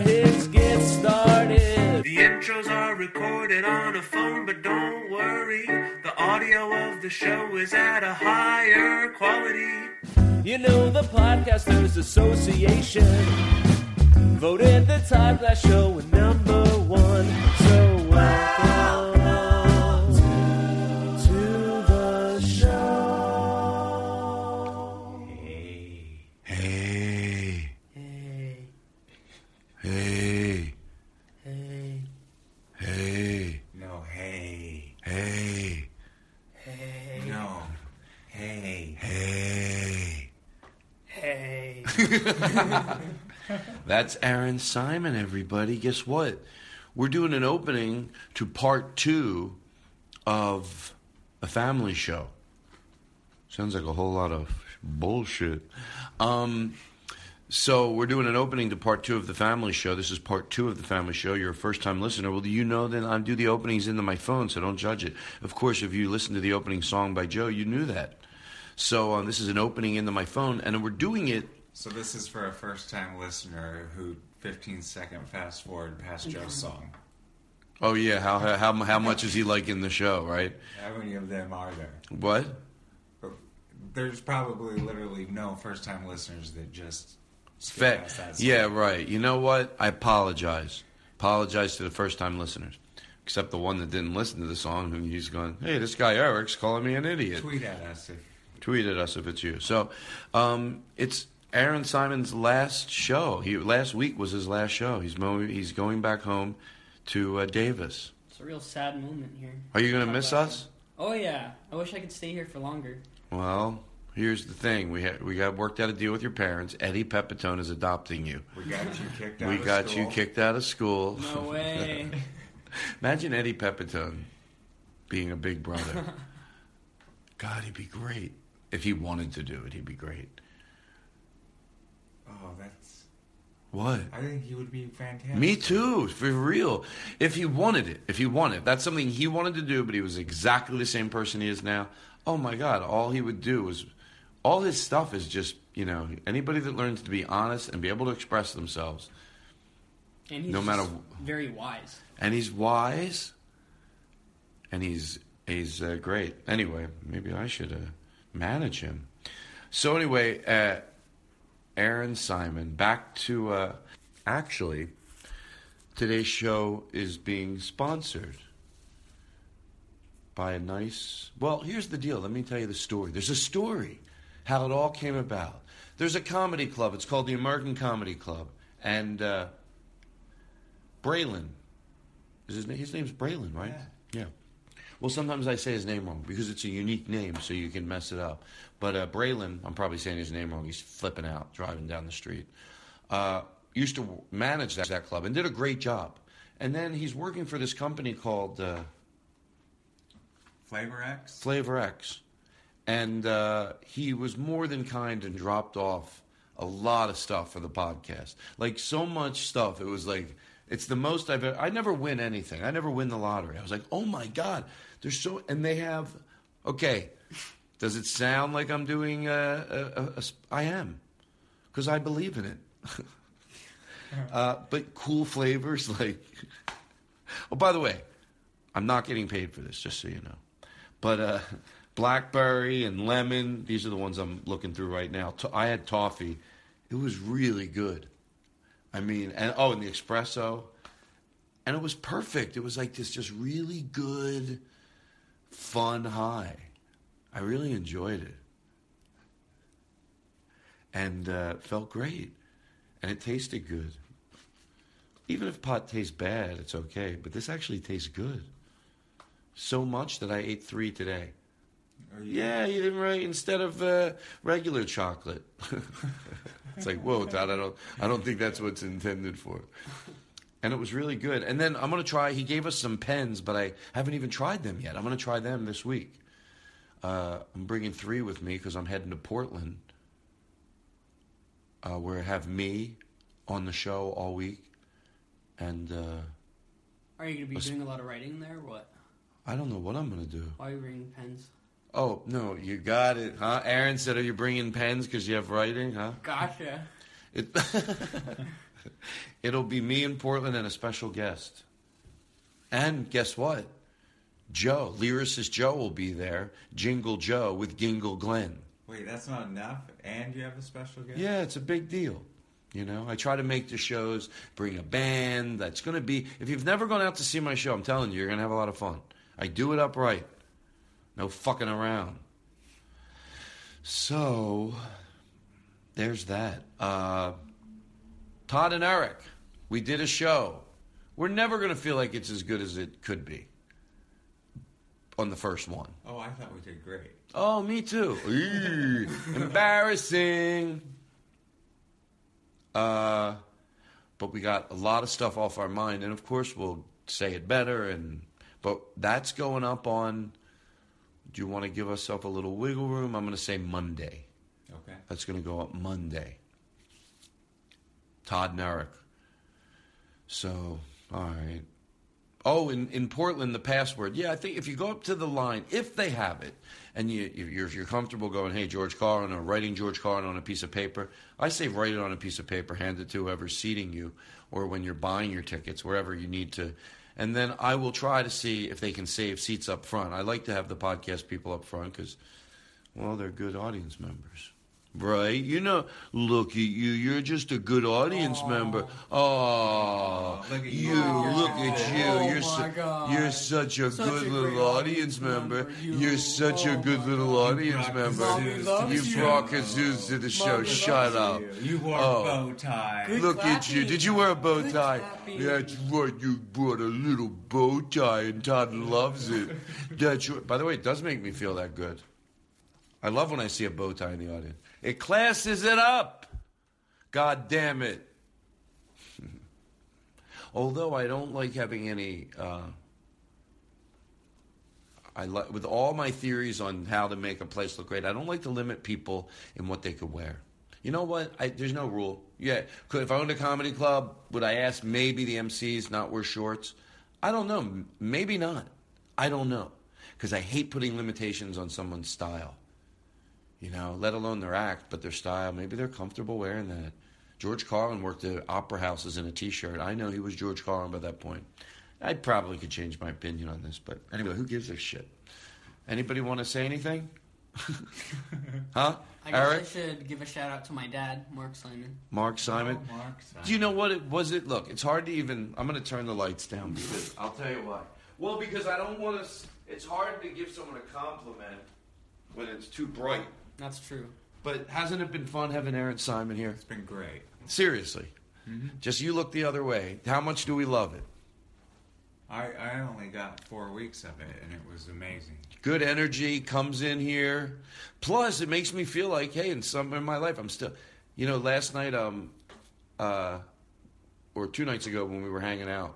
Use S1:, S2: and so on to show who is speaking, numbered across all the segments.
S1: his gets started. The intros are recorded on a phone, but don't worry. The audio of the show is at a higher quality. You know, the Podcasters Association voted the Todd Glass Show number one. So welcome to the show.
S2: Hey. Hey. Hey. Hey.
S1: No, hey,
S2: Hey.
S1: no, hey,
S2: Hey.
S1: hey.
S2: That's Aaron Simon, everybody. Guess what? We're doing an opening to part two of a family show. Sounds like a whole lot of bullshit. Um, so we're doing an opening to part two of the family show. This is part two of the family show. You're a first time listener. Well, do you know that I do the openings into my phone, so don't judge it. Of course, if you listen to the opening song by Joe, you knew that. So um, this is an opening into my phone, and we're doing it
S3: So this is for a first-time listener who 15 second fast forward past Joe's song.
S2: Oh yeah, how how how- how much is he like in the show, right?
S3: How many of them are there?
S2: What?
S3: There's probably literally no first-time listeners that just skip
S2: Fe-
S3: past that song.
S2: yeah, right. You know what? I apologize. Apologize to the first time listeners, except the one that didn't listen to the song. Who he's going? Hey, this guy Eric's calling me an idiot.
S3: Tweet at us if
S2: Tweet at us if it's you. So, um, it's Aaron Simon's last show. He last week was his last show. He's mo- he's going back home to uh, Davis.
S4: It's a real sad moment here.
S2: Are you gonna miss us?
S4: Oh yeah, I wish I could stay here for longer.
S2: Well, here's the thing. We ha- we got worked out a deal with your parents. Eddie Pepitone is adopting you.
S3: we got you kicked out
S2: We
S3: of
S2: got
S3: school.
S2: you kicked out of school.
S4: No way.
S2: Imagine Eddie Pepitone being a big brother. God, he'd be great. If he wanted to do it, he'd be great.
S3: Oh, that's...
S2: What?
S3: I think you would be fantastic.
S2: Me too, for real. If he wanted it, if he wanted, that's something he wanted to do, but he was exactly the same person he is now. Oh my God, all he would do was, all his stuff is just, you know, anybody that learns to be honest and be able to express themselves
S4: And he's
S2: No
S4: just
S2: matter-
S4: very wise.
S2: and he's wise and he's He's uh, great. Anyway, maybe I should uh, manage him. So anyway, uh, Aaron Simon. Back to uh, actually, today's show is being sponsored by a nice. Well, here's the deal. Let me tell you the story. There's a story how it all came about. There's a comedy club. It's called the American Comedy Club, and uh, Braylon is his name. His name's Braylon, right? Yeah. Well, sometimes I say his name wrong because it's a unique name, so you can mess it up. But uh, Braylon, I'm probably saying his name wrong. He's flipping out driving down the street. Uh, used to w- manage that, that club and did a great job. And then he's working for this company called. Uh,
S3: Flavor X.
S2: Flavor X. And uh, he was more than kind and dropped off a lot of stuff for the podcast. Like so much stuff. It was like, it's the most I've ever, I never win anything. I never win the lottery. I was like, oh my God, there's so, and they have, okay, does it sound like I'm doing, uh, a, a- a sp- I am, because I believe in it. uh, but cool flavors like, oh, by the way, I'm not getting paid for this, just so you know. But uh, blackberry and lemon, these are the ones I'm looking through right now. To- I had toffee. It was really good. I mean, and oh, and the espresso. And it was perfect. It was like this just really good, fun high. I really enjoyed it. And uh, it felt great. And it tasted good. Even if pot tastes bad, it's okay. But this actually tastes good. So much that I ate three today. Yeah, you didn't right instead of uh, regular chocolate. it's like, whoa, Todd, I don't, I don't think that's what's intended for. And it was really good. And then I'm gonna try. He gave us some pens, but I haven't even tried them yet. I'm gonna try them this week. Uh, I'm bringing three with me because I'm heading to Portland, uh, where I have me on the show all week, and uh,
S4: Are you going to be doing a lot of writing there? or What?
S2: I don't know what I'm gonna do.
S4: Why are you bringing pens?
S2: Oh no, you got it, huh? Aaron said, "Are you bringing pens because you have writing, huh?"
S4: Gotcha.
S2: It, it'll be me in Portland and a special guest. And guess what? Joe, lyricist Joe, will be there. Jingle Joe with Gingle Glenn.
S3: Wait, that's not enough. And you have a special guest.
S2: Yeah, it's a big deal. You know, I try to make the shows, bring a band. That's going to be, if you've never gone out to see my show, I'm telling you, you're going to have a lot of fun. I do it upright, no fucking around. So, there's that. Uh, Todd and Eric, we did a show. We're never going to feel like it's as good as it could be on the first one.
S3: Oh, I thought we did great.
S2: Oh, me too. Eee, Embarrassing. Uh, but we got a lot of stuff off our mind, and of course we'll say it better. And but that's going up on. Do you want to give ourselves a little wiggle room? I'm going to say Monday.
S3: Okay.
S2: That's going to go up Monday. Todd Narek. So, all right. Oh, in, in Portland, the password. Yeah, I think if you go up to the line, if they have it, and you, if you're, if you're comfortable going, hey, George Carlin, or writing George Carlin on a piece of paper, I say write it on a piece of paper, hand it to whoever's seating you, or when you're buying your tickets, wherever you need to. And then I will try to see if they can save seats up front. I like to have the podcast people up front because well, they're good audience members. Right? You know, look at you. You're just a good audience member. Oh,
S3: Look at
S2: you.
S3: you. You're
S2: Look
S3: so
S2: at
S3: good.
S2: you.
S4: Oh,
S2: you're,
S4: my God.
S2: you're such a
S4: Such
S2: good
S4: a
S2: little
S4: great
S2: audience
S4: audience
S2: member.
S4: member, you.
S2: You're such a
S4: Oh,
S2: good
S4: my
S2: little
S4: God.
S2: audience member.
S4: Mommy loves
S2: you
S4: you.
S2: brought kazoos to the show.
S4: loves
S2: Shut up.
S3: You, you wore
S2: Oh.
S3: a bow tie.
S4: Good
S2: Look at you.
S4: clapping.
S2: Did you wear a bow
S4: Good
S2: tie?
S4: clapping.
S2: That's right. You brought a little bow tie, and Todd loves it. That's right. By the way, it does make me feel that good. I love when I see a bow tie in the audience. It classes it up. God damn it. Although I don't like having any. Uh, I like with all my theories on how to make a place look great. I don't like to limit people in what they could wear. You know what? I, there's no rule. Yeah, could if I owned a comedy club, would I ask maybe the MCs not wear shorts? I don't know. M- Maybe not. I don't know because I hate putting limitations on someone's style. You know, let alone their act, but their style. Maybe they're comfortable wearing that. George Carlin worked at opera houses in a t-shirt. I know he was George Carlin by that point. I probably could change my opinion on this, but anyway, who gives a shit? Anybody want to say anything? huh?
S4: I guess
S2: Eric,
S4: I should Oh, give a shout out to my dad, Mark Simon.
S2: Mark, Simon.
S3: Mark,
S2: Do you know what it was? It look. It's hard to even. I'm going to turn the lights down because I'll tell you why. Well, because I don't want to. It's hard to give someone a compliment when it's too bright.
S4: That's true.
S2: But hasn't it been fun having Aaron Simon here?
S3: it's been great.
S2: Seriously,
S3: Mm-hmm.
S2: just you look the other way. How much do we love it?
S3: I, I only got four weeks of it, and it was amazing.
S2: good energy comes in here. Plus, it makes me feel like, hey, in some in my life, I'm still, you know, last night, um, uh, or two nights ago when we were hanging out,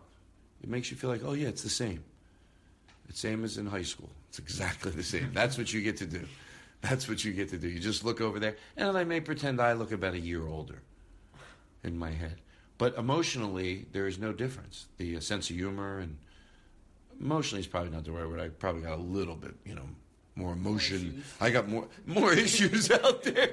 S2: it makes you feel like, oh yeah, it's the same. It's same as in high school. It's exactly the same. That's what you get to do. That's what you get to do. You just look over there, and I may pretend I look about a year older in my head, but emotionally, there is no difference. The uh, sense of humor and emotionally is probably not the right word. I probably got a little bit, you know, more emotion. I got more more issues out there.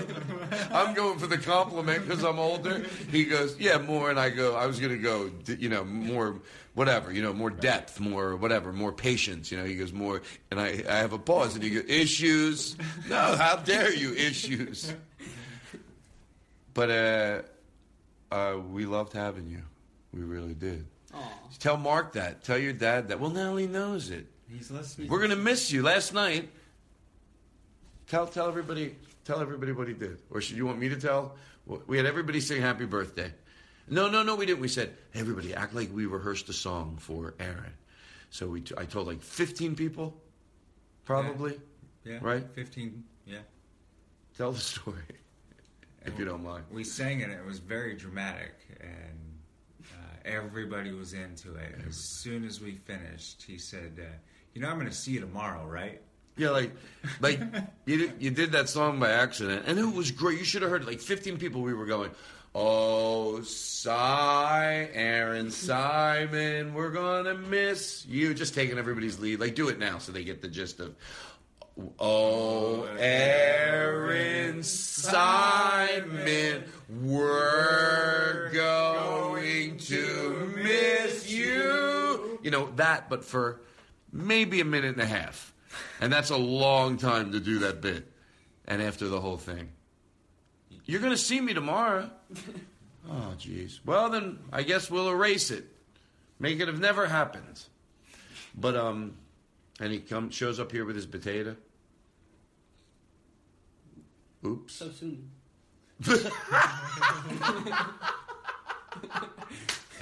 S2: I'm going for the compliment because I'm older. He goes, yeah, more, and I go, I was gonna go, d- you know, more, whatever, you know, more depth, more whatever, more patience. You know, he goes more, and I I have a pause, and he goes, issues. No, how dare you, issues. But uh, uh, we loved having you. We really did. Tell Mark that. Tell your dad that. Well, now he knows it.
S3: He's listening.
S2: We're gonna miss you. Last night, tell tell everybody tell everybody what he did. Or should you want me to tell? We had everybody sing Happy Birthday. No, no, no, we didn't. We said hey, everybody act like we rehearsed a song for Aaron. So we t- I told like 15 people, probably.
S3: yeah,
S2: Right?
S3: Fifteen. Yeah.
S2: Tell the story, if you don't mind.
S3: We sang it. and It was very dramatic, and uh, everybody was into it. As soon as we finished, he said, uh, "You know, I'm going to see you tomorrow, right?"
S2: Yeah, like, like you did, you did that song by accident, and it was great. You should have heard it. like fifteen people. We were going, oh, sigh, Aaron Simon, we're gonna miss you. Just taking everybody's lead. Like, do it now so they get the gist of, oh, Aaron Simon, we're going to miss you. You know that, but for maybe a minute and a half. And that's a long time to do that bit. And after the whole thing. You're going to see me tomorrow. Oh, jeez. Well, then I guess we'll erase it. Make it have never happened. But, um, and he comes, shows up here with his potato. Oops.
S4: So soon.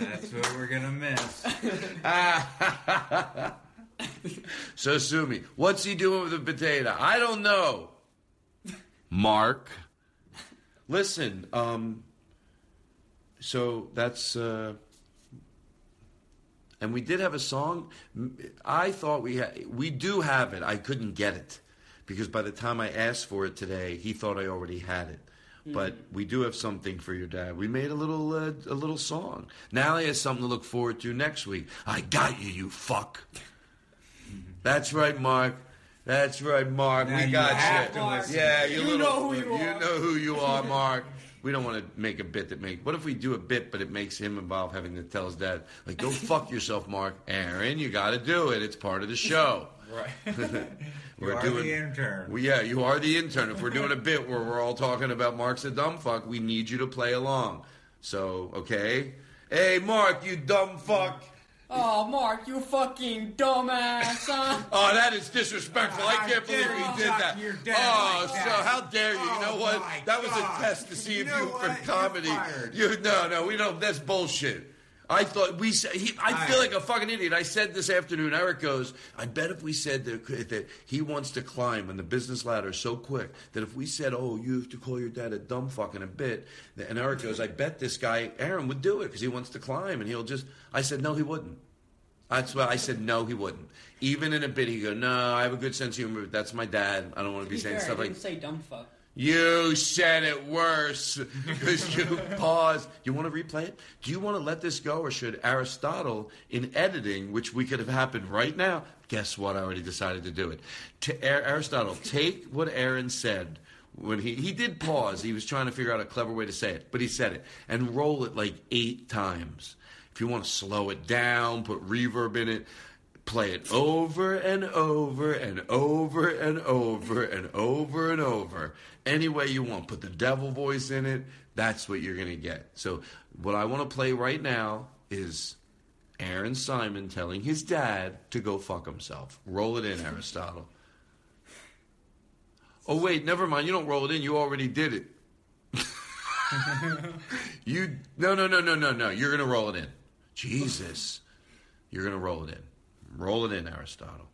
S3: That's what we're going to miss.
S2: So sue me. What's he doing with the potato? I don't know. Mark. Listen, um so that's uh and we did have a song. M- I thought we had we do have it. I couldn't get it because by the time I asked for it today, he thought I already had it.
S3: Mm-hmm.
S2: But we do have something for your dad. We made a little uh, a little song. Now he has something to look forward to next week. I got you, you fuck. That's right, Mark. That's right, Mark.
S3: Mm-hmm. Now
S2: we
S3: you
S2: got
S3: have
S2: you.
S3: to listen.
S2: Yeah, you, little,
S4: You know who you
S2: You
S4: are.
S2: know who you are, Mark. We don't want to make a bit that make. What if we do a bit, but it makes him involved having to tell his dad, like, "Go fuck yourself, Mark." Aaron, you got to do it. It's part of the show.
S3: Right.
S2: We're
S3: you are
S2: doing-
S3: the intern.
S2: Well, yeah, you are the intern. If we're doing a bit where we're all talking about Mark's a dumb fuck, we need you to play along. So, okay. Hey, Mark, you dumb fuck.
S4: Oh, Mark, you fucking dumbass, huh?
S2: Oh, that is disrespectful. I
S3: How
S2: can't believe
S3: dare
S2: you
S3: you
S2: did
S3: talk
S2: that.
S3: to your dad
S2: Oh,
S3: like that.
S2: so how dare you? You know
S3: Oh,
S2: what?
S3: my
S2: That was a
S3: God.
S2: test to see
S3: You
S2: if
S3: know
S2: you
S3: what?
S2: for
S3: You're
S2: comedy.
S3: fired.
S2: You no, no, we don't. That's bullshit. I thought we said. He, I
S3: All
S2: feel
S3: right.
S2: like a fucking idiot. I said this afternoon. Eric goes. I bet if we said that, that he wants to climb on the business ladder so quick that if we said, "Oh, you have to call your dad a dumb fucking a bit," and Eric goes, "I bet this guy Aaron would do it because he wants to climb and he'll just." I said, "No, he wouldn't." That's why I said no, he wouldn't. Even in a bit, he go, no, I have a good sense of humor. But that's my dad. I don't want to be
S4: Be
S2: saying
S4: fair,
S2: stuff
S4: I
S2: like
S4: didn't say dumb fuck.
S2: you said it worse because you paused. You want to replay it? Do you want to let this go, or should Aristotle, in editing, which we could have happened right now? Guess what? I already decided to do it. To Ar- Aristotle, take what Aaron said when he he did pause. He was trying to figure out a clever way to say it, but he said it and roll it like eight times. If you want to slow it down, put reverb in it play it over and over and over and over and over and over. Any way you want. Put the devil voice in it. That's what you're going to get. So, what I want to play right now is Aaron Simon telling his dad to go fuck himself. Roll it in, Aristotle. Oh, wait, never mind. You don't roll it in. You already did it. you. No, no, no, no, no, no. You're going to roll it in. Jesus. You're going to roll it in. Roll it in, Aristotle.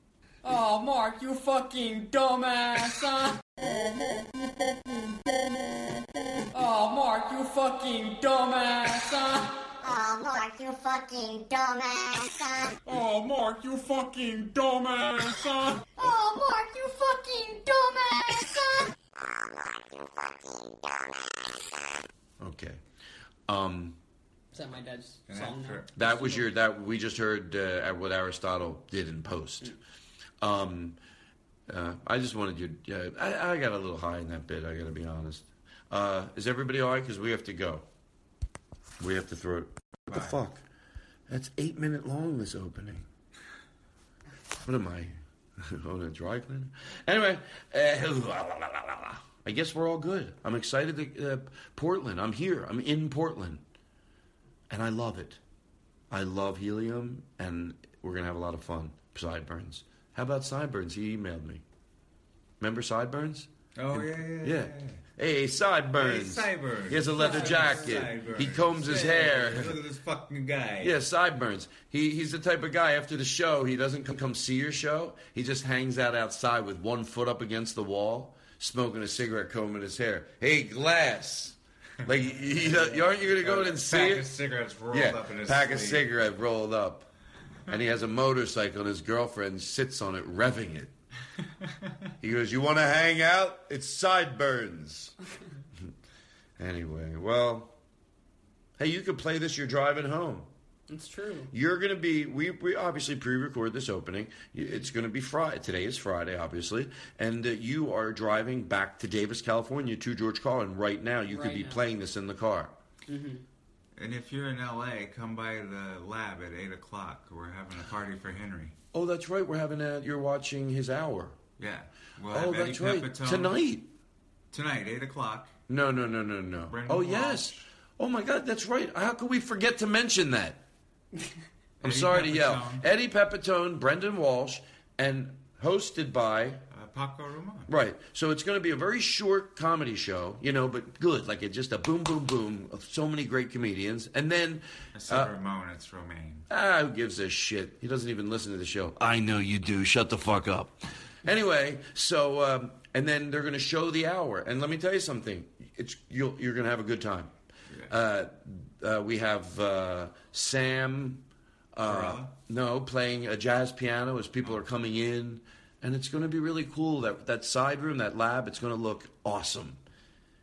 S5: Oh, Mark, you fucking dumbass, huh? oh, Mark, you fucking dumbass, huh?
S6: Oh, Mark, you fucking dumbass. huh?
S5: Oh, Mark, you fucking dumbass, huh?
S6: Oh, Mark, you fucking dumbass. huh?
S2: Okay. Um,
S4: Is that my dad's
S3: And
S4: song now?
S3: after-
S2: that was your that we just heard uh, what Aristotle did in post. Um, uh, I just wanted you. Yeah, I, I got a little high in that bit. I got to be honest. Uh, is everybody all right? Because we have to go. We have to throw it. What the fuck? That's eight minute long. This opening. What am I? on a dry cleaner? Anyway, uh, I guess we're all good. I'm excited. To, uh, Portland. I'm here. I'm in Portland, and I love it. I love helium, and we're gonna have a lot of fun. Sideburns. How about Sideburns? He emailed me. Remember Sideburns?
S3: Oh yeah, yeah, yeah.
S2: Yeah. Hey, Sideburns.
S3: Hey, Sideburns.
S2: He has a leather jacket.
S3: Sideburns.
S2: He combs his
S3: Yeah,
S2: hair.
S3: Look at this fucking guy.
S2: Yeah, Sideburns. He he's the type of guy after the show, he doesn't come, come see your show. He just hangs out outside with one foot up against the wall, smoking a cigarette, combing his hair. Hey, glass. Like, he, he- aren't uh, you going to go in and see
S3: pack
S2: it?
S3: of cigarettes rolled
S2: yeah,
S3: up in his
S2: pack a
S3: sleeve.
S2: cigarette rolled up, and he has a motorcycle, and his girlfriend sits on it, revving it. He goes, "You want to hang out? It's sideburns." anyway, well, hey, you could play this. You're driving home.
S4: It's true.
S2: You're going to be. We, we obviously pre-record this opening. You- It's going to be Friday. Today is Friday, obviously, and uh, you are driving back to Davis, California, to George Carlin right now. You could
S4: Right
S2: be
S4: now.
S2: playing this in the car.
S3: Mm-hmm. And if you're in LA, come by the lab at eight o'clock. We're having a party for Henry.
S2: Oh, that's right. We're having a. You're watching his hour.
S3: Yeah. We'll
S2: oh,
S3: have Eddie
S2: that's right.
S3: Pepitone.
S2: Tonight.
S3: Tonight, eight o'clock.
S2: No, no, no, no, no.
S3: Brendan
S2: oh,
S3: Walsh.
S2: yes. Oh, my God, that's right. How could we forget to mention that? I'm sorry to yell.
S3: Pepitone.
S2: Eddie Pepitone, Brendan Walsh, and hosted by.
S3: Uh, Paco Ramon.
S2: Right. So it's going to be a very short comedy show, you know, but good. Like it's just a boom, boom, boom of so many great comedians. And then, uh,
S3: I said Ramon. It's Romaine.
S2: ah, who gives a shit? He doesn't even listen to the show. I know you do. Shut the fuck up. Anyway, so, um, and then they're going to show the hour. And let me tell you something it's, you'll, you're going to have a good time. Uh, uh, we have uh, Sam. Uh,
S3: Varela?
S2: no, playing a jazz piano as people are coming in, and it's going to be really cool. That that side room, that lab, it's going to look awesome.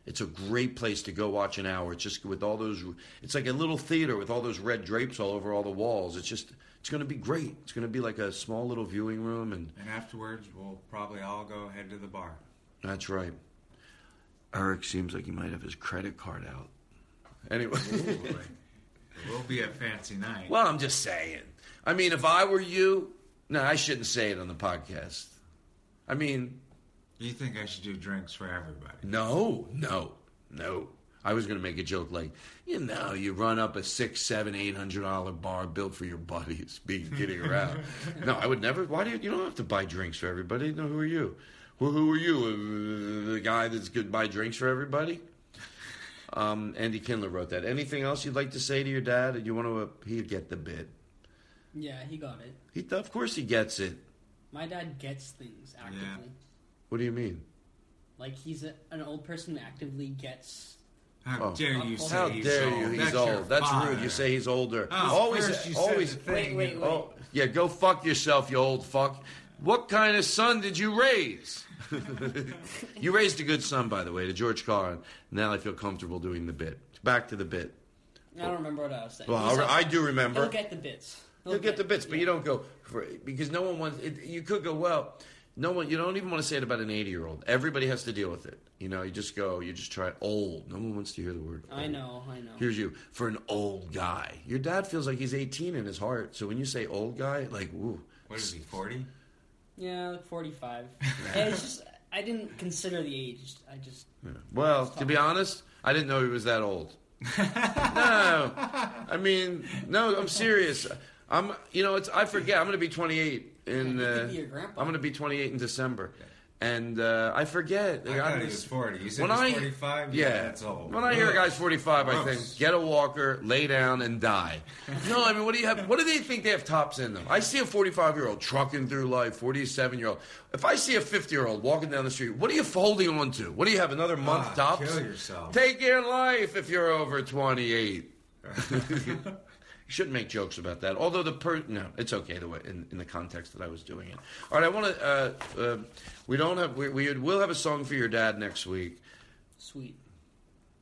S2: It's a great place to go watch an hour. It's just with all those. It's like a little theater with all those red drapes all over all the walls. It's just. It's going to be great. It's going to be like a small little viewing room, and
S3: And afterwards, we'll probably all go head to the bar.
S2: that's right. Eric seems like he might have his credit card out. Oh, Anyway.
S3: It will be a fancy night.
S2: Well, I'm just saying. I mean, if I were you, no, I shouldn't say it on the podcast. I mean,
S3: Do you think I should do drinks for everybody?
S2: no, no, no. I was going to make a joke like, you know, you run up a six, seven, eight hundred dollar bar bill for your buddies, being getting around. no, I would never. Why do you? You don't have to buy drinks for everybody. No, who are you? Who, who are you? Uh, The guy that's good buy drinks for everybody. Um, Andy Kindler wrote that. Anything else you'd like to say to your dad? You want to? Uh, he'd get the bit.
S4: Yeah, he got it.
S2: He, of course, he gets it.
S4: My dad gets things actively.
S2: What do you mean?
S4: Like he's a, an old person that actively gets.
S3: How dare you
S4: How
S3: say
S2: How
S3: he's
S2: dare
S3: old?
S2: you? He's
S3: That's your
S2: old. Oh. That's
S3: father.
S2: rude. You say he's older.
S3: Oh,
S2: always,
S3: first you said
S2: always.
S3: the thing.
S4: Wait, wait, wait.
S2: Oh, yeah. Go fuck yourself, you old fuck. What kind of son did you raise? you raised a good son, by the way, to George Carlin. Now I feel comfortable doing the bit. Back to the bit.
S4: I don't remember what I was saying.
S2: Well,
S4: He's
S2: I-
S4: like-
S2: I do remember.
S4: He'll get the bits. He'll
S2: You'll get the bits, but you don't go for because no one wants. It, you could go well. No one. You don't even want to say it about an eighty-year-old. Everybody has to deal with it. You know. You just go. You just try old. No one wants to hear the word.
S4: I
S2: old.
S4: know, I know.
S2: Here's you for an old guy. Your dad feels like he's eighteen in his heart. So when you say old guy, like, ooh,
S3: What is he? Forty?
S4: Yeah, like 45. Yeah, it's just, I didn't consider the age. I just,
S2: Well, to be honest, I didn't know he was that old. no, I mean, no, I'm serious. I'm, you know, it's I forget. I'm going to be 28 in.
S4: Yeah, you
S2: Uh,
S4: could be your grandpa.
S2: I'm going to be 28 in December, and uh, I forget.
S3: I thought he was forty. You said
S2: When
S3: he was
S2: I-
S3: forty-five.
S2: Yeah,
S3: that's old.
S2: When I hear a guy's 45, I
S3: Gross.
S2: think get a walker, lay down, and die. No, I mean, what do you have? What do they think they have tops in them? I see a 45 year old trucking through life, 47 year old. If I see a 50 year old walking down the street, what are you holding on to? What do you have? Another month
S3: Ah,
S2: tops?
S3: kill yourself.
S2: Take your life if you're over 28. you shouldn't make jokes about that. Although the per no, it's okay the way in, in the context that I was doing it. All right, I want to. Uh, uh, we don't have. We, we will have a song for your dad next week.
S4: sweet.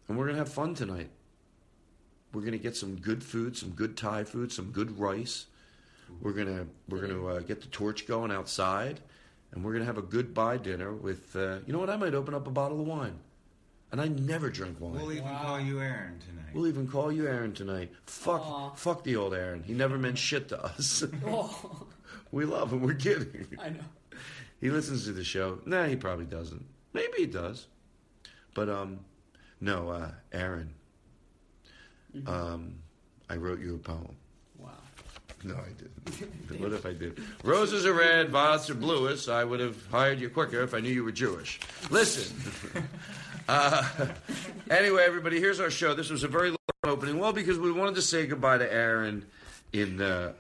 S2: And we're going to have fun tonight. We're going to get some good food, some good Thai food, some good rice. We're going to we're going to uh, get the torch going outside and we're going to have a goodbye dinner with uh, you know what? I might open up a bottle of wine. And I never drink wine.
S3: We'll even call you Aaron tonight.
S2: We'll even call you Aaron tonight. Fuck, fuck the old Aaron. He never meant shit to us.
S4: Oh,
S2: we love him. We're kidding.
S4: I know.
S2: He listens to the show. Nah, he probably doesn't. Maybe he does. But um no, uh Aaron. Um I wrote you a poem.
S4: Mm-hmm. Wow.
S2: No, I didn't. But what if I did? Roses are red, violets are bluest. I would have hired you quicker if I knew you were Jewish. Listen. uh, anyway, everybody, here's our show. This was a very long opening. Well, because we wanted to say goodbye to Aaron in uh,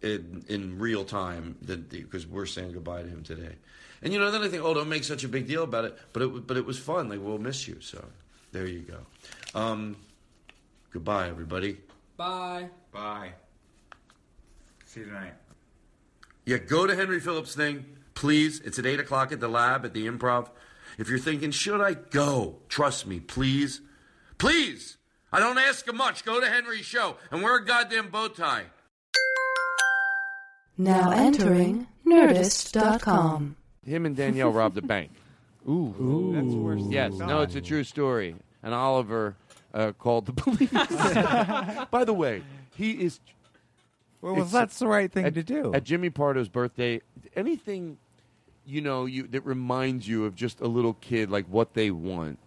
S2: in, in real time, because we're saying goodbye to him today. And you know, then I think, oh, don't make such a big deal about it. But it w- but it was fun. Like we'll miss you. So there you go. Um, goodbye, everybody.
S4: Bye.
S3: Bye. See you tonight.
S2: Yeah, go to Henry Phillips' thing, please. It's at 8 o'clock at the lab at the improv. If you're thinking, should I go? Trust me, please. Please! I don't ask you much. Go to Henry's show and wear a goddamn bow tie.
S7: Now entering Nerdist.com.
S2: Him and Danielle robbed a bank. Ooh. That's worse. Yes, no, it's a true story. And Oliver uh, called the police. By the way, he is
S8: Well,
S2: It's-
S8: that's the right thing
S2: at,
S8: to do.
S2: at Jimmy Pardo's birthday. Anything you know you that reminds you of just a little kid, like what they want.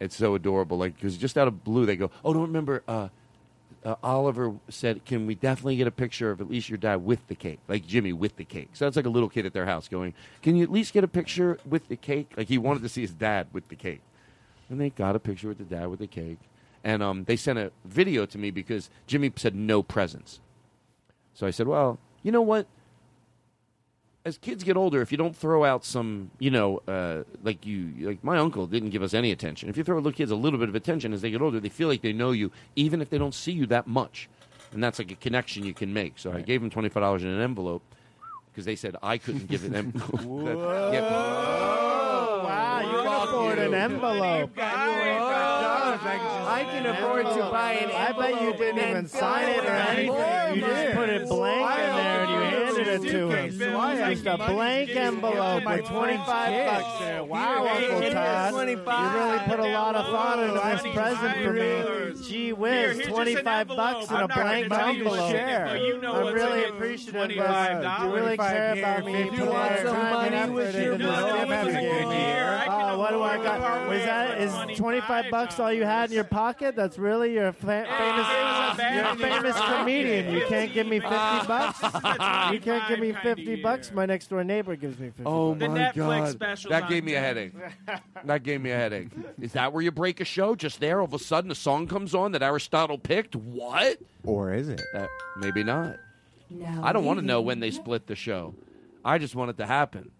S2: It's so adorable, like because just out of blue they go, "Oh, don't remember." Uh, uh, Oliver said, "Can we definitely get a picture of at least your dad with the cake, like Jimmy with the cake?" So that's like a little kid at their house going, "Can you at least get a picture with the cake?" Like he wanted to see his dad with the cake and they got a picture with the dad with the cake. And um, they sent a video to me because Jimmy said no presents. So I said, well, you know what? As kids get older, if you don't throw out some, you know, uh, like you, like my uncle didn't give us any attention. If you throw little kids a little bit of attention as they get older, they feel like they know you, even if they don't see you that much. And that's like a connection you can make. So I gave him twenty five dollars in an envelope because they said I couldn't give an envelope. That- yeah.
S8: wow, Ah, you can afford an envelope. I can afford to buy an envelope. I bet you didn't even sign it or anything. You just put it blank in there and you handed it to him. Just a blank envelope with 25 bucks in it. Wow, Uncle Todd. You really put a lot of thought into this present for me. Gee whiz, 25 bucks in a blank envelope. I'm really appreciative. of You really care about me. You put a lot of time and effort into this gift you gave me. Oh, what do I got? Was that is 25 bucks all you had in your pocket? That's really your fa- famous. You're a famous comedian. You can't give me 50 bucks. You can't give me 50 bucks. My next door neighbor gives me 50.
S2: Oh
S8: bucks.
S2: my god! that gave me a headache. that gave me a headache. Is that where you break a show? Just there, all of a sudden, a song comes on that Aristotle picked. What?
S8: Or is it?
S2: Uh, maybe not.
S7: Now
S2: I don't want to
S7: leaving
S2: know when they split the show. I just want it to happen.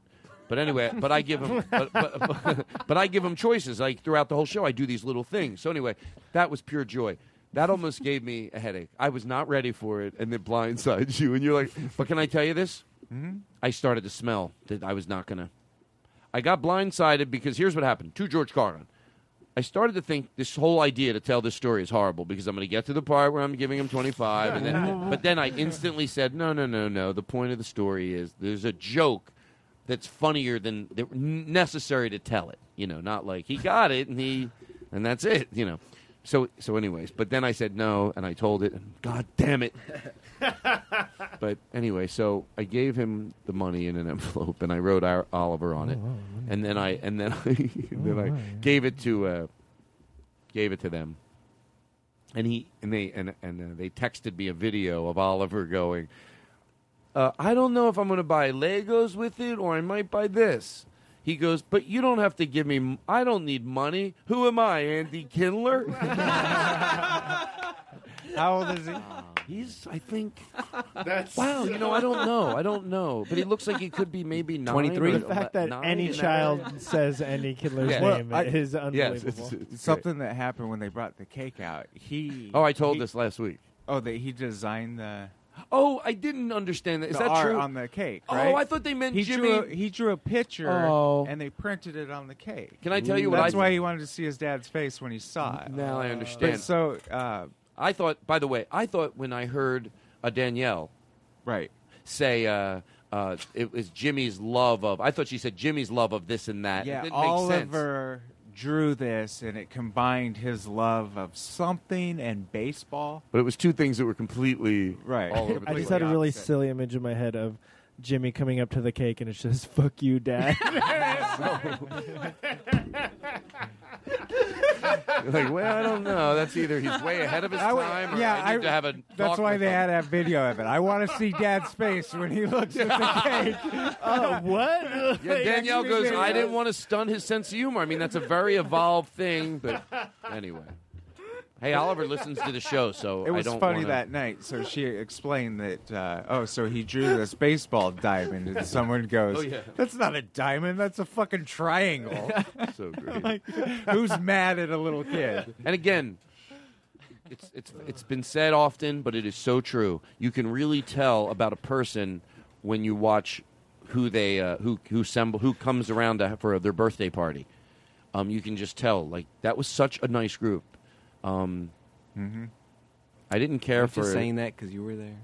S2: But anyway, but I give them, but, but, but, I give them choices. Like throughout the whole show, I do these little things. So anyway, that was pure joy. That almost gave me a headache. I was not ready for it, and it blindsides you. And you're like, but can I tell you this? Mm-hmm. I started to smell that I was not gonna. I got blindsided because here's what happened to George Carlin. I started to think this whole idea to tell this story is horrible because I'm going to get to the part where I'm giving him 25, and then, but then I instantly said, no, no, no, no. The point of the story is there's a joke that's funnier than that necessary to tell it. You know, not like he got it and he, and that's it. You know, so so anyways. But then I said no, and I told it, and God damn it, but anyway, so I gave him the money in an envelope, and I wrote our, Oliver on it, and then I and then I then I gave it to uh, gave it to them, and he and they and and uh, they texted me a video of Oliver going, uh, I don't know if I'm going to buy Legos with it or I might buy this. He goes, but you don't have to give me. m- I don't need money. Who am I, Andy Kindler? How old is he?
S3: Um,
S2: He's, I think.
S8: That's
S2: Wow, you know, I don't know. I don't know, but he looks like he could be maybe nine. or
S8: The fact that
S2: nine
S8: any
S2: and a-
S8: child says Andy Kidler's
S2: Yeah.
S8: name
S2: Well, I-
S8: is
S2: yes,
S8: unbelievable.
S2: it's- it's
S3: Something that happened when they brought the cake out. He.
S2: Oh, I told
S3: he-
S2: this last week.
S3: Oh, that he designed the.
S2: Oh, I didn't understand that. Is
S3: the
S2: that
S3: art
S2: true?
S3: on the cake?
S2: Oh,
S3: Right?
S2: I thought they meant
S3: he
S2: Jimmy-
S3: Drew a, he drew a picture,
S2: Oh.
S3: and they printed it on the cake.
S2: Can I tell you what
S3: That's
S2: I-
S3: why he wanted to see his dad's face when he saw it.
S2: Now I understand.
S3: But so uh,
S2: I thought. By the way, I thought when I heard uh, Danielle,
S3: right,
S2: say uh, uh, it was Jimmy's love of. I thought she said Jimmy's love of this and that.
S3: yeah,
S2: it didn't make sense.
S3: Oliver drew this, and it combined his love of something and baseball.
S2: But it was two things that were completely
S3: right.
S2: All over the
S8: I
S2: place.
S8: just had a really silly image in my head of Jimmy coming up to the cake and it's just "fuck you, dad."
S2: like, well, I don't know. That's either he's way ahead of his
S3: I would-
S2: time, or
S3: yeah,
S2: I
S3: I-
S2: need to have a.
S3: That's
S2: talk
S3: why
S2: with
S3: they
S2: him.
S3: had that video of it. I want to see Dad's face when he looks at the cake.
S8: Oh, what?
S2: Yeah, Danielle goes. I didn't want to stun his sense of humor. I mean, that's a very evolved thing, but anyway. Hey, Oliver listens to the show, so
S3: It was
S2: I don't
S3: funny
S2: wanna-
S3: that night. So she explained that, uh, oh, so he drew this baseball diamond, and someone goes,
S2: Oh, yeah.
S3: "That's not a diamond. That's a fucking triangle."
S2: So great.
S3: Who's mad at a little kid?
S2: And again, it's it's it's been said often, but it is so true. You can really tell about a person when you watch who they uh, who who semb- who comes around to, for their birthday party. Um, you can just tell. Like that was such a nice group. Um, I didn't care
S9: I'm
S2: for
S9: just saying that because you were there.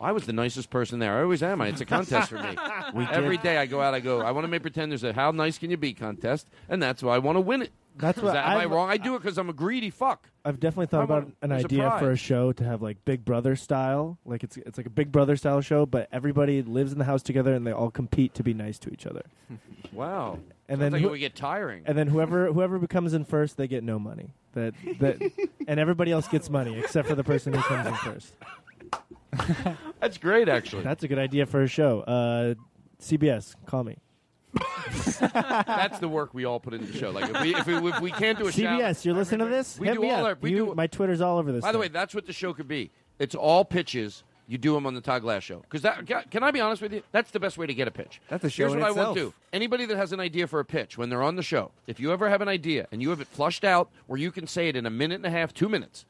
S2: I was the nicest person there. I always am. It's a contest for me.
S9: We did-
S2: Every day I go out, I go, I want to make pretend there's a how nice can you be contest, and that's why I want to win it.
S8: That's
S2: Is
S8: what
S2: that, am I
S8: I've-
S2: wrong? I do it because I'm a greedy fuck.
S8: I've definitely thought about an
S2: there's a
S8: idea for a
S2: prize.
S8: show to have like Big Brother style, like it's it's like a Big Brother style show, but everybody lives in the house together and they all compete to be nice to each other.
S2: Wow. And
S8: And then
S2: then like
S8: who-
S2: we get tiring.
S8: And then whoever whoever becomes in first, they get no money. That that and everybody else gets money except for the person who comes in first.
S2: That's great, actually.
S8: That's a good idea for a show. Uh, CBS, call me.
S2: That's the work we all put into the show. Like if we if we, if we can't do a shout-
S8: CBS, you're listening to this?
S2: We
S8: Hit
S2: do
S8: me
S2: all
S8: up.
S2: our- we
S8: You- my Twitter's all over this.
S2: By the way, that's what the show could be. It's all pitches. You do them on the Todd Glass show. Because that ca- can I be honest with you? That's the best way to get a pitch.
S3: That's a show
S2: Here's
S3: in
S2: what I
S3: itself.
S2: want to do. Anybody that has an idea for a pitch when they're on the show, if you ever have an idea and you have it flushed out where you can say it in a minute and a half, two minutes,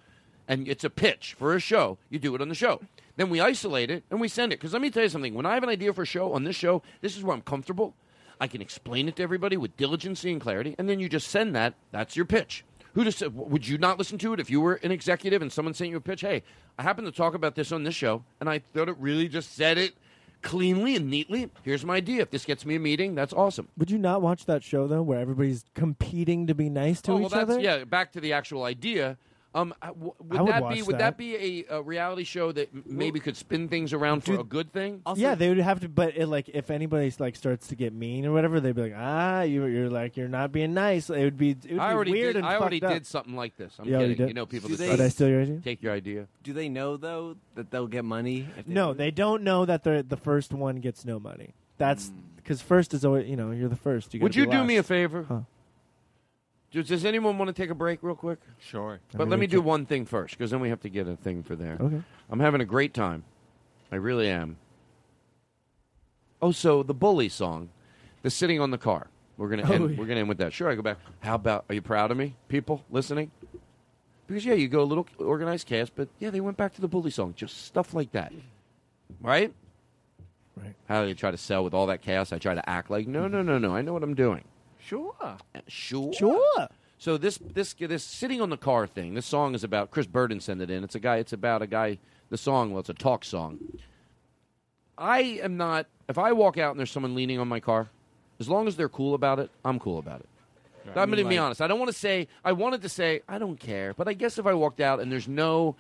S2: and it's a pitch for a show, you do it on the show. Then we isolate it and we send it. Because let me tell you something. When I have an idea for a show on this show, this is where I'm comfortable. I can explain it to everybody with diligency and clarity, and then you just send that. That's your pitch. Who just said, would you not listen to it if you were an executive and someone sent you a pitch? Hey, I happened to talk about this on this show, and I thought it really just said it cleanly and neatly. Here's my idea. If this gets me a meeting, that's awesome.
S8: Would you not watch that show though, where everybody's competing to be nice to
S2: oh,
S8: each
S2: well, that's
S8: other?
S2: yeah. Back to the actual idea. Um, I- w- would,
S8: I would
S2: that be
S8: watch
S2: would
S8: that.
S2: that be a, a reality show that m- maybe could spin things around for a good thing?
S8: yeah, they would have to. But it, like, if anybody like starts to get mean or whatever, they'd be like, "Ah, you, you're like, you're not being nice." It would be. It would
S2: I
S8: be
S2: already
S8: weird
S2: did.
S8: and
S2: I already
S8: fucked up.
S2: did something like this. I'm
S8: You already
S2: kidding.
S8: did?
S2: You know, people.
S8: Do
S2: that
S8: they-
S2: try
S8: Did I
S2: to
S8: steal your idea?
S2: Take your idea.
S9: Do they know though that they'll get money? If they
S8: No, they don't know that the the first one gets no money. That's because first is always you know you're the first. You
S2: Hmm. Would
S8: gotta
S2: you
S8: be
S2: do me a
S8: last.
S2: favor?
S8: Huh.
S2: Does, does anyone want to take a break real quick?
S3: Sure.
S2: But let me do one thing first, because then we have to get a thing for there.
S8: Okay.
S2: I'm having a great time. I really am. Oh, so the bully song, the sitting on the car. We're gonna
S8: Oh,
S2: end,
S8: yeah.
S2: we're gonna end with that. Sure, I go back. How about? Are you proud of me, people listening? Because yeah, you go a little organized cast, but yeah, they went back to the bully song, just stuff like that, right?
S8: Right.
S2: How they try to sell with all that cast. I try to act like no, no, no, no. I know what I'm doing.
S9: Sure.
S2: Sure.
S8: Sure.
S2: So this this this sitting on the car thing. This song is about Chris Burden sent it in. It's a guy. It's about a guy. The song. Well, it's a talk song. I am not. If I walk out and there's someone leaning on my car, as long as they're cool about it, I'm cool about it.
S9: Right.
S2: I'm going to
S9: You
S2: be
S9: like-
S2: honest. I don't want to say. I wanted to say I don't care, but I guess if I walked out and there's no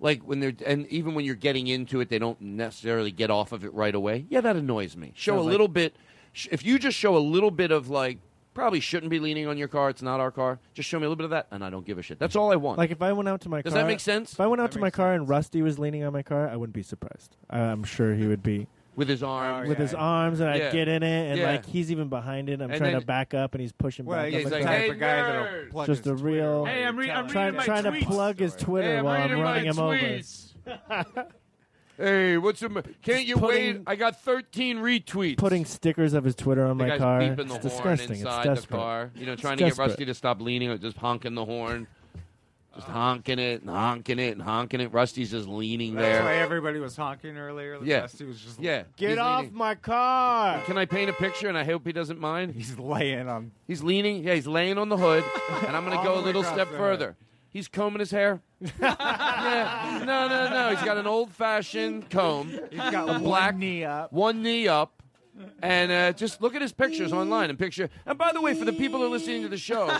S2: Like when they're and even when you're getting into it, they don't necessarily get off of it right away. Yeah, that annoys me. Show
S8: Sounds
S2: a
S8: like-
S2: little bit. sh- If you just show a little bit of like, probably shouldn't be leaning on your car. It's not our car. Just show me a little bit of that, and I don't give a shit. That's all I want.
S8: Like if I went out to my
S2: Does
S8: car,
S2: that make sense?
S8: If I went out to my car and Rusty was leaning on my car, I wouldn't be surprised. I- I'm sure he would be
S2: with his arms,
S8: with his arms, and
S2: Oh, Yeah.
S8: I'd get in it, and
S2: Yeah.
S8: like he's even behind it. I'm
S2: And
S8: trying
S2: then-
S8: to back up, and he's pushing
S2: Well,
S8: back.
S2: yeah,
S8: up
S2: he's
S8: and
S2: like,
S8: back.
S2: "Hey, Type of guy that'll nerd!" plug
S8: just
S2: his
S8: a real.
S2: Hey, I'm re- I'm
S8: trying,
S2: reading my
S8: trying to
S2: tweets.
S8: plug his Twitter
S2: Hey, I'm
S8: while
S2: reading
S8: I'm
S2: my
S8: running him over.
S2: tweets. Hey, what's the? ma- Can't you wait?
S8: putting-
S2: I got 13 retweets.
S8: Putting stickers of his Twitter on
S2: The
S8: my
S2: guy's
S8: car.
S2: beeping the
S8: It's
S2: horn
S8: disgusting. It's
S2: inside the
S8: desperate.
S2: car. You know,
S8: It's
S2: trying to get
S8: desperate.
S2: Rusty to stop leaning or just honking the horn. Just honking it and honking it and honking it. Rusty's just leaning
S3: That's why
S2: there.
S3: everybody was honking earlier.
S2: Yeah.
S3: Rusty was just
S2: Yeah.
S8: Get
S2: He's
S8: off
S2: leaning.
S8: my car!
S2: Can I paint a picture? And I hope he doesn't mind.
S3: He's laying on.
S2: He's leaning. Yeah, he's laying on the hood. And I'm going to
S3: All
S2: go
S3: the
S2: a
S3: way
S2: little
S3: across
S2: step
S3: the hood.
S2: further. He's combing his hair. Yeah. No, no, no. He's got an old-fashioned comb. He's
S3: got
S2: a
S3: one
S2: black knee up. One knee up. And uh, just look at his pictures online and picture. And by the way, for the people that are listening to the show,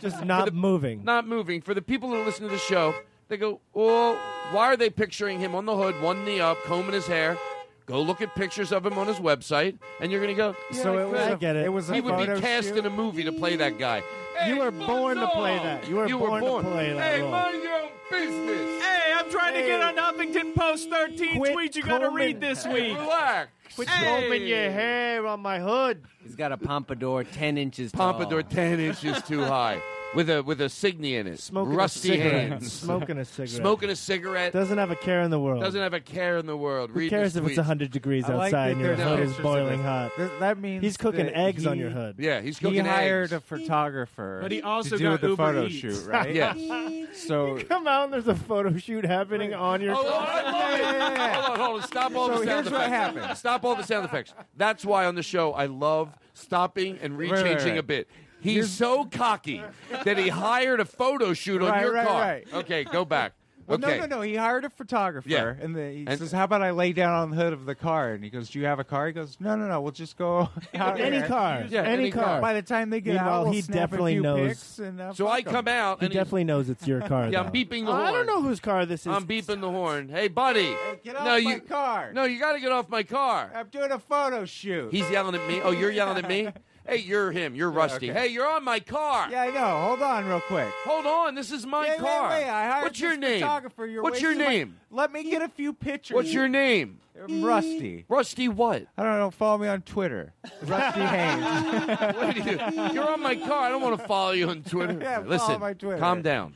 S8: Just not moving.
S2: not moving. For the people that listen to the show, they go, "Well, why are they picturing him on the hood, one knee up, combing his hair?" Go look at pictures of him on his website, and you're gonna go. "Yeah,
S8: So it was
S2: could."
S8: a- I get it. it was a
S2: he would
S8: photo
S2: be cast
S8: shoot.
S2: in a movie to play that guy.
S8: You were born to play that. You were born to play that
S2: Hey,
S8: role.
S2: mind your own business.
S1: Hey, I'm trying to get on Huffington Post 13
S8: Quit
S1: tweets you got to
S8: combing-
S1: read this week.
S2: Relax.
S8: Quit combing your hair on my hood.
S10: He's got a pompadour ten inches
S2: Pompadour ten inches too high, with a with a signy in it.
S8: Smoking a
S2: Rusty
S8: cigarette.
S2: hands.
S8: Smoking a cigarette.
S2: Smoking a cigarette.
S8: Doesn't have a care in the world.
S2: Doesn't have a care in the world.
S8: Who
S2: Read
S8: cares
S2: the
S8: if it's
S2: tweets.
S8: 100 degrees
S3: I like
S8: outside and
S3: that
S8: your
S3: there's
S8: hood is
S3: pictures of
S8: boiling
S3: it.
S8: hot?
S3: Th- that means
S8: he's cooking
S3: that
S8: eggs on
S3: he-
S8: your hood.
S2: Yeah, he's
S3: he hired a photographer,
S8: But he also
S3: to do
S8: got
S3: the
S8: Uber
S3: photo
S8: Eats.
S3: shoot, right?
S8: Yes.
S3: So
S8: Come out and there's a photo shoot happening on your.
S2: Oh, I love it. Hold on, hold on. Stop all
S3: So
S2: the sound
S3: here's what
S2: effects.
S3: happened.
S2: Stop all the sound effects. That's why on the show I love stopping and
S3: right,
S2: rechanging
S3: right.
S2: a bit. He's so cocky that he hired a photo shoot on
S3: Right,
S2: your
S3: right,
S2: car.
S3: right.
S2: Okay, go back.
S3: Well,
S2: okay.
S3: no, no, no. He hired a photographer,
S2: Yeah.
S3: and the, he
S2: And-
S3: says, "How about I lay down on the hood of the car?" And he goes, "Do you have a car?" He goes, "No, no, no. We'll just go out
S8: Any
S3: here."
S8: car. Yeah, Any any car. car.
S3: By the time they get
S8: Meanwhile,
S3: out, we'll
S8: he
S3: snap
S8: definitely
S3: a few
S8: knows.
S3: Pics and, uh,
S2: So I
S3: fuck 'em.
S2: come out
S8: He
S2: and
S8: definitely knows it's your car.
S2: Yeah, I'm
S8: though.
S2: beeping the
S8: Oh, I
S2: horn.
S8: don't know whose car this is.
S2: I'm beeping the horn. Hey, buddy.
S3: get off
S2: no,
S3: my
S2: you,
S3: car.
S2: No, you got to get off my car.
S3: I'm doing a photo shoot.
S2: He's yelling at me. Oh, you're yelling at me? Hey, you're him. You're Rusty.
S3: okay.
S2: Hey, you're on my car.
S3: Yeah, I know. Hold on, real quick.
S2: Hold on. This is my
S3: Wait, wait,
S2: car.
S3: wait, I hired
S2: What's your
S3: this
S2: name?
S3: Photographer. You're
S2: What's your
S3: wasting my-
S2: name?
S3: Let me get a few pictures.
S2: What's your name?
S3: I'm Rusty.
S2: Rusty what?
S3: I don't know. Follow me on Twitter. Rusty Haynes.
S2: What do you? You're on my car. I don't want to follow you on Twitter.
S3: Yeah, follow
S2: Listen,
S3: my Twitter.
S2: calm down.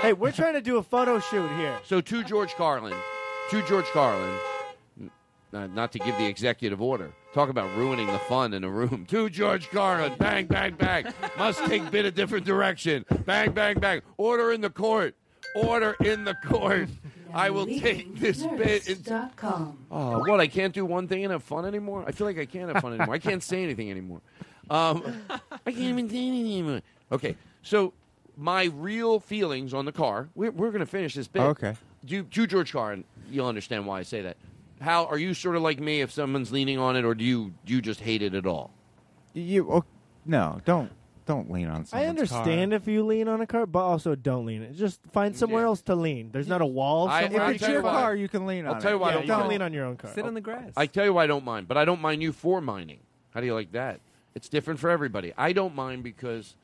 S8: Hey, we're trying to do a photo shoot here.
S2: So to George Carlin, to George Carlin, n- uh, not to give the executive order. Talk about ruining the fun in a room. To George Carlin, bang, bang, bang. Must take bit a different direction. Bang, bang, bang. Order in the court. Order in the court. I will take this bit. In-
S7: Nerdist.com.
S2: Oh, what? I can't do one thing and have fun anymore? I feel like I can't have fun anymore. I can't say anything anymore. Um, I can't even say anything anymore. Okay, so my real feelings on the car, we're, we're going to finish this bit.
S3: Okay.
S2: Do, do George Carr, and you'll understand why I say that. How are you sort of like me if someone's leaning on it, or do you do you just hate it at all?
S3: You oh, no, don't don't lean on someone.
S8: I understand if you lean on a car, but also don't lean it. Just find somewhere else to lean. There's not a wall.
S2: I-
S8: somewhere
S2: I'll
S8: you
S2: tell
S8: can
S2: you why.
S8: walk.
S3: car, you can lean
S2: I'll
S3: on
S2: tell
S3: it.
S2: you why I
S8: Yeah,
S2: don't
S8: you can
S2: mind. Oh,
S8: lean on your own car.
S10: Sit on the grass.
S2: I tell you why I don't mind, but I don't mind you for mining. How do you like that? It's different for everybody. I don't mind because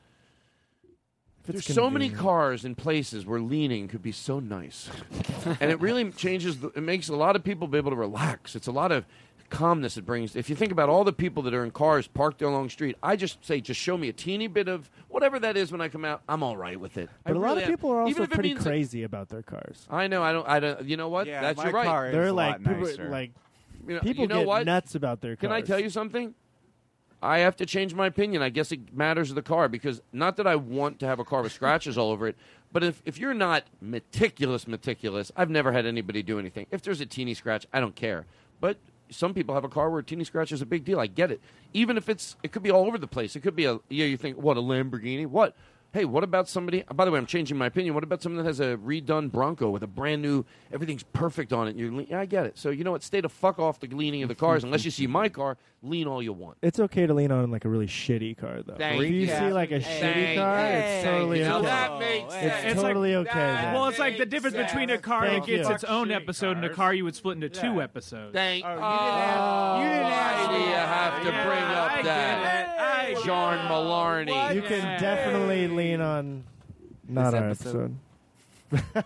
S2: there's so many cars and places where leaning could be so nice, and it really changes. The, it makes a lot of people be able to relax. It's a lot of calmness it brings. If you think about all the people that are in cars parked along the street, I just say, just show me a teeny bit of whatever that is when I come out. I'm all right with it. I
S8: But a lot
S2: really
S8: of
S2: am.
S8: people are
S2: Even
S8: also
S2: if it
S8: pretty
S2: means-
S8: crazy about their cars.
S2: I know. I don't. I don't. You know what?
S3: Yeah,
S2: That's
S3: my
S2: you're right.
S3: car is
S8: They're
S3: a
S8: like
S3: lot
S8: people,
S3: nicer.
S8: like
S2: You know-
S8: people
S2: you know
S8: get
S2: what?
S8: nuts about their cars.
S2: Can I tell you something? I have to change my opinion. I guess it matters to the car because not that I want to have a car with scratches all over it, but if, if you're not meticulous, meticulous, I've never had anybody do anything. If there's a teeny scratch, I don't care. But some people have a car where a teeny scratch is a big deal. I get it. Even if it's, it could be all over the place. It could be a, yeah, you think, what, a Lamborghini? What? Hey, what about somebody? By the way, I'm changing my opinion. What about someone that has a redone Bronco with a brand new, everything's perfect on it? And you're, le- yeah, I get it. So you know what? Stay the fuck off the leaning of the cars unless you see my car. Lean all you want.
S8: It's okay to lean on like a really shitty car though.
S2: Thank
S8: if you
S2: you.
S8: see like a shitty
S2: Thank
S8: car,
S2: you.
S8: it's totally
S2: You know,
S8: okay.
S2: that makes
S8: it's
S2: sense.
S8: totally
S1: like,
S8: okay. then.
S1: Well, it's like the difference between a car
S8: Thank
S1: that gets
S8: you.
S1: its own episode and a car you would split into two episodes.
S2: Thank oh, you. didn't ask. Why do you have to bring up that? John Malarney.
S8: you can definitely lean on not
S2: This
S8: our
S2: episode.
S8: episode.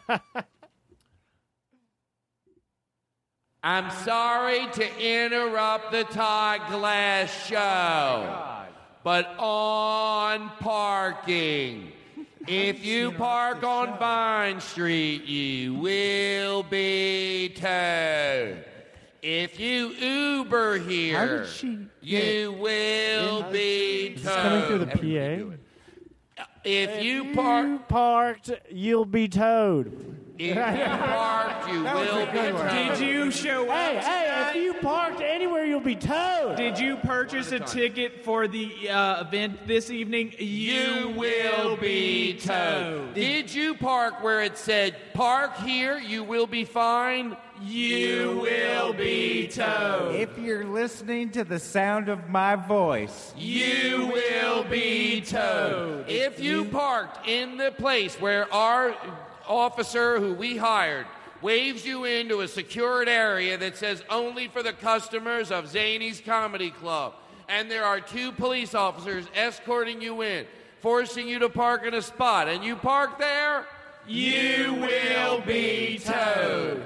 S2: I'm sorry to interrupt the Todd Glass
S8: Oh
S2: show, but on parking, if you park on Vine Street, you will be towed. If you Uber here, you will be
S8: Is this coming through
S2: towed.
S8: the PA?
S2: If you park,
S8: You parked, you'll be towed.
S2: if you park, you
S8: That was a
S2: will
S8: good
S2: be
S8: one.
S2: towed.
S1: Did you show up?
S8: Hey, hey, if
S1: tonight?
S8: you parked anywhere, you'll be towed.
S1: Did you purchase a ticket for the uh, event this evening?
S2: You will be towed. Did you park where it said park here? You will be fined. You will be towed.
S10: If you're listening to the sound of my voice,
S2: You will be towed. If you parked in the place where our officer who we hired waves you into a secured area that says only for the customers of Zany's Comedy Club, and there are two police officers escorting you in, forcing you to park in a spot, and you park there, you will be towed.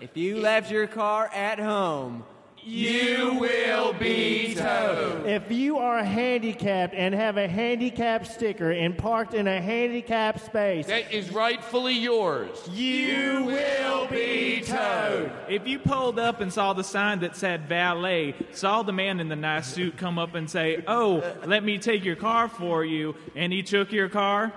S10: if you left your car at home,
S2: You will be towed.
S8: If you are handicapped and have a handicap sticker and parked in a handicap space,
S2: That is rightfully yours.
S8: You will be towed.
S1: If you pulled up and saw the sign that said valet, saw the man in the nice suit come up and say, Oh, let me take your car for you, and he took your car,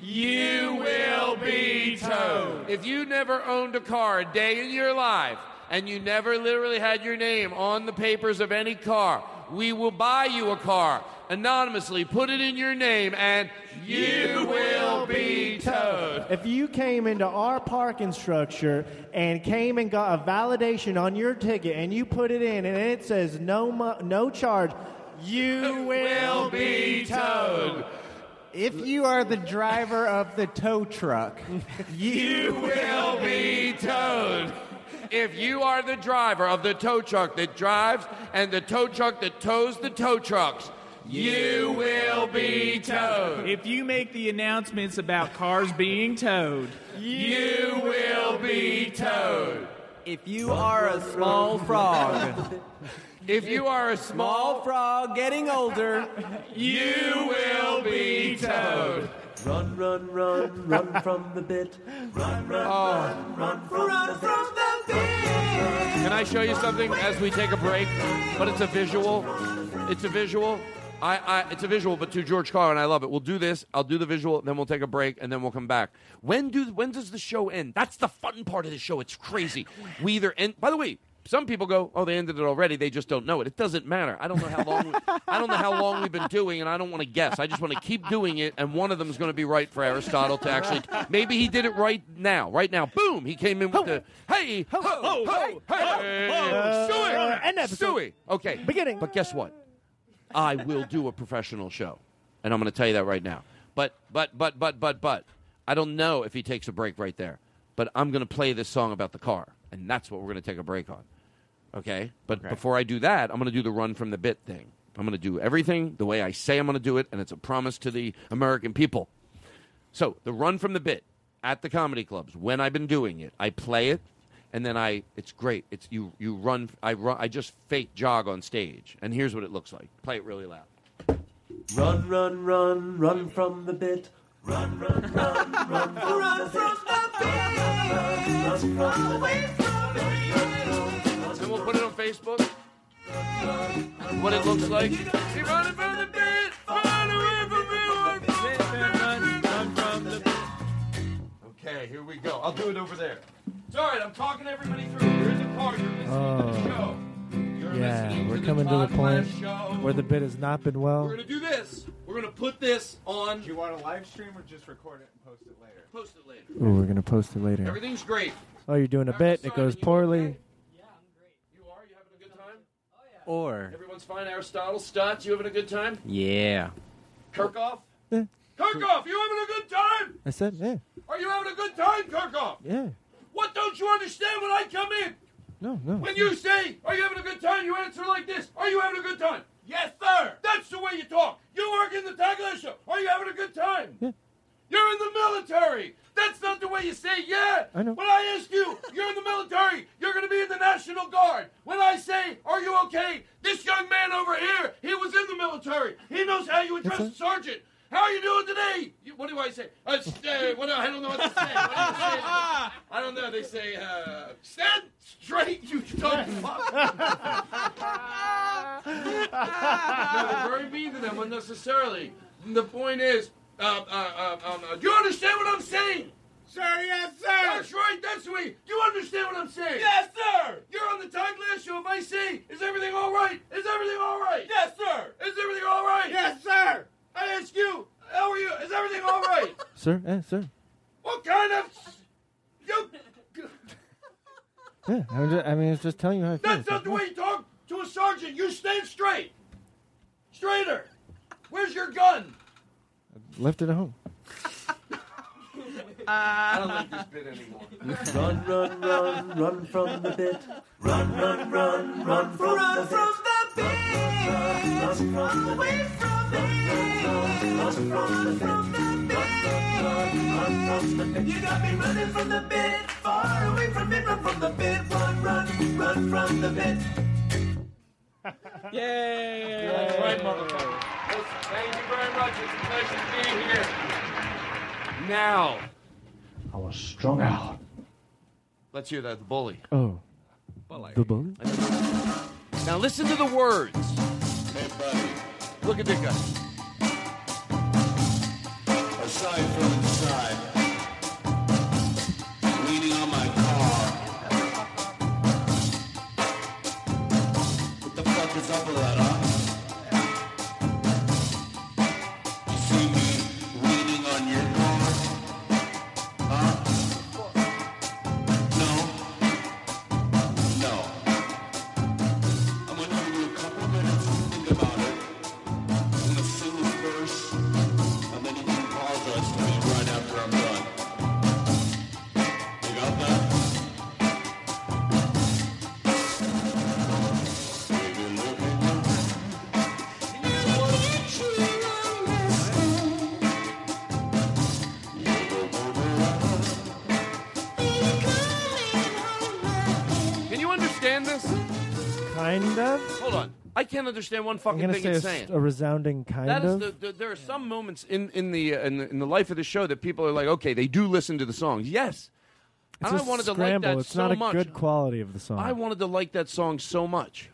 S2: You will be towed. If you never owned a car a day in your life and you never literally had your name on the papers of any car, we will buy you a car anonymously, put it in your name, and you will be towed.
S8: If you came into our parking structure and came and got a validation on your ticket and you put it in and it says no mo- no charge, you will be towed.
S10: if you are the driver of the tow truck,
S2: You will be towed. If you are the driver of the tow truck that drives and the tow truck that tows the tow trucks, you will be towed.
S1: If you make the announcements about cars being towed,
S2: You will be towed.
S10: if you are a small frog,
S2: If you are a small
S10: small frog getting older,
S2: You will be towed.
S6: Run, run, run, run from the bit.
S2: Oh.
S6: Run, run, run, run from the bit.
S2: Can I show you something as we take a break? But it's a visual. It's a visual. I, I, it's a visual, but to George Carlin, I love it. We'll do this. I'll do the visual, then we'll take a break, and then we'll come back. When do when does the show end? That's the fun part of the show. It's crazy. We either end. By the way, some people go, "Oh, they ended it already." They just don't know it. It doesn't matter. I don't know how long. I don't know how long we've been doing, and I don't want to guess. I just want to keep doing it, and one of them is going to be right for Aristotle to actually. Maybe he did it right now. Right now, boom! He came in with the hey, ho, ho, ho, hey,
S8: ho,
S2: Suey,
S8: uh, end episode.
S2: Suey. Okay,
S8: Beginning.
S2: But guess what? I will do a professional show, and I'm going to tell you that right now. But but but but but but I don't know if he takes a break right there. But I'm going to play this song about the car, and that's what we're going to take a break on. Okay. But before I do that, I'm going to do the run from the bit thing. I'm going to do everything the way I say I'm going to do it, and it's a promise to the American people. So the run from the bit at the comedy clubs when I've been doing it, I play it, and then I it's great. It's you you run I run I just fake jog on stage, and here's what it looks like. Play it really loud.
S6: Run, run, run, run from the bit. Run, run, run, run from the bit. Run, run, run.
S2: And we'll put it on Facebook. What it looks like. You're running from the bit. Run away from me. Okay, here we go. I'll do it over there. It's all right. I'm talking to everybody through. You're in the car. You're listening to the
S8: Oh.
S2: show. You're
S8: Yeah,
S2: listening
S8: we're
S2: the
S8: coming to the
S2: Todd Glass
S8: point
S2: Show.
S8: where the bit has not been well.
S2: We're gonna do this. We're We're gonna put this on.
S3: Do you want to live stream or just record it and post it later?
S2: Post it later.
S8: Ooh, we're gonna post it later.
S2: Everything's great.
S8: Oh, you're doing a bit. It goes poorly.
S2: Or everyone's fine. Aristotle, Stotts, you having a good time?
S9: Yeah.
S2: Kirkoff.
S8: Yeah.
S2: Kirkoff, you having a good time?
S8: I said, yeah,
S2: Are you having a good time, Kirkoff?
S8: yeah.
S2: What don't you understand when I come in?
S8: No, no.
S2: When you say, Are you having a good time? You answer like this Are you having a good time? Yes, sir. That's the way you talk. You work in the Tagler show. Are you having a good time? You're in the military. That's not the way you say, Yeah.
S8: I know.
S2: When I ask you, You're in the military. You're going to be in the National Guard. When I say, Are you okay? This young man over here, he was in the military. He knows how you address a sergeant. How are you doing today? You, what do I say? Uh, st- uh, what, do- I don't know what to say. What do you say? I don't know. They say, uh, stand straight, you dumb fuck. no, they're very mean to them unnecessarily. And the point is, uh, uh, uh, um, uh, do you understand what I'm saying? Sir, yes, sir. That's right. That's the way. Do you understand what I'm saying? Yes, sir. You're on the Todd Glass show. If I say, is everything all right? Is everything all right? Yes, sir. Is everything all right? Yes, sir. I ask you, how are you? Is everything all right?
S8: sir, yeah, sir.
S2: what kind of you?
S8: Yeah, I'm just, I mean, I was just telling you how I feel.
S2: That's not the way you talk to a sergeant. You stand straight. Straighter. Where's your gun?
S8: Left it at home.
S6: Uh,
S2: I don't like this bit anymore.
S6: Run, run, run, run from the bit. Run, run, run, run from the bit. Run from the bit. Run from the bit. Run from the bit. You got me running from the bit, far away from it, run from the bit, run, run, run from the bit.
S2: Yay! That's right, motherfucker. Listen, Thank you very much. It's a pleasure to be here. Now.
S5: I was strung out.
S2: Let's hear that, the bully.
S8: Oh, the bully.
S2: Now listen to the words. Hey, buddy. Look at this guy.
S6: Aside from inside, leaning on my car. What the fuck is up with that, huh? You see me leaning on your car? Huh? No? No. I'm gonna give you a couple minutes to think about it. I'm gonna sing the verse, and then you can apologize to me right after I'm done. You got that?
S2: Can you understand this?
S8: Kind of.
S2: Hold on. I can't understand one fucking
S8: I'm gonna
S2: thing
S8: say a,
S2: it's
S8: s-
S2: saying.
S8: a resounding kind
S2: That is
S8: of.
S2: the, the, there are some moments in, in, the, uh, in the in the life of the show that people are like, okay, they do listen to the songs. Yes,
S8: it's
S2: and
S8: a
S2: I wanted to like
S8: scramble.
S2: that
S8: it's
S2: so
S8: not a
S2: much.
S8: good quality of the song.
S2: I wanted to like that song so much,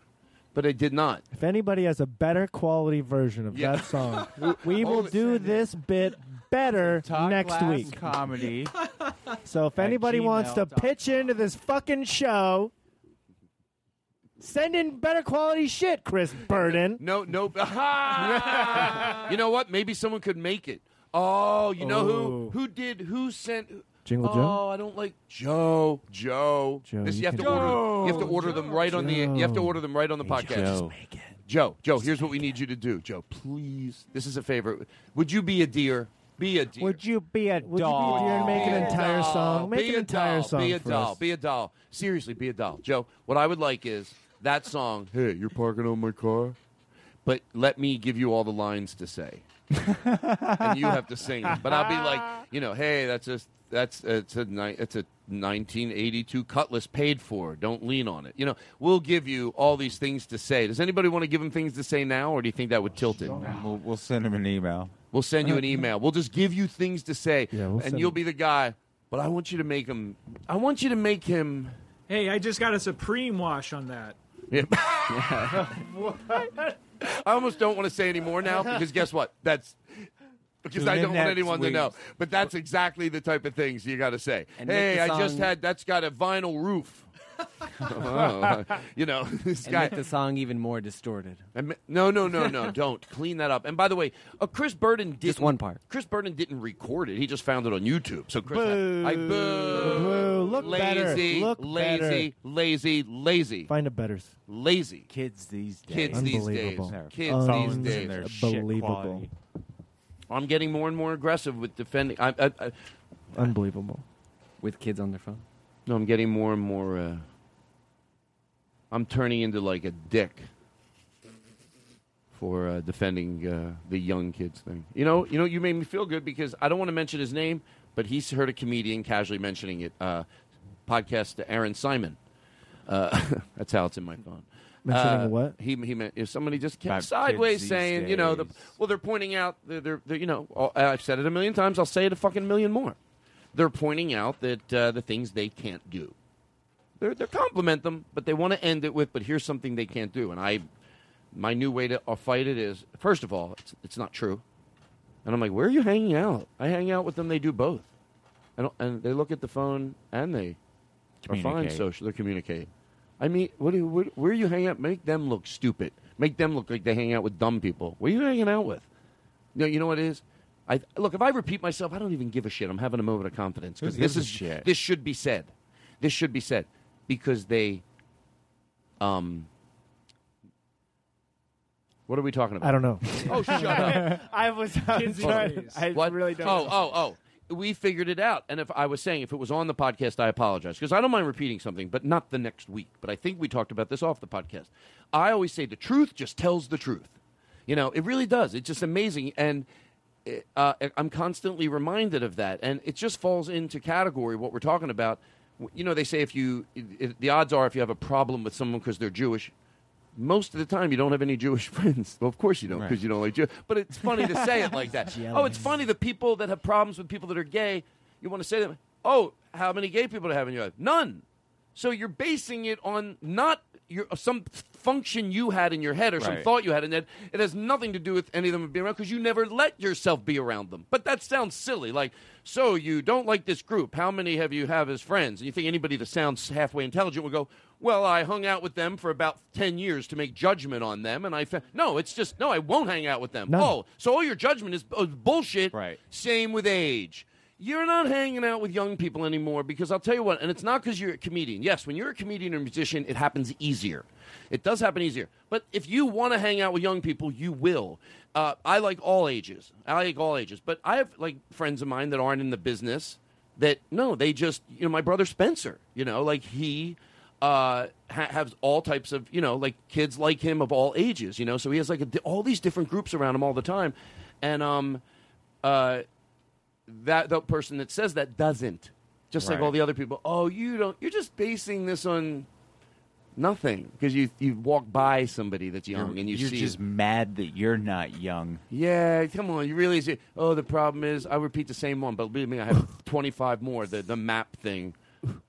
S2: but I did not.
S8: if anybody has a better quality version of
S2: Yeah.
S8: that song, we, we will do this bit better next
S3: Glass
S8: week.
S3: comedy.
S8: So if
S3: At
S8: anybody wants to pitch into this fucking show, send in better quality shit, Chris Burden.
S2: No, no. Ah! you know what? Maybe someone could make it. Oh, you know who?
S8: Oh.
S2: Who did? Who sent?
S8: Jingle
S2: oh,
S8: Joe?
S2: I don't like Joe. Joe.
S8: Joe,
S2: This,
S8: you
S2: you have to
S8: can do
S2: order. You have to order them right on the. You have to
S8: Joe.
S2: order them right on the podcast.
S8: Joe.
S2: Joe. Joe. Here's what we need you to do, Joe. Please. This is a favor. Would you be a dear? Be a dear.
S3: Would you be a
S8: Would you be here and make an entire song? Make
S2: Oh, be
S8: an
S2: a
S8: entire
S2: doll.
S8: song
S2: Be a
S8: for
S2: doll.
S8: us.
S2: Be a doll. Seriously, be a doll. Joe, what I would like is that song, Hey, you're parking on my car? But let me give you all the lines to say. and you have to sing them. But I'll be like, you know, hey, that's a that's it's a ni- it's a 1982 Cutlass paid for. Don't lean on it. You know, we'll give you all these things to say. Does anybody want to give them things to say now, or do you think that would tilt it?
S3: We'll, we'll send him an email.
S2: We'll send you
S9: Uh,
S2: an email. We'll just give you things to say, and
S3: send
S2: you'll
S3: it.
S2: be the guy. But I want you to make him. I want you to make him.
S1: Hey, I just got a Supreme wash on that.
S2: Yeah. I almost don't want to say anymore now because guess what? That's because
S9: Tune
S2: I
S9: in
S2: don't want
S9: next
S2: anyone to
S9: week.
S2: know. But that's exactly the type of things you got to say.
S9: And make
S2: hey,
S9: the
S2: I just
S9: song-
S2: had that's got a vinyl roof. Oh, you know, this
S9: and
S2: guy.
S9: make the song even more distorted.
S2: Admi- no, no, no, no, don't clean that up. And by the way, uh, Chris Burden did
S9: one part.
S2: Chris Burden didn't record it; he just found it on YouTube. So Chris, had- I boo,
S8: Boo. Look better.
S2: lazy,
S8: Look
S2: lazy, lazy, lazy,
S8: Find a better.
S2: lazy.
S3: Kids these days.
S2: Kids these days.
S8: Unbelievable.
S2: Kids these days.
S8: Unbelievable.
S2: I'm getting more and more aggressive with defending. I, I, I,
S8: Unbelievable.
S9: With kids on their phone.
S2: no, I'm getting more and more. Uh, I'm turning into like a dick for uh, defending uh, the young kids thing. You know, you know, you made me feel good because I don't want to mention his name, but he's heard a comedian casually mentioning it. Uh, podcast to Aaron Simon. Uh, that's how it's in my phone.
S8: Mentioning
S2: Uh,
S8: what?
S2: he he meant if somebody just kept
S8: About kids
S2: sideways
S8: these
S2: saying, you know, the, well, they're pointing out, they're, they're, they're you know, all, I've said it a million times, I'll say it a fucking million more. They're pointing out that uh, the things they can't do. They're, they compliment them, but they want to end it with, but here's something they can't do. And I, my new way to uh, fight it is, first of all, it's, it's not true. And I'm like, where are you hanging out? I hang out with them. They do both. I don't, and they look at the phone and they are fine
S3: Communicate.
S2: social. They communicate. I mean, what do you, what, where you hang out? Make them look stupid. Make them look like they hang out with dumb people. What are you hanging out with? No, you know what it is. I look. If I repeat myself, I don't even give a shit. I'm having a moment of confidence because
S3: Who
S2: this
S3: gives a
S2: is
S3: shit?
S2: this should be said. This should be said because they, um, what are we talking about?
S8: I don't know.
S2: Oh, shut up!
S8: I was I'm trying, I
S2: What?
S8: really don't.
S2: Oh,
S8: know.
S2: oh, oh. We figured it out. And if I was saying if it was on the podcast, I apologize because I don't mind repeating something, but not the next week. But I think we talked about this off the podcast. I always say the truth just tells the truth. You know, it really does. It's just amazing, and uh, I'm constantly reminded of that. And it just falls into category what we're talking about. You know, they say if you, if, the odds are if you have a problem with someone because they're Jewish, most of the time you don't have any Jewish friends. Well, of course you don't because
S3: Right.
S2: you don't like Jew. But it's funny to say it like that.
S3: Jealous.
S2: Oh, it's funny the people that have problems with people that are gay. You want to say to them, oh, how many gay people do you have in your life? None. So you're basing it on not your some function you had in your head or some
S3: Right.
S2: thought you had in it. It has nothing to do with any of them being around because you never let yourself be around them. But that sounds silly. Like, so you don't like this group. How many have you have as friends? And you think anybody that sounds halfway intelligent will go, well, I hung out with them for about 10 years to make judgment on them. And I found, no, it's just, no, I won't hang out with them.
S3: No.
S2: Oh, so all your judgment is uh, bullshit. Right. Same with age. You're not hanging out with young people anymore because I'll tell you what, and it's not because you're a comedian. Yes, when you're a comedian or musician, it happens easier. It does happen easier. But if you want to hang out with young people, you will. Uh, I like all ages. I like all ages. But I have like friends of mine that aren't in the business that no, they just you know my brother Spencer. You know, like he uh, ha- has all types of you know like kids like him of all ages. You know, so he has like a di- all these different groups around him all the time, and um, uh, that the person that says that doesn't. Just like
S3: Right.
S2: all the other people. Oh, you don't. You're just basing this on nothing because you you walk by somebody that's young and you
S3: you're
S2: see.
S3: just mad that you're not young.
S2: yeah, come on. You really see. Oh, the problem is I repeat the same one, but believe me, I have 25 more. The the map thing.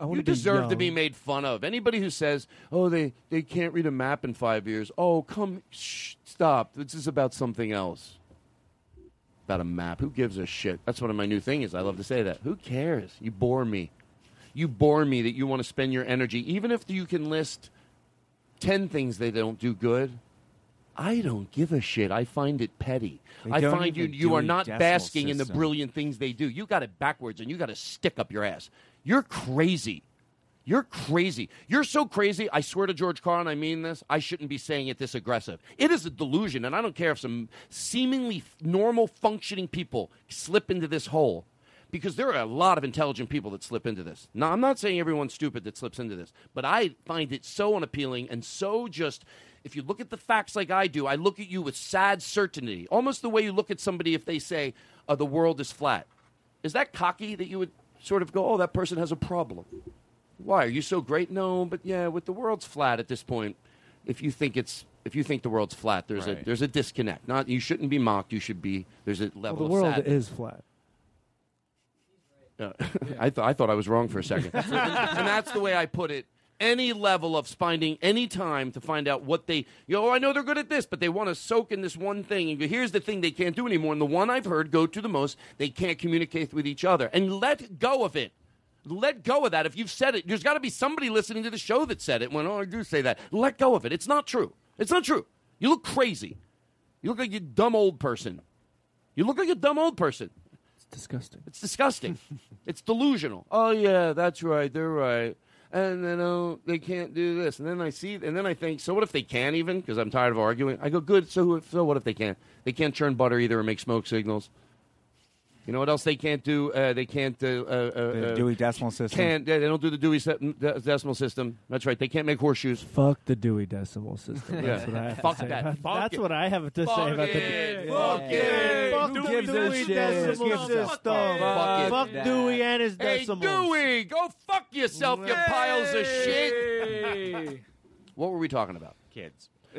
S2: you deserve to be made fun of. Anybody who says, "Oh, they they can't read a map in five years," oh, come, shh, stop. This is about something else. About a map. Who gives a shit? That's one of my new thing is. I love to say that. Who cares? You bore me. You bore me that you want to spend your energy, even if you can list ten things they don't do good. I don't give a shit. I find it petty.
S3: They
S2: I
S3: don't
S2: find you
S3: even
S2: you
S3: do
S2: are
S3: a
S2: not
S3: decimal
S2: basking in the
S3: system.
S2: brilliant things they do. You got it backwards and you got to stick up your ass. You're crazy. You're crazy. You're so crazy. I swear to George Carlin, I mean this. I shouldn't be saying it this aggressive. It is a delusion, and I don't care if some seemingly f- normal functioning people slip into this hole because there are a lot of intelligent people that slip into this. Now, I'm not saying everyone's stupid that slips into this, but I find it so unappealing and so just. If you look at the facts like I do, I look at you with sad certainty, almost the way you look at somebody if they say, uh, the world is flat. Is that cocky that you would sort of go, oh, that person has a problem? Why? Are you so great? No, but yeah, with the world's flat at this point, if you think it's. If you think the world's flat, there's a
S3: Right.
S2: there's a disconnect. Not you shouldn't be mocked. You should be there's a
S8: Well,
S2: level
S8: the
S2: of
S8: world
S2: sadness.
S8: is flat.
S2: Uh, I, th- I thought I was wrong for a second. and that's the way I put it. Any level of finding any time to find out what they, you know, oh, I know they're good at this, but they want to soak in this one thing. And go, here's the thing they can't do anymore. And the one I've heard go to the most, they can't communicate with each other. And let go of it. Let go of that. If you've said it, there's got to be somebody listening to the show that said it. and Went, oh, I do say that. Let go of it. It's not true. It's not true. You look crazy. You look like a dumb old person. You look like a dumb old person. It's
S9: disgusting.
S2: It's disgusting. it's delusional. Oh yeah, that's right. They're right. And then oh, they can't do this. And then I see, and then I think, so what if they can even? Because I'm tired of arguing. I go, good. So who- so what if they can? They can't churn butter either or make smoke signals. You know what else they can't do? Uh, they can't. Uh, uh, uh,
S3: The
S2: uh,
S3: Dewey Decimal System.
S2: Can't, they don't do the Dewey se- de- Decimal System. That's right. They can't make horseshoes.
S11: Fuck the Dewey Decimal System.
S2: Yeah.
S11: That's what I have
S2: Fuck
S11: to say.
S2: that.
S11: about-
S2: Fuck
S8: That's
S2: it.
S8: what I have to
S2: Fuck
S8: say about
S2: it.
S8: the
S2: Fuck it.
S8: Fuck
S2: Who
S8: the
S2: gives a
S8: Dewey
S2: shit?
S8: decimal
S2: Gives a
S8: system.
S2: fuck it.
S8: Fuck
S2: Fuck
S8: Dewey and his
S2: Hey,
S8: decimals.
S2: Dewey, go fuck yourself, you piles of shit. what were we talking about?
S9: Kids.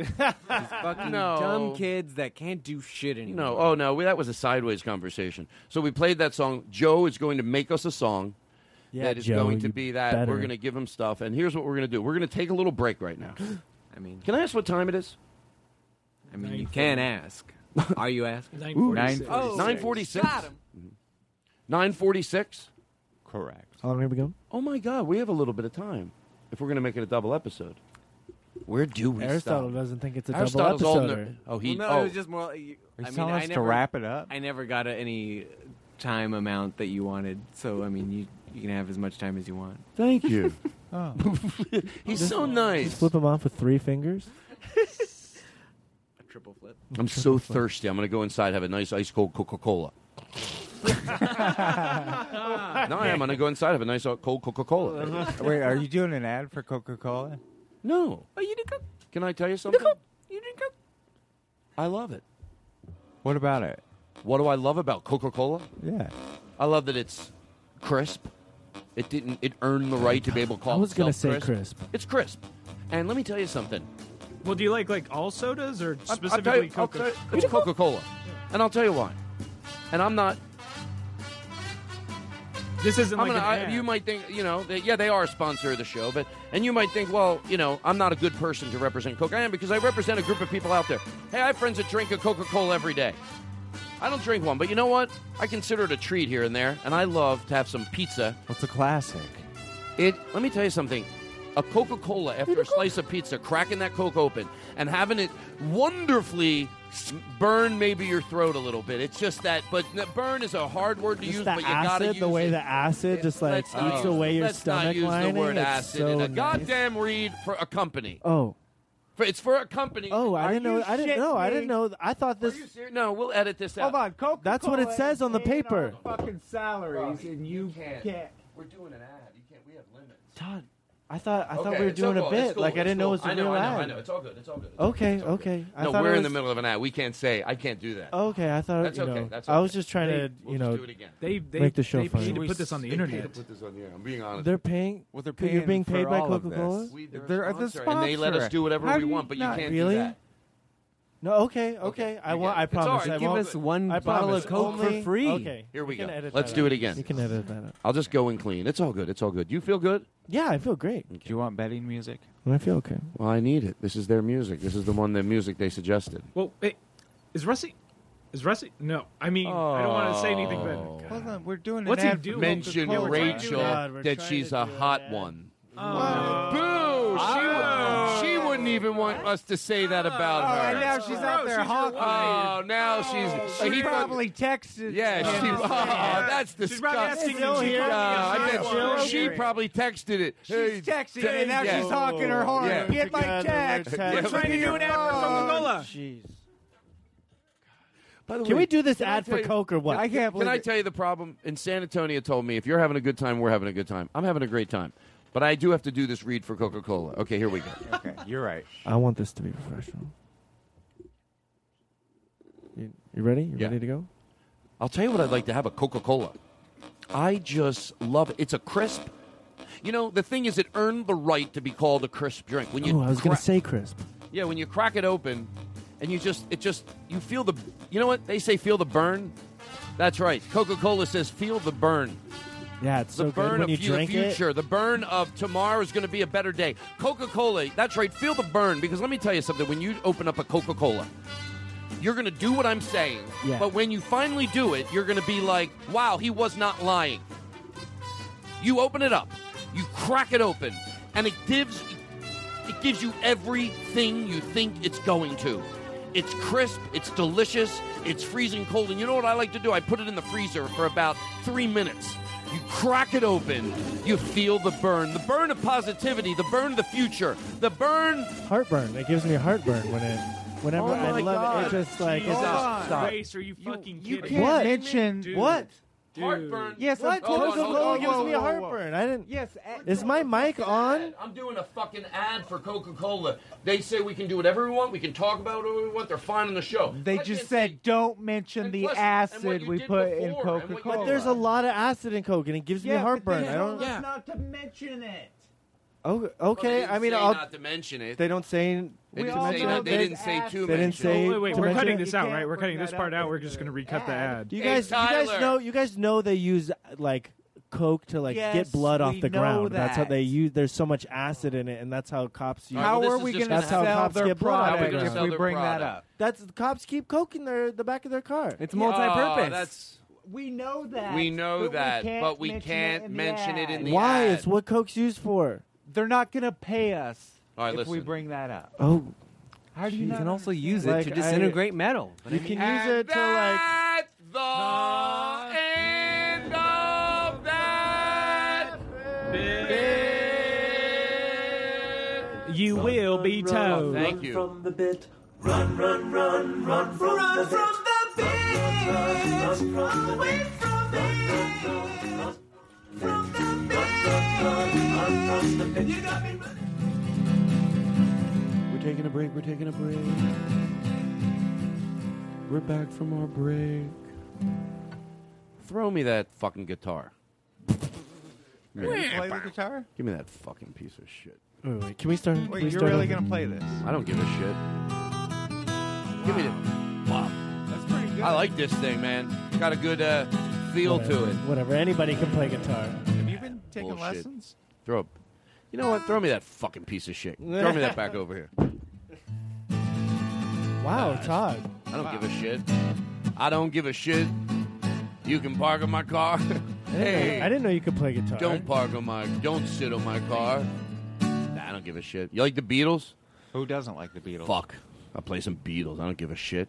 S9: Fucking dumb kids that can't do shit anymore.
S2: No, oh no, we, that was a sideways conversation. So we played that song. Joe is going to make us a song.
S9: Yeah,
S2: that is
S9: Joe,
S2: going to
S9: you
S2: be that.
S9: better.
S2: We're going to give him stuff. And here's what we're going to do. We're going to take a little break right now.
S9: I mean,
S2: Can I ask what time it is?
S9: I mean, you can ask. Are you asking? Oh,
S2: Ooh. 946. 946? Correct.
S11: How long have we gone?
S2: Oh my God, we have a little bit of time if we're going to make it a double episode. Where do we
S8: Aristotle
S2: stop?
S8: doesn't think it's a
S2: Aristotle's
S8: double
S2: all
S8: episode.
S2: ner- oh, he.
S9: Well, no,
S2: oh.
S9: it was just more. Like, you-
S3: Are you
S9: I mean,
S3: telling
S9: I
S3: us to
S9: never,
S3: wrap it up?
S9: I never got a, any time amount that you wanted, so I mean, you you can have as much time as you want.
S2: Thank you.
S9: oh.
S2: He's so nice.
S8: Flip him off with three fingers.
S9: A triple flip.
S2: I'm so thirsty. I'm going to go inside have a nice ice cold Coca Cola. no, I am. I'm going to go inside have a nice uh, cold Coca Cola.
S3: Wait, are you doing an ad for Coca Cola?
S2: No.
S9: Oh, you drink up.
S2: Can I tell you something?
S9: You drink up.
S2: I love it.
S3: What about it?
S2: What do I love about Coca Cola?
S3: Yeah.
S2: I love that it's crisp. It didn't. It earned the right to be able to call
S11: I was gonna
S2: itself
S11: say crisp.
S2: It's crisp. And let me tell you something.
S1: Well, do you like like all sodas or
S2: I'll- I'll tell
S1: specifically
S2: you- I'll
S1: Coca?
S2: tell you- It's Coca Cola, and I'll tell you why. And I'm not.
S1: This isn't
S2: I'm
S1: like
S2: gonna,
S1: an
S2: I-
S1: ad.
S2: you might think you know. They, yeah, they are a sponsor of the show, but and you might think, well, you know, I'm not a good person to represent Coke. I am because I represent a group of people out there. Hey, I have friends that drink a Coca Cola every day. I don't drink one, but you know what? I consider it a treat here and there, and I love to have some pizza.
S3: It's a classic.
S2: It. Let me tell you something. A Coca Cola after a slice of pizza, cracking that Coke open and having it wonderfully s- burn maybe your throat a little bit. It's just that, but n- burn is a hard word to
S8: Just
S2: use,
S8: the
S2: but you gotta
S8: acid,
S2: use
S8: the way
S2: it.
S8: the acid just like eats
S2: Let's not use-
S8: away your
S2: let's
S8: stomach
S2: not use
S8: lining.
S2: the word
S8: it's
S2: acid
S8: so
S2: in a
S8: nice.
S2: goddamn read for a company.
S8: Oh,
S2: For, it's for a company.
S8: oh, I didn't know. I didn't know. I didn't know. I thought this.
S2: No, we'll edit this out.
S3: Coca.
S8: That's what it says on the paper.
S3: Fucking salaries, and you
S8: can't.
S2: We're doing an ad. You can't. We have limits.
S8: Todd, I thought I thought
S2: Okay,
S8: we were
S2: it's all
S8: doing a
S2: cool.
S8: bit.
S2: It's cool.
S8: like I
S2: It's
S8: didn't know it was
S2: cool.
S8: a
S2: I know,
S8: real
S2: I know,
S8: ad.
S2: I know. It's all good. It's all good. It's all
S8: Okay,
S2: good. It's all
S8: okay. I
S2: no,
S8: thought
S2: we're
S8: it
S2: in the
S8: was-
S2: middle of an ad. We can't say. I can't do that.
S8: Okay, I thought
S2: That's
S8: you know.
S2: okay, that's
S8: I was
S2: okay.
S8: just trying
S2: They-
S8: to
S2: we'll
S8: you
S2: just
S8: know
S2: do it again.
S1: They, they
S8: make the show
S1: they
S8: fun.
S1: paid to put this on the
S2: They paid to
S1: internet.
S2: put this on the air. I'm being honest.
S8: They're paying.
S3: Well, they're
S8: You're
S3: paying
S8: being
S3: for
S8: paid by
S3: all of this.
S8: Coca-Cola.
S2: We- they're a
S3: They're at the
S2: sponsor, and they let us
S3: sponsor.
S2: do whatever
S3: How
S2: we
S3: do
S2: want, but you
S3: not-
S2: can't
S8: really?
S2: do that.
S8: No, okay, okay. I
S2: you get
S8: won't.
S2: it.
S8: I
S2: It's
S8: promise.
S2: all
S8: I
S2: right. Give
S8: won't-
S2: us one
S8: I
S2: bottle
S8: promise.
S2: of Coke for
S8: Only-
S2: free.
S8: Okay,
S2: Here we
S8: you can
S2: go.
S8: edit
S2: Let's
S8: that
S2: do it
S8: out.
S2: again.
S8: You can edit that out.
S2: I'll just go in clean. It's all good. It's all good. You feel good?
S8: Yeah, I feel great.
S3: Do you want betting music?
S8: I feel okay.
S2: Well, I need it. This is their music. This is the one the music they suggested.
S1: Well, hey, is Rusty? Is Rusty? No, I mean I don't want to say anything,
S2: Oh.
S1: but
S3: Hold on, we're doing
S1: What's
S3: an
S1: he
S3: ad
S1: doing?
S3: for
S2: Mention
S3: Coca-Cola.
S2: Rachel
S8: God, we're
S2: that
S8: trying
S2: she's
S8: to
S2: a
S8: do
S2: hot one.
S3: Oh,
S2: Boo! She, would, she wouldn't even want us to say that about
S3: Oh,
S2: her.
S3: and now she's out there honking.
S2: Oh, now she's.
S3: She
S2: he thought-
S3: probably texted.
S2: Yeah, she.
S3: him.
S2: Oh, that's disgusting.
S3: She's probably asking you, "Did you
S2: Yeah,
S3: call me a
S2: I bet
S3: hot one?"
S2: she probably texted it. She's
S3: texting, and now she's honking her horn. Get my text.
S2: We're trying to do an ad for
S1: Coca-Cola.
S8: Jeez.
S2: By the
S8: Can
S2: way,
S8: we do this
S2: can I
S8: ad
S2: tell
S8: for
S2: you-
S8: Coke or what?
S2: Can- Can I tell you the problem? In San Antonio told me if you're having a good time, we're having a good time. I'm having a great time. But I do have to do this read for Coca Cola. Okay, here we go.
S3: Okay, you're right.
S8: I want this to be professional. You, you ready? You ready to go?
S2: I'll tell you what I'd like to have a Coca Cola. I just love it. It's a crisp. You know, the thing is, it earned the right to be called a crisp drink. When you
S8: oh, I was gonna
S2: crack-
S8: say crisp.
S2: Yeah, when you crack it open and you just it just you feel the you know what? They say feel the burn. That's right. Coca-Cola says feel the burn.
S8: Yeah, it's
S2: The
S8: so good
S2: burn
S8: when
S2: of
S8: you
S2: fu- the
S8: drink it.
S2: future. The burn of tomorrow is going to be a better day. Coca-Cola. That's right. Feel the burn because let me tell you something. When you open up a Coca-Cola, you're going to do what I'm saying.
S8: Yeah.
S2: But when you finally do it, you're going to be like, "Wow, he was not lying." You open it up, you crack it open, and it gives it gives you everything you think it's going to. It's crisp, it's delicious, it's freezing cold, and you know what I like to do? I put it in the freezer for about three minutes. You crack it open, you feel the burn, the burn of positivity, the burn of the future, the burn
S8: Heartburn. It gives me heartburn when it, whenever
S2: Oh
S8: I
S2: my
S8: love
S2: God.
S8: it. It's just like
S1: Jesus
S8: it's
S1: Stop, stop.
S8: Christ,
S1: are you fucking
S8: you
S1: kidding me?
S8: can't mention
S1: Dude,
S8: what?
S1: dude.
S2: Heartburn.
S8: Yes,
S1: What?
S8: what?
S1: Hold on, hold
S8: Coca-Cola
S1: on,
S8: gives
S1: whoa,
S8: me
S1: whoa,
S8: a
S1: whoa.
S8: heartburn. I didn't.
S3: Yes.
S8: Is my mic on?
S2: I'm doing a fucking ad for Coca Cola. They say we can do whatever we want. We can talk about what we want. They're fine on the show.
S10: They just said don't mention the
S2: plus- and what
S10: acid
S2: you
S10: we
S2: did
S10: put in
S2: before, and what you
S10: Coca
S2: did
S10: Cola.
S8: But there's a lot of acid in Coke, and it gives me heartburn. I don't.
S10: not to mention it.
S8: Oh, okay. I mean,
S2: say
S8: I'll.
S2: not to mention it.
S8: They don't say.
S2: They
S8: to
S2: didn't say
S8: mention
S2: that.
S8: it.
S2: They didn't say to
S8: They didn't
S2: mention
S8: say.
S1: Wait, wait,
S8: to
S1: we're
S8: mention
S1: cutting
S8: it.
S1: this out, right? We're cutting this part out. We're just going to recut the ad.
S8: You guys, you guys know. You guys know they use uh, like Coke to like
S10: Yes,
S8: get blood off
S10: we
S8: the
S10: know
S8: ground. That's how
S10: that.
S8: they use. There's so much acid in it, and that's how cops use.
S10: How
S8: it.
S10: are we
S8: That's
S10: gonna
S8: how
S10: sell
S8: cops
S10: their
S8: get blood off
S10: product
S8: the
S10: if
S8: ground.
S10: we Sell their bring that product. up?
S8: That's the cops keep Coke in their the back of their car.
S9: It's
S2: multi-purpose. Oh, that's-
S10: We know that.
S2: We know
S10: but
S2: that,
S10: we can't
S2: but we
S10: mention
S2: can't
S10: it in the
S2: mention it
S10: ad.
S2: in the
S8: Why?
S2: ad.
S8: It's what Coke's used for.
S10: They're not going to pay us
S2: All right,
S10: if we
S2: listen.
S10: bring that up.
S8: Oh,
S10: How do you
S9: You
S10: not
S9: can also
S10: understand?
S9: use it
S8: Like,
S9: to
S8: I-
S9: disintegrate metal.
S8: you can use it to like.
S2: At the end of that
S1: You will be towed.
S2: Thank you.
S12: From the bit. Run, run, run, run from the bit. Run, run, run, run, away from it. From the bit. Run, run, from the bit. You got me running.
S2: We're taking a break. We're taking a break. We're back from our break. Throw me that fucking guitar.
S3: You're gonna play the guitar?
S2: Give me that fucking piece of shit.
S8: Wait, wait, can we start? can
S3: Wait,
S8: we
S3: you're
S8: start
S3: really
S8: over?
S3: gonna play this?
S2: I don't give a shit. Give me the. Wow. That's pretty good. I like this thing, man. It's got a good uh, feel to
S8: Whatever,
S2: it.
S8: Whatever. Anybody can play guitar.
S3: Have you been taking
S2: Bullshit.
S3: lessons?
S2: Throw. You know what? Throw me that fucking piece of shit. Throw me that back over here.
S8: Wow, Todd.
S2: I don't give a shit. I don't give a shit. You can park in my car. hey,
S8: I didn't know you could play guitar.
S2: don't park on my. Don't sit on my car. Nah, I don't give a shit. You like the Beatles?
S3: Who doesn't like the Beatles?
S2: Fuck. I'll play some Beatles. I don't give a shit.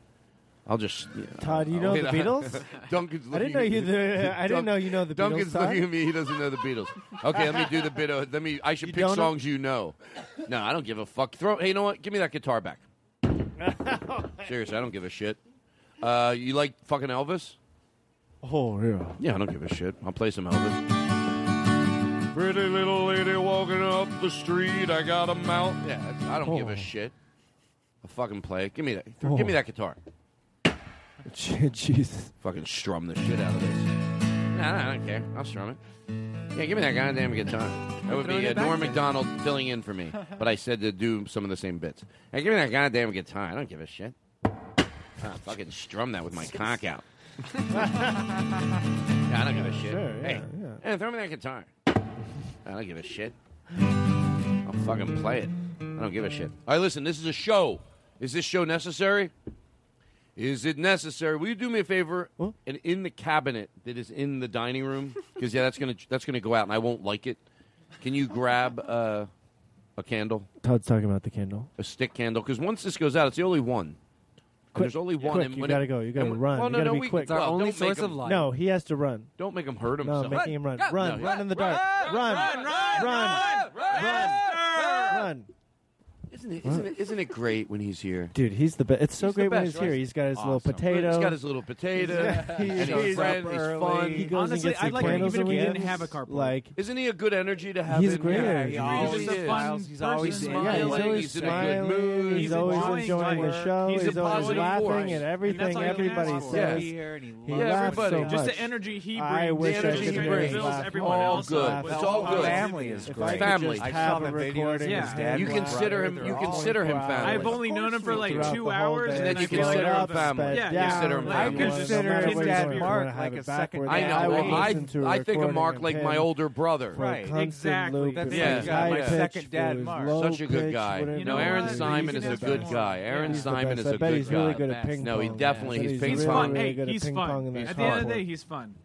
S2: I'll just. You know,
S8: Todd, you
S2: I'll-
S8: know
S2: Oh. Wait,
S8: the
S2: I-
S8: Beatles?
S2: Duncan's
S8: I
S2: looking
S8: didn't know
S2: at
S8: you.
S2: me.
S8: The, I didn't
S2: Dunk-
S8: know you know the
S2: Duncan's
S8: Beatles. Todd.
S2: looking at me. He doesn't know the Beatles. Okay, let me do the bit. Of, let me. I should pick
S8: don't know-
S2: songs you know. No, I don't give a fuck. Throw. Hey, you know what? Give me that guitar back. Seriously, I don't give a shit. Uh, you like fucking Elvis?
S8: Oh yeah.
S2: Yeah, I don't give a shit. I'll play some Elvis. Pretty little lady walking up the street. I got a mount. Yeah, I don't give
S8: Oh.
S2: a shit. I'll fucking play it. Give me that.
S3: Oh.
S2: Give me that guitar.
S8: Jesus.
S2: Fucking strum the shit out of this. Nah, nah, I don't care. I'll strum it. Yeah, give me that goddamn guitar. That would
S3: Throwing
S2: be uh,
S3: it back
S2: Norm
S3: to-
S2: McDonald filling in for me. But I said to do some of the same bits. Hey, give me that goddamn guitar. I don't give a shit. Ah, fucking strum that with my cock out. Yeah, I don't give a shit.
S8: Sure, yeah,
S2: hey, hey, throw me that guitar. I don't give a shit. I'll fucking play it. I don't give a shit. All right, listen, this is a show. Is this show necessary? Is it necessary? Will you do me a favor and in the cabinet that is in the dining room? Because yeah, that's gonna that's gonna go out, and I won't like it. Can you grab uh, a candle,
S8: Todd's talking about the candle.
S2: a stick candle? Because once this goes out, it's the only one. And
S8: Quick,
S2: there's only one.
S8: quick,
S2: and
S8: you
S2: when
S8: gotta
S2: it-
S8: go, you gotta
S2: and when-
S8: run,
S2: Well,
S8: you
S2: no,
S8: gotta
S2: no,
S8: be
S2: we,
S8: quick. It's our
S2: well,
S9: only
S2: don't make
S9: source of
S2: him-
S9: light.
S8: No, he has to run.
S2: Don't make him hurt
S8: No,
S2: himself.
S8: making him run.
S2: Run,
S8: Run, run,
S2: no,
S8: in the dark. Run, run, run, run, run.
S2: Isn't it, isn't, it, isn't it great when he's here?
S8: Dude, he's the best. It's so
S2: He's the
S8: great when
S2: best,
S8: he's here.
S2: right?
S8: He's got his little
S2: Awesome.
S8: potato.
S2: He's got his little potato.
S8: he
S2: and
S8: shows
S2: he's
S8: up
S2: friend. He's
S8: early.
S2: fun.
S8: He goes
S1: Honestly,
S8: and gets
S1: I'd
S8: his
S1: like it even
S8: candles
S1: if
S8: and
S1: he
S8: we
S1: didn't
S8: get-
S1: have a carpool.
S8: Like,
S2: Isn't he a good energy to have?
S8: He's
S2: in
S8: great.
S2: here?
S8: Yeah, he always
S2: really is.
S1: smiles.
S3: He's
S1: He's always
S3: always
S1: Person
S8: yeah, he's
S2: smiling.
S8: always
S2: He's in a good
S8: smiling.
S2: mood.
S8: He's
S1: He's
S8: always
S1: enjoying
S8: enjoying the
S1: life.
S8: show.
S1: He's
S8: He's,
S1: a
S8: always
S1: positive
S8: laughing
S1: force.
S8: at
S1: And that's
S8: everything
S1: all you can
S8: everybody
S1: ask for.
S8: says.
S1: Yeah.
S8: He
S2: Yeah,
S8: laughs
S2: everybody.
S8: so
S1: Just
S8: much.
S1: the energy he brings.
S8: I wish
S1: the
S8: I
S1: energy
S8: could
S1: he
S8: have
S1: brings
S8: been
S1: fills
S8: back
S1: everyone
S8: home.
S2: All
S1: else
S2: good.
S1: up with
S2: It's
S8: uh,
S2: all good.
S3: Family is
S8: If I
S3: great.
S8: could
S2: Family.
S8: just
S3: I
S8: have
S3: saw
S8: a
S3: the videos
S8: recording
S3: of
S8: of
S1: his
S8: his
S1: dad
S8: dad
S2: You
S8: going
S2: consider him.
S3: They're
S2: You
S3: all in
S2: consider him
S3: crowd.
S2: family.
S1: I've only known him for like
S8: throughout
S1: two
S8: the whole
S1: hours,
S8: day.
S2: And
S1: and then
S2: then
S1: I
S2: you
S1: feel
S8: Slow
S1: like
S2: consider
S8: it
S2: him
S8: up,
S2: family.
S8: sped
S1: Yeah,
S8: down.
S2: consider him
S8: I
S1: family. No
S8: consider
S1: matter
S8: his
S1: where
S8: dad
S1: you are,
S3: you're
S8: Mark
S3: gonna
S8: like
S3: have
S8: a
S3: it back
S8: second.
S3: where
S2: I
S3: they
S2: know.
S3: always
S2: I,
S3: listen
S2: I think of Mark like my older brother.
S3: Right.
S1: Exactly.
S3: That's
S2: Yeah.
S3: yeah, got my second dad, Mark.
S2: Such a good guy.
S1: You
S2: No,
S1: know
S2: Aaron
S1: what?
S2: Simon
S1: He's
S2: is a
S1: the
S2: good
S1: best.
S2: guy.
S1: Yeah.
S2: Aaron
S8: He's the
S2: Simon
S8: best.
S2: is a
S8: I bet
S2: good
S8: he's
S2: guy.
S8: really good at ping
S2: No, he
S8: pong.
S2: definitely
S8: I bet
S2: he's
S8: he's
S2: ping
S8: really,
S2: pong.
S8: really
S1: Hey,
S8: good at
S1: he's
S8: ping pong
S1: fun.
S8: and
S1: At
S8: that's
S1: the end of the
S8: hard.
S1: day, he's fun.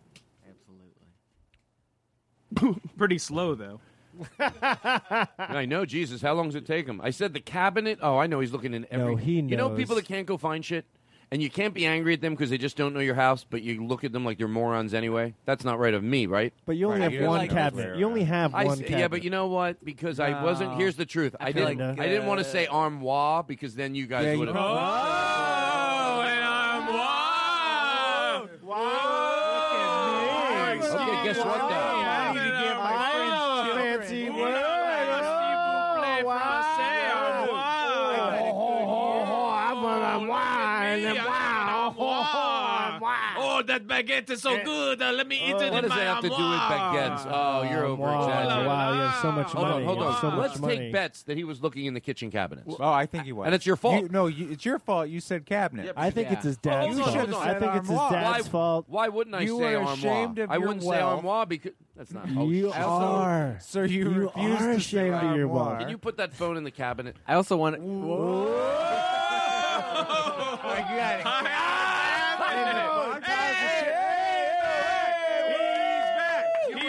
S1: Pretty slow though.
S2: And I know Jesus. How long does it take him? I said the cabinet. Oh, I know he's looking in every.
S1: No, he
S2: You know
S1: knows.
S2: people that can't go find shit, and you can't be angry at them because they just don't know your house, but you look at them like they're morons anyway. That's not right of me, right?
S8: But you only have one cabinet. You only have
S2: I s-
S8: one cabinet.
S2: Yeah, but you know what? Because I wasn't.
S8: No.
S2: Here's the truth.
S8: I
S2: I,
S8: feel
S2: didn't.
S8: like,
S2: I didn't want
S8: uh,
S2: to say armoire because then you guys
S8: Yeah, you
S2: would have.
S8: probably-
S2: Okay, guess what? Though?
S8: fancy word.
S1: Oh, that baguette is so good. Uh, let me eat it
S2: What
S1: in
S2: does
S1: my
S2: that have to do with baguettes? Oh, you're over exaggerating.
S8: wow, you have so much
S2: Hold on,
S8: money.
S2: hold
S8: You have
S2: on.
S8: so much
S2: Let's
S8: money.
S2: take bets that he was looking in the kitchen cabinets.
S3: Oh, I think he was.
S2: And it's your fault.
S3: You- no, you, it's your fault. You said cabinet.
S8: I think it's his dad's
S3: You
S8: fault.
S3: should've
S8: I
S3: said
S8: think it's his
S3: armoire.
S8: dad's
S2: Why-
S8: fault.
S2: Why wouldn't I
S3: You
S2: say
S3: are
S2: armoire?
S3: ashamed of
S2: I
S3: your
S2: wouldn't say
S3: wealth.
S2: armoire because that's not. Oh,
S8: You
S2: shit.
S8: are.
S3: So you,
S8: You
S3: refuse
S8: are
S3: to
S8: ashamed
S3: say
S8: of your
S3: armoire.
S8: wealth.
S2: Can you put that phone in the cabinet?
S9: I also want.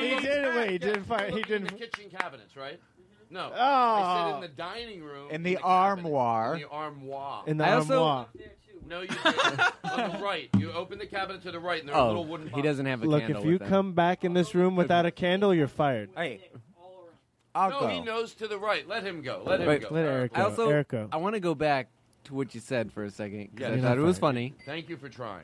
S8: He did it. Wait, he didn't find. He
S2: In the
S8: didn't.
S2: kitchen cabinets, right? No, I said
S3: Oh.
S2: in the dining room.
S3: In the armoire.
S2: In the armoire.
S8: In the I also- armoire.
S2: No, you didn't. On the right. You open the cabinet to the right, and there's a little
S9: Oh,
S2: wooden.
S9: he doesn't have a
S8: Look,
S9: candle.
S8: if you
S9: with him.
S8: come back in this room without a candle, you're fired.
S3: Hey,
S9: I'll
S2: no,
S9: go.
S2: he knows to the right. Let him go. Let him
S9: Wait,
S2: go.
S8: let Eric
S9: I
S8: go.
S9: also
S8: Eric go.
S9: I want to go back to what you said for a second
S2: Yeah,
S9: because I
S2: you're
S9: thought
S2: not
S9: it was
S2: fired.
S9: funny.
S2: Thank you for trying.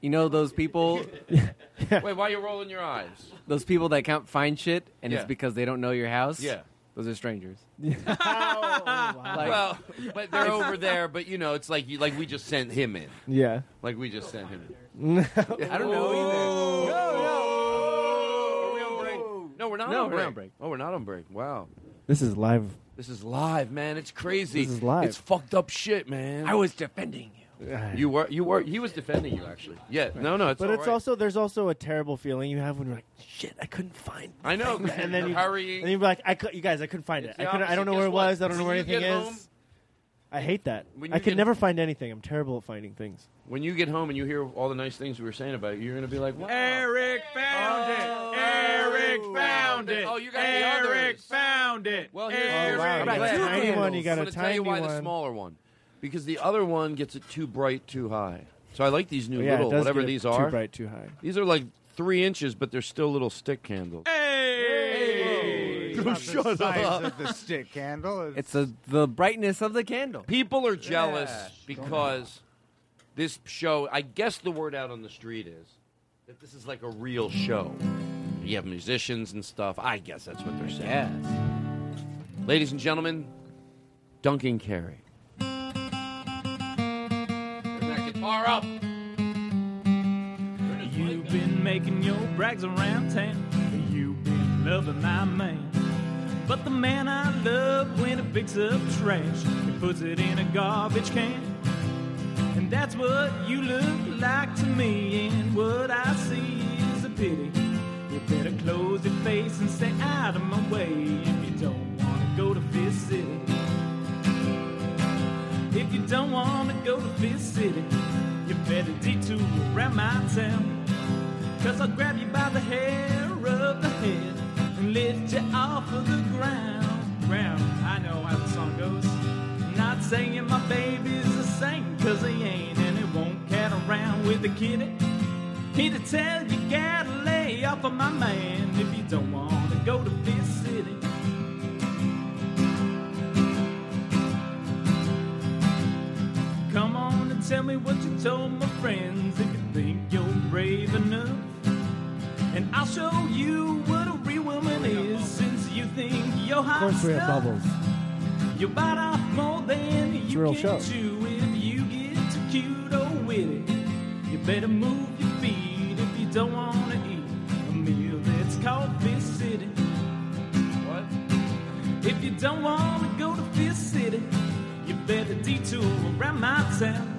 S9: You know those people,
S2: Wait, why are you rolling your eyes?
S9: those people that can't find shit, and
S2: Yeah.
S9: it's because they don't know your house.
S2: Yeah.
S9: those are strangers.
S2: Like- well, but they're over there. But you know, it's like you, like we just sent him in.
S8: Yeah.
S2: Like we just sent him.
S8: No.
S2: in. I don't know either. No, no. Are we on break? No, we're not.
S9: No,
S2: on
S9: we're
S2: break.
S9: on break.
S2: Oh, we're not on break. Wow,
S8: This is live.
S2: this is live, man. It's crazy.
S8: This is live.
S2: It's fucked up shit, man.
S9: I was defending you.
S2: You were. You were. He was defending you, actually. Yeah. No, no. It's
S8: But
S2: all
S8: it's
S2: right.
S8: also there's also a terrible feeling you have when you're like, shit, I couldn't find.
S2: I know.
S8: the thing." and then
S2: you're
S8: you
S2: hurrying.
S8: And you'd be like, I cou- you guys, I couldn't find
S2: It's
S8: it. I,
S2: the
S8: couldn't, I
S2: opposite.
S8: don't know
S2: Guess
S8: where it
S2: what?
S8: was. I don't know
S2: When
S8: where
S2: you
S8: anything
S2: get
S8: is.
S2: home-
S8: I hate that.
S2: When
S8: I
S2: you
S8: could
S2: get-
S8: never find anything. I'm terrible at finding things.
S2: when you get home and you hear all the nice things we were saying about you, you're gonna be like, wow.
S1: Eric found it. Eric found it.
S2: Oh, you got the
S1: Eric
S2: others.
S1: found it.
S2: Well, here's
S1: Eric.
S8: wow. You got a
S2: I'm glad-
S8: tiny one, you got
S2: I'm
S8: a
S2: gonna tell you
S8: tiny
S2: why the
S8: one.
S2: smaller one, because the other one gets it too bright, too high. So I like these new
S8: But yeah,
S2: little
S8: it does
S2: whatever
S8: get
S2: these
S8: too
S2: are.
S8: Too bright, too high.
S2: These are like three inches, but they're still little stick candles.
S1: Hey.
S3: Not the
S2: Shut
S3: size
S2: up.
S3: of the stick candle. It's,
S9: It's the the brightness of the candle.
S2: People are jealous
S3: Yeah.
S2: because this show. I guess the word out on the street is that this is like a real show. You have musicians and stuff. I guess that's what they're saying.
S9: Yes.
S2: Ladies and gentlemen, Duncan Carey. Guitar up.
S1: You've been making your brags around town. You've been loving my man. But the man I love, when he picks up trash, he puts it in a garbage can. And that's what you look like to me, and what I see is a pity. You better close your face and stay out of my way if you don't want to go to Fist City. If you don't want to go to Fist City, you better detour around my town. Cause I'll grab you by the hair of the head and lift you off of the ground. Ground, I know how the song goes. Not saying my baby's a saint, cause he ain't, and he won't cat around with the kitty. He to tell you gotta lay off of my man if you don't wanna go to Fist City. Come on and tell me what you told my friends if you think you're brave enough. And I'll show you what a real woman is since you think you're
S8: Of
S1: hot
S8: course, we have
S1: stuff.
S8: bubbles.
S1: You bite off more than
S8: It's a
S1: you
S8: real
S1: can
S8: show.
S1: chew if you get too cute or witty. You better move your feet if you don't want to eat a meal that's called Fist City. What? If you don't want to go to Fist City, you better detour around my town.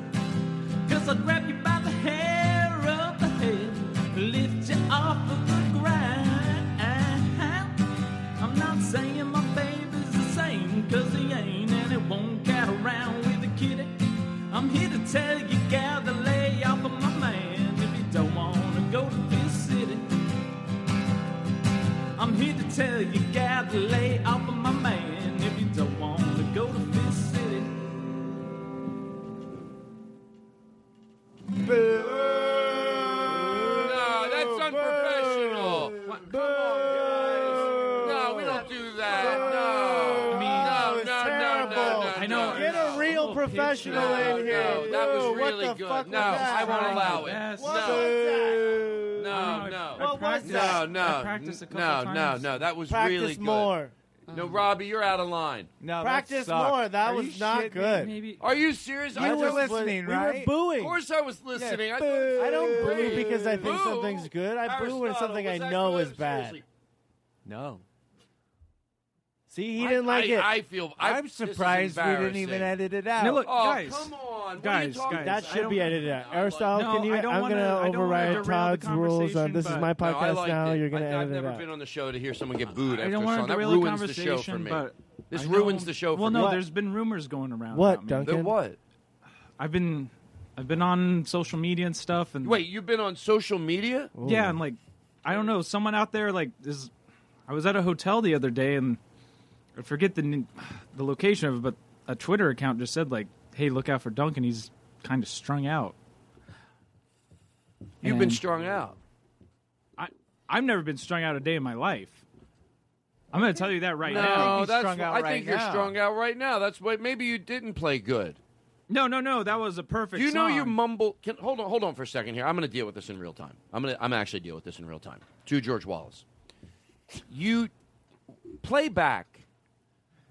S1: Cause I'll grab you by the hair of the head and lift you off of the ground. I'm not saying my baby's the same, cause he ain't, and it won't get around with the kitty. I'm here to tell you, gotta lay off of my man if you don't wanna go to this city. tell you got to lay off of my man if you don't want to go to Fist City.
S2: No, that's unprofessional. What- Come on, guys. No, we don't do that. No. No, no, no, no, no.
S8: I know.
S2: no,
S8: Get
S2: no.
S8: a real professional
S2: No,
S8: in here.
S2: no, that was
S8: Boo, what
S2: really
S8: the
S2: good.
S8: fuck was
S2: No,
S8: that?
S2: I won't allow it.
S8: What
S2: No.
S8: was
S2: No,
S8: that?
S2: no.
S8: What was
S2: No,
S8: that?
S2: no. no, no, no. That was
S8: Practice
S2: really good. Uh-huh.
S8: more.
S2: No, Robbie, you're out of line. No,
S8: Practice more. That was not good.
S2: Are you serious?
S8: You
S2: I
S8: were
S2: just-
S8: listening, We were right? booing.
S2: Of course, I was listening. I, thought-
S8: I don't boo because I think something's good. I boo when
S2: Aristotle,
S8: something I
S2: was that
S8: know
S2: good?
S8: is bad.
S2: Seriously.
S9: No.
S8: See, he
S2: I-
S8: didn't like
S2: I-
S8: it.
S2: I feel- I- I'm this is surprised we didn't even embarrassing. edit it out.
S8: No,
S2: Oh, come on. What are you
S9: guys,
S2: talking
S9: guys,
S8: that
S9: I
S8: should
S9: don't-
S8: be edited out. Aristotle,
S9: No,
S8: can you?
S9: I don't
S8: I'm
S9: wanna-
S8: gonna
S9: I don't wanna
S8: override
S9: derail the
S8: Todd's rules on
S9: conversation,
S8: Uh, this is
S9: but-
S8: my
S2: No, I
S8: podcast
S2: liked
S8: now.
S2: it.
S8: You're gonna
S2: I,
S8: edit
S2: I've never
S8: it out.
S2: been on the show to hear someone get booed
S8: I
S2: after
S8: don't
S2: a
S8: wanna
S2: song. That
S8: derail
S2: ruins the show for
S1: conversation,
S2: me.
S1: but
S2: This
S1: I know-
S2: ruins the show for
S1: Well,
S2: me.
S1: no, there's been rumors going around.
S8: What,
S1: about me.
S8: Duncan? That
S2: what?
S1: I've been, I've been on social media and stuff, and
S2: Wait, you've been on social media?
S1: Yeah, and like, I don't know, someone out there like is. I was at a hotel the other day, and I forget the n- the location of it, but a Twitter account just said like, "Hey, look out for Duncan. He's kind of strung out."
S2: You've been
S1: And
S2: strung out.
S1: I I've never been strung out a day in my life. I'm going to tell you that right
S2: no,
S1: now.
S2: that's I think you're strung out right now. That's why maybe you didn't play good.
S1: No, no, no. That was a perfect.
S2: Do you know
S1: song.
S2: you mumble? Can, hold on, hold on for a second here. I'm going to deal with this in real time. I'm going to I'm actually deal with this in real time. To George Wallace, you play back.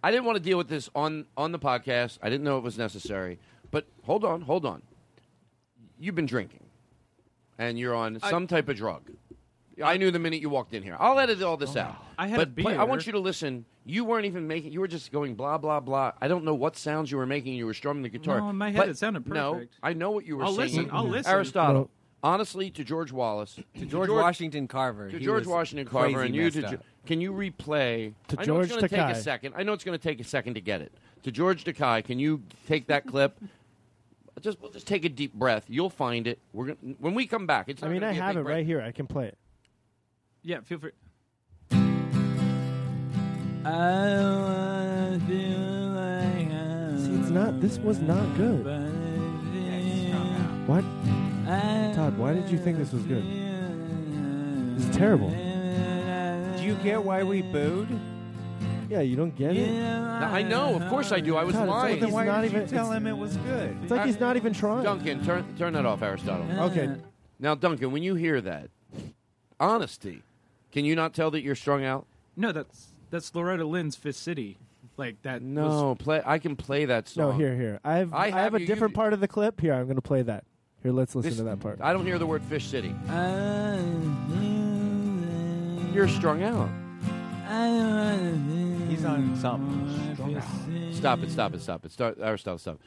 S2: I didn't want to deal with this on on the podcast. I didn't know it was necessary. But hold on, hold on. You've been drinking, and you're on some type of drug. I knew the minute you walked in here. I'll edit all this out.
S1: Oh, I had
S2: but
S1: a
S2: play- I
S1: beer.
S2: want you to listen. You weren't even making. You were just going blah blah blah. I don't know what sounds you were making. You were strumming the guitar.
S1: No, in my head
S2: But
S1: it sounded
S2: No,
S1: perfect.
S2: I know what you were
S1: I'll
S2: saying.
S1: listen, I'll listen.
S2: Aristotle,
S1: No.
S2: honestly, to George Wallace, to
S9: George Washington Carver.
S2: to
S9: He
S2: George
S9: was
S2: Washington
S9: crazy
S2: Carver, and you to
S9: messed
S2: Jo-
S9: up.
S2: can you replay?
S9: To
S2: I know
S9: George
S2: it's going to take
S9: Takei.
S2: a second. I know it's going to take a second to get it. To George Takei, can you take that clip? Just we'll just take a deep breath. You'll find it. We're gonna, when we come back. It's
S8: I
S2: not
S8: mean,
S2: gonna
S8: I
S2: be a
S8: have
S2: big
S8: it
S2: break.
S8: right here. I can play it.
S1: Yeah, feel free.
S8: See, it's not. This was not good. What? Todd, why did you think this was good? This is terrible.
S3: Do you get why we booed?
S8: Yeah, you don't get it.
S2: Now, I know. Of course I do. I was
S8: Todd, it's like
S2: lying.
S8: he's Why not did you even-
S3: tell him it was good?
S8: It's like he's not even trying.
S2: Duncan, turn turn that off, Aristotle.
S8: Okay.
S2: Now, Duncan, when you hear that, honesty, can you not tell that you're strung out?
S1: No, that's that's Loretta Lynn's Fist City. Like that.
S2: No, play. I can play that song.
S8: No, here, here. I have,
S2: I
S8: I have,
S2: have
S8: a
S2: you-
S8: different part of the clip. Here, I'm going to play that. Here, let's listen
S2: This-
S8: to that part.
S2: I don't hear the word Fish City. You're strung out.
S3: He's on something.
S2: Stop it! Stop it! Stop it! Start Aristotle. Stop.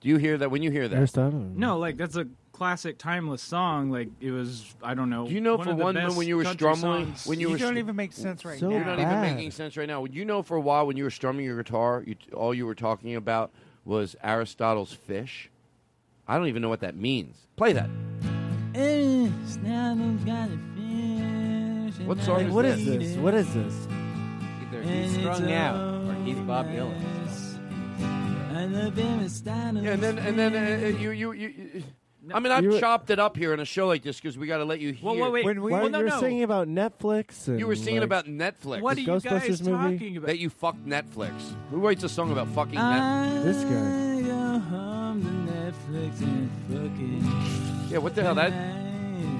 S2: Do you hear that? When you hear that,
S8: Aristotle.
S1: No, like that's a classic, timeless song. Like it was. I don't know.
S2: Do you know
S1: one
S2: for
S1: of the
S2: one moment
S1: best
S2: when you were
S1: country
S2: strumming,
S1: songs.
S2: when you, were str-
S8: So
S2: You're not
S8: bad.
S2: even making sense right now. You know, for a while when you were strumming your guitar, you, all you were talking about was Aristotle's fish. I don't even know what that means. Play that. What song
S8: Like,
S2: is
S8: what
S2: this?
S8: is this? What is this?
S9: Either he's strung out or he's Bob Dylan.
S2: Yeah, and then and then uh, uh, you you you. you I mean, I've
S8: You were-
S2: chopped it up here in a show like this because we got to let you hear.
S1: Well, wait, wait.
S8: When we
S1: well,
S8: were
S1: no,
S8: you were
S1: no.
S8: singing about Netflix. And
S2: You were singing
S8: like,
S2: about Netflix.
S1: What are you guys
S8: Ghostbusters movie?
S1: talking about?
S2: That you fucked Netflix. Who writes a song about fucking Netflix?
S1: Uh,
S8: this guy.
S2: Yeah, what the hell? That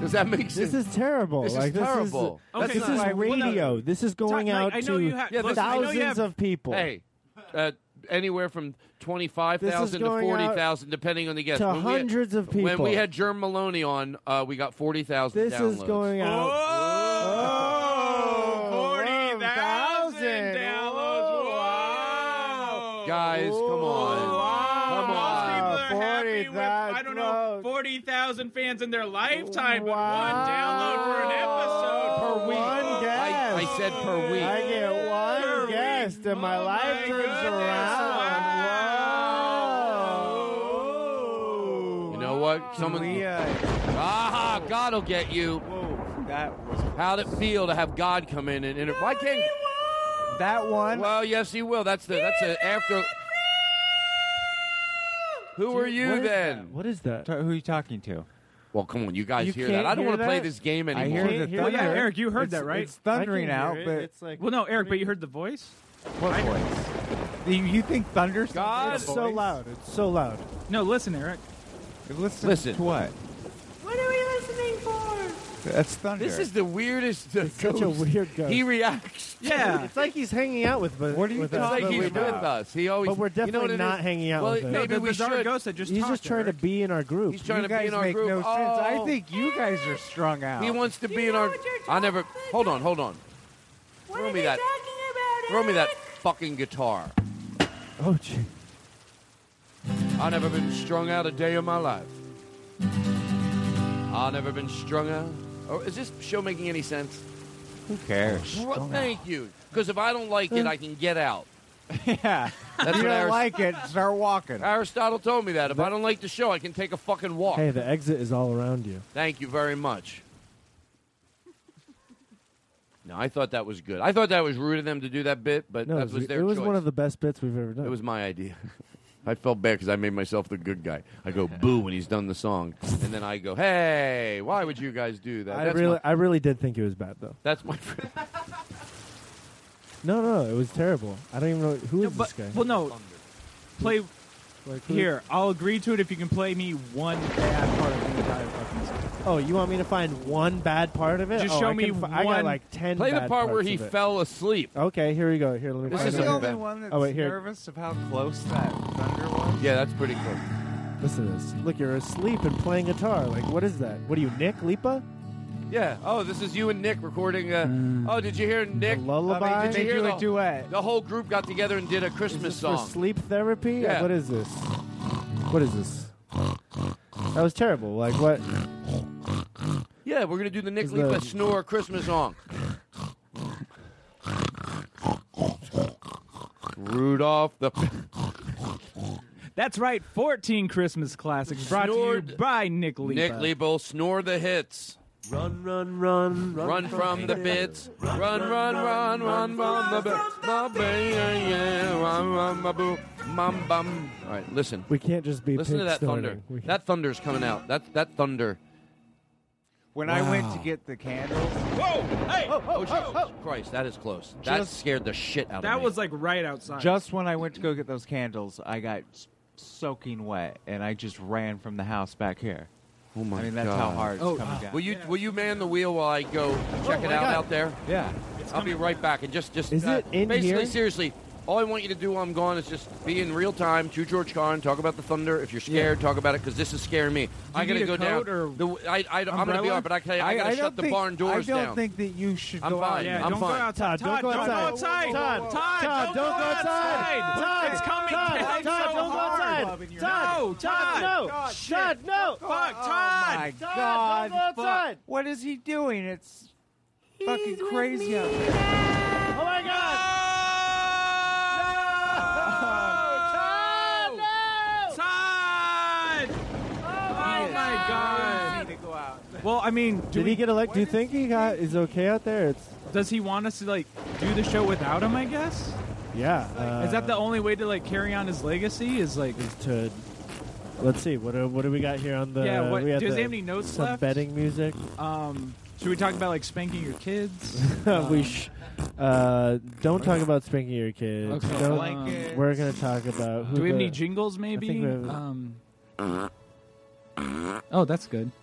S2: does that make sense?
S8: This is terrible.
S2: This is
S8: like,
S2: terrible.
S8: This is,
S2: Okay,
S8: this
S2: no,
S8: is
S2: like, well, no.
S8: radio. this is going
S1: Todd,
S8: out
S1: like, I know
S8: to
S1: you have- Yeah,
S2: this- I know you
S8: thousands
S1: have-
S8: of people.
S2: Hey, uh, anywhere from twenty-five thousand to
S8: going
S2: forty thousand, depending on the guest.
S8: to
S2: When we had-
S8: hundreds of
S2: When
S8: people.
S2: we had Germ Maloney on, uh, we got forty thousand.
S8: This is going out.
S3: Oh.
S2: guys. Come on, come on.
S1: happy with, I don't know, 40,000 fans in their lifetime, but one download for an episode per week.
S8: One guest.
S2: I said per week.
S8: I get one guest, and
S2: Oh
S8: my life turns around.
S2: You know what? Someone. Aha! God'll get you.
S3: Whoa, that was.
S2: How'd it feel to have God come in and inter- Why can't
S8: that one.
S2: Well, yes, he will. That's the that's a after. Who are you then?
S11: What is that?
S3: who are you talking to?
S2: Well, come on, you guys
S3: You
S2: hear
S3: can't
S2: that? I don't
S3: hear
S2: want to play
S3: that?
S2: this game
S3: I
S2: anymore.
S3: hear the
S13: Well, yeah,
S3: thunder.
S13: Eric, you heard
S3: It's-
S13: that, right?
S3: it's thundering
S13: I
S3: out,
S13: can hear it.
S3: but
S13: it's like well, no, Eric, but you heard the voice.
S3: what voice? Do you think thunder?
S13: God,
S8: It's so loud. It's so loud.
S13: No, listen, Eric.
S3: Listen, to what?
S12: What are we listening for?
S3: That's thunder.
S2: This is the weirdest. It's
S8: such a weird ghost.
S2: He reacts.
S8: it's like he's hanging out with. What are
S2: It's like he's with us. He always.
S8: But we're
S2: Oh, you know
S8: definitely
S2: what it is?
S8: not hanging out
S2: Well,
S8: with us.
S2: maybe we should.
S8: He's just trying to be in our group.
S2: He's trying
S3: you
S2: to be
S3: guys
S2: in our
S3: make
S2: group.
S3: no sense. I
S2: Oh.
S3: think you guys are strung out.
S2: He wants to be in our. I never. Hold on, hold on. Throw me that. Throw me that fucking guitar.
S8: Oh, gee.
S2: I've never been strung out a day in my life. I've never been strung out. Or is this show making any sense?
S3: Who cares?
S2: Well, thank you. Because if I don't like it, I can get out.
S3: yeah.
S2: That's
S3: you
S2: what
S3: don't
S2: Arist-
S3: like it. Start walking.
S2: Aristotle told me that. If I don't like the show, I can take a fucking walk.
S8: Hey, the exit is all around you.
S2: Thank you very much. No, I thought that was good. I thought that was rude of them to do that bit, but
S8: No,
S2: that was
S8: it
S2: their
S8: was
S2: choice.
S8: one of the best bits we've ever done.
S2: It was my idea. I felt bad because I made myself the good guy. I go boo when he's done the song, and then I go, "Hey, why would you guys do that?"
S8: I
S2: That's
S8: really,
S2: my,
S8: I really did think it was bad though.
S2: that's my. friend.
S8: No, no, it was terrible. I don't even know who is this guy.
S13: Well, no. Play
S8: Like, who-
S13: here. I'll agree to it if you can play me one bad part of the entire fucking song.
S8: Oh, you want me to find one bad part of it?
S13: Just
S8: Oh,
S13: show
S8: I can
S13: me
S8: fi- I got
S13: one-
S8: like ten.
S2: Play the
S8: bad
S2: part where
S8: parts
S2: he
S8: of it.
S2: fell asleep.
S8: Okay, here we go. Here, let me.
S2: This
S8: find
S2: is
S8: it.
S2: the
S3: only one that's
S8: Oh wait, here.
S3: nervous of how close that thunder was.
S2: Yeah, that's pretty cool.
S8: Listen to this. Look, you're asleep and playing guitar. Like, what is that? What are you, Nick Lipa?
S2: Yeah. Oh, this is you and Nick recording. Uh, Oh, did you hear Nick?
S8: lullaby?
S2: I mean, did
S8: They
S2: you hear
S8: do a
S2: the, duet? The whole group got together and did a Christmas
S8: For
S2: song.
S8: sleep therapy?
S2: Yeah.
S8: What is this? What is this? That was terrible. Like, what?
S2: Yeah, we're gonna do the Nick
S8: Is the-
S2: Leepa snore Christmas song. Rudolph the
S13: That's right. 14 Christmas classics brought to you
S2: Snored-
S13: by Nick Leepa.
S2: Nick Leepo snore the hits.
S6: Run, run, run, run,
S2: Run from the bits. Run, run, run, run, run from the bits. Run, run, my boo. Mum, bum. All right, listen.
S8: We can't just be.
S2: Listen
S8: pig
S2: to that
S8: snorting.
S2: thunder.
S8: We-
S2: That thunder's coming out. That that thunder.
S3: When I went to
S2: Wow.
S3: get the candles,
S13: Whoa! Hey!
S2: Oh, Jesus Christ, that is close. That
S3: Just-
S2: scared the shit out of
S13: That
S2: me.
S13: was like right outside.
S3: just when I went to go get those candles, I got s- soaking wet, and I just ran from the house back here.
S2: Oh my
S3: I mean, that's how
S2: God.
S3: hard it's
S2: Oh,
S3: coming
S13: uh,
S3: down.
S2: Will you will you man the wheel while I go check
S3: uh, Oh,
S2: it
S3: my
S2: out
S3: God.
S2: out there?
S3: yeah.
S2: I'll be right back and just just
S8: Is
S2: uh,
S8: it in
S2: basically
S8: here?
S2: seriously. All I want you to do while I'm gone is just be in real time to George Carn, talk about the thunder. If you're scared, talk about it because this is scaring me. I gotta
S13: need a
S2: go down.
S13: coat or
S2: the, I, I, I'm gonna be
S13: umbrella?
S2: all right, but I, tell you, I,
S3: I,
S2: gotta
S3: I
S2: shut
S3: don't
S2: the
S3: think,
S2: barn doors
S3: I don't
S2: down.
S3: think that you should
S2: I'm
S3: go
S2: fine.
S3: out.
S13: yeah,
S2: I'm
S13: don't
S2: fine.
S13: go outside.
S8: Todd, don't go
S13: outside.
S8: Todd, Todd,
S13: Todd,
S8: don't go outside. Todd,
S13: It's coming
S8: Todd,
S13: down
S8: Todd,
S13: so
S8: don't go
S13: hard.
S8: outside.
S13: You're
S8: Todd,
S13: no, Todd,
S8: no,
S3: God,
S8: Todd, no.
S13: Fuck,
S3: Oh
S13: Todd.
S3: my
S8: Todd,
S3: God!
S8: don't go
S3: fuck.
S8: outside.
S3: What is he doing? It's fucking crazy out there.
S8: Oh my God!
S13: Todd! Oh my God.
S3: to go out.
S13: Well, I mean, do
S8: Did
S13: we,
S8: he get elected? Do you think he got is okay out there? It's
S13: does he want us to like do the show without him? I guess.
S8: yeah. uh,
S13: is that the only way to like carry on his legacy? Is like
S8: to? Let's see. What do, what do we got here on the?
S13: Yeah, what-
S8: we have
S13: does
S8: the,
S13: he have any notes
S8: some
S13: left?
S8: Betting music.
S13: um. Should we talk about like spanking your kids? Um,
S8: we sh- uh, don't talk about spanking your kids.
S13: Okay.
S8: Don't-
S13: Blankets.
S8: we're gonna talk about. Who
S13: Do we have
S8: the-
S13: any jingles? Maybe.
S8: we have-
S13: um. Oh, that's good.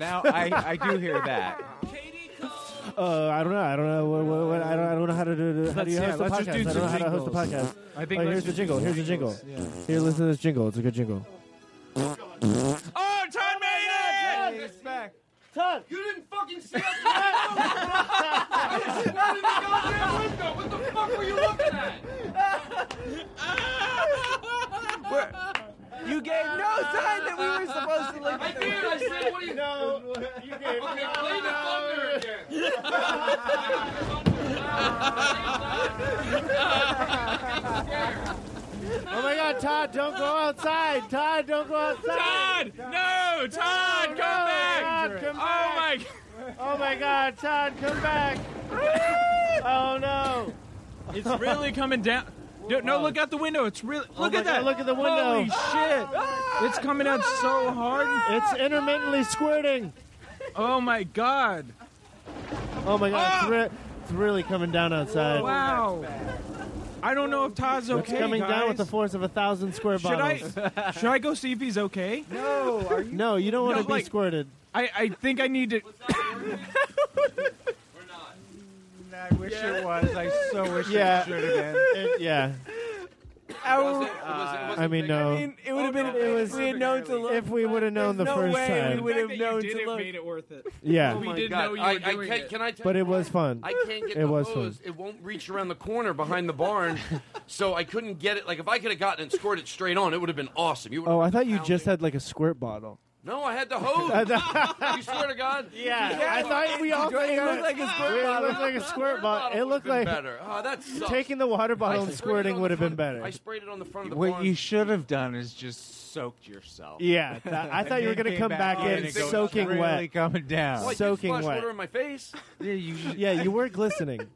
S3: Now I, I do hear that.
S8: Uh, I don't know. I don't know. What, what, what, I don't. I don't know how to do. How do you
S13: Let's- yeah,
S8: host a
S13: let's just do
S8: podcast? I don't
S13: some
S8: know how to host a
S13: jingles.
S8: podcast.
S13: I think
S8: Oh,
S13: let's
S8: here's
S13: just
S8: the
S13: do
S8: jingle.
S13: some
S8: Here's the jingle.
S13: jingles,
S8: Here, listen to this jingle. It's a good jingle.
S13: Oh, Todd made it!
S3: It's back.
S8: Todd,
S12: You didn't fucking see it. I was sitting in the goddamn window. What the fuck were you looking at?
S3: You gave no sign that we were supposed to look
S12: I
S3: at
S12: did. I said, what are you?
S8: no, you gave
S12: Okay, play the thunder again.
S8: Oh my God, Todd, don't go outside. Todd, don't go outside.
S13: Todd! No, Todd, come back!
S8: Todd, come
S13: oh
S8: back.
S13: my!
S8: Oh my God, Todd, come back. Oh no!
S13: It's really coming down. Dude, no, look out the window. It's really
S8: Oh
S13: look
S8: my
S13: at
S8: God,
S13: that.
S8: look at the window. Ah!
S13: Holy shit! It's coming out so hard.
S8: It's intermittently squirting.
S13: Oh my god! Ah!
S8: Oh my god! It's, re- it's really coming down outside.
S13: Wow. I don't know if Todd's
S8: It's
S13: okay.
S8: coming down with the
S13: guys.
S8: force of a thousand square
S13: Should
S8: bottles.
S13: I should I go see if he's okay?
S8: No, are you? No, you don't want
S13: No,
S8: to be
S13: like-
S8: squirted.
S13: I, I think I need to.
S3: I wish it was. I so wish
S8: Yeah.
S3: it should have been.
S8: It- yeah. I mean,
S9: I
S8: no.
S9: mean, it would have been. It was, we had known to look.
S8: if we would have known the
S9: no
S8: first
S9: way
S8: time.
S9: we would have
S13: that you
S9: known
S13: did
S9: to
S13: it
S9: look.
S13: made it worth it.
S8: Yeah.
S13: Oh
S8: We
S13: my
S8: didn't
S13: God.
S2: know you
S13: I-
S2: were
S13: I
S2: doing
S13: can't-
S2: it.
S13: Can
S2: I tell
S8: But
S2: you-
S8: it was fun.
S2: I can't get
S8: It
S2: the
S8: was
S2: hose.
S8: fun.
S2: It won't reach around the corner behind the barn, so I couldn't get it. Like if I could have gotten it and squirted it straight on, it would have been awesome. You would.
S8: Oh, I thought you just had like a squirt bottle.
S2: No, I had the hose. you swear to God.
S8: Yeah, I thought we all
S2: It looked
S8: it looked- it looked like a squirt bottle. It looked like
S2: better. Oh, that sucks.
S8: taking the water bottle and squirting would have been better.
S2: I sprayed it on the front of the
S3: What
S2: barn.
S3: you should have done is just soaked yourself.
S8: Yeah, th- I thought you were
S3: And then
S8: gonna
S3: came
S8: come back in
S3: and it goes
S8: soaking
S3: really
S8: wet.
S3: coming down.
S2: Well, I did
S8: soaking
S2: splash
S8: wet.
S2: water in my face.
S3: Yeah, you
S8: Yeah, you were glistening.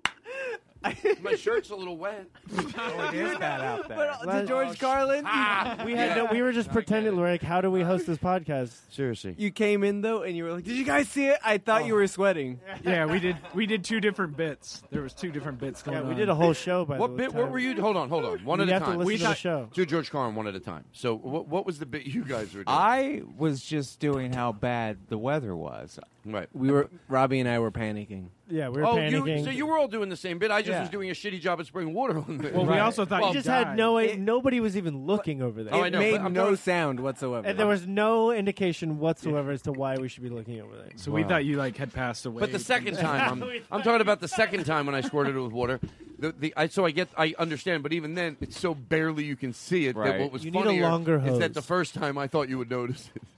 S2: my shirt's a little wet.
S3: Oh, it is bad out there.
S9: But
S8: Let-
S9: to
S13: Oh,
S9: George Carlin,
S13: Ah.
S9: you,
S8: We had no, we were just pretending like, how do we host this podcast?
S2: Seriously.
S9: you came in though, and you were like, "Did you guys see it? I thought you were sweating."
S13: Oh. Yeah, we did. We did two different bits. There was two different bits going
S8: Yeah,
S13: on.
S8: we did a whole show by
S2: What
S8: the
S2: bit?
S8: time.
S2: What were you? Hold on, hold on. One
S8: You
S2: at a
S8: have to
S2: time.
S8: listen
S2: We
S8: to
S2: thought-
S8: the show.
S2: Do George Carlin one at a time. So what, what was the bit you guys were doing?
S3: I was just doing how bad the weather was.
S2: right.
S9: We were Robbie and I were panicking.
S8: Yeah, we were
S2: oh,
S8: panicking.
S2: you, so you were all doing the same bit. I just
S9: Yeah.
S2: was doing a shitty job at spraying water on there.
S13: Well, we also thought
S8: We
S13: you
S8: just
S13: died.
S8: had no. nobody was even looking over there,
S2: Oh, I
S9: it
S2: know,
S9: made
S2: but I'm
S9: no
S2: talking-
S9: sound whatsoever.
S8: and there was no indication whatsoever as to why we should be looking over there.
S13: So we thought you like had passed away.
S2: But the second time, I'm, I'm talking about the second time when I squirted it with water. The, the, I, so I get, I understand, but even then, it's so barely you can see it that
S3: Right.
S2: what was
S8: You need a
S2: funnier
S8: longer
S2: is that
S8: hose.
S2: the first time I thought you would notice it.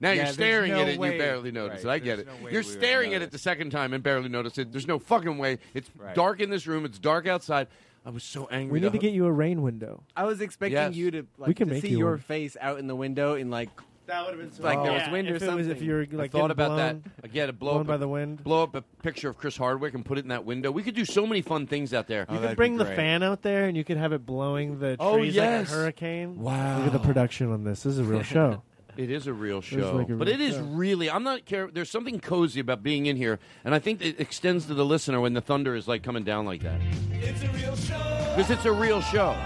S2: Now
S3: Yeah,
S2: you're
S3: there's
S2: staring
S3: no
S2: at it, and
S3: way-
S2: you barely notice
S3: right,
S2: it. I get
S3: there's
S2: it.
S3: no way we
S2: you're
S3: would
S2: staring at
S3: notice.
S2: it the second time and barely notice it. There's no fucking way. It's
S3: Right.
S2: dark in this room. It's dark outside. I was so angry.
S8: We need to get you a rain window.
S2: Oh,
S9: I was expecting
S2: Yes.
S9: you to like
S8: We can
S9: to
S8: make
S9: see
S8: you
S9: your
S8: one.
S9: face out in the window and like
S8: That would have been
S9: Like there was wind or
S8: if it was- if
S9: something.
S8: you were
S2: I
S8: like
S2: thought
S8: getting
S2: about
S8: blown,
S2: that again. Blow
S8: blown
S2: up
S8: by
S2: a,
S8: the wind.
S2: blow up a picture of Chris Hardwick and put it in that window. We could do so many fun things out there.
S8: You could bring the fan out there, and you could have it blowing the trees
S2: Oh, yes.
S8: like a hurricane.
S2: Wow.
S8: Look at the production on this. This is a real show.
S2: It is a real show,
S8: like a
S2: but
S8: real
S2: it is
S8: show.
S2: really. I'm not care. There's something cozy about being in here, and I think it extends to the listener when the thunder is like coming down like that.
S12: It's a real show.
S2: Because it's a real show.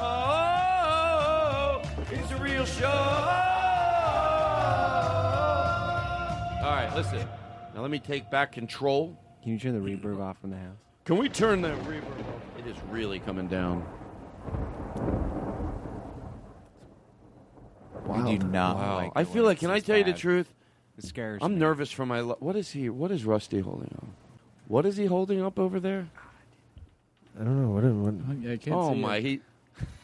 S12: Oh, it's a real show.
S2: All right, listen. Now let me take back control.
S9: Can you turn the reverb off from the house?
S2: Can we turn that reverb? off? It is really coming down.
S3: I do not
S2: Wow.
S3: like
S2: I
S3: it
S2: feel
S3: when
S2: like.
S3: it's
S2: Can
S3: this
S2: I tell you the
S3: bad.
S2: truth?
S3: It scares
S2: I'm
S3: me.
S2: nervous for my. Lo- what is he? What is Rusty holding up? What is he holding up over there?
S8: I don't know what. it- what
S13: I can't
S2: Oh my! He,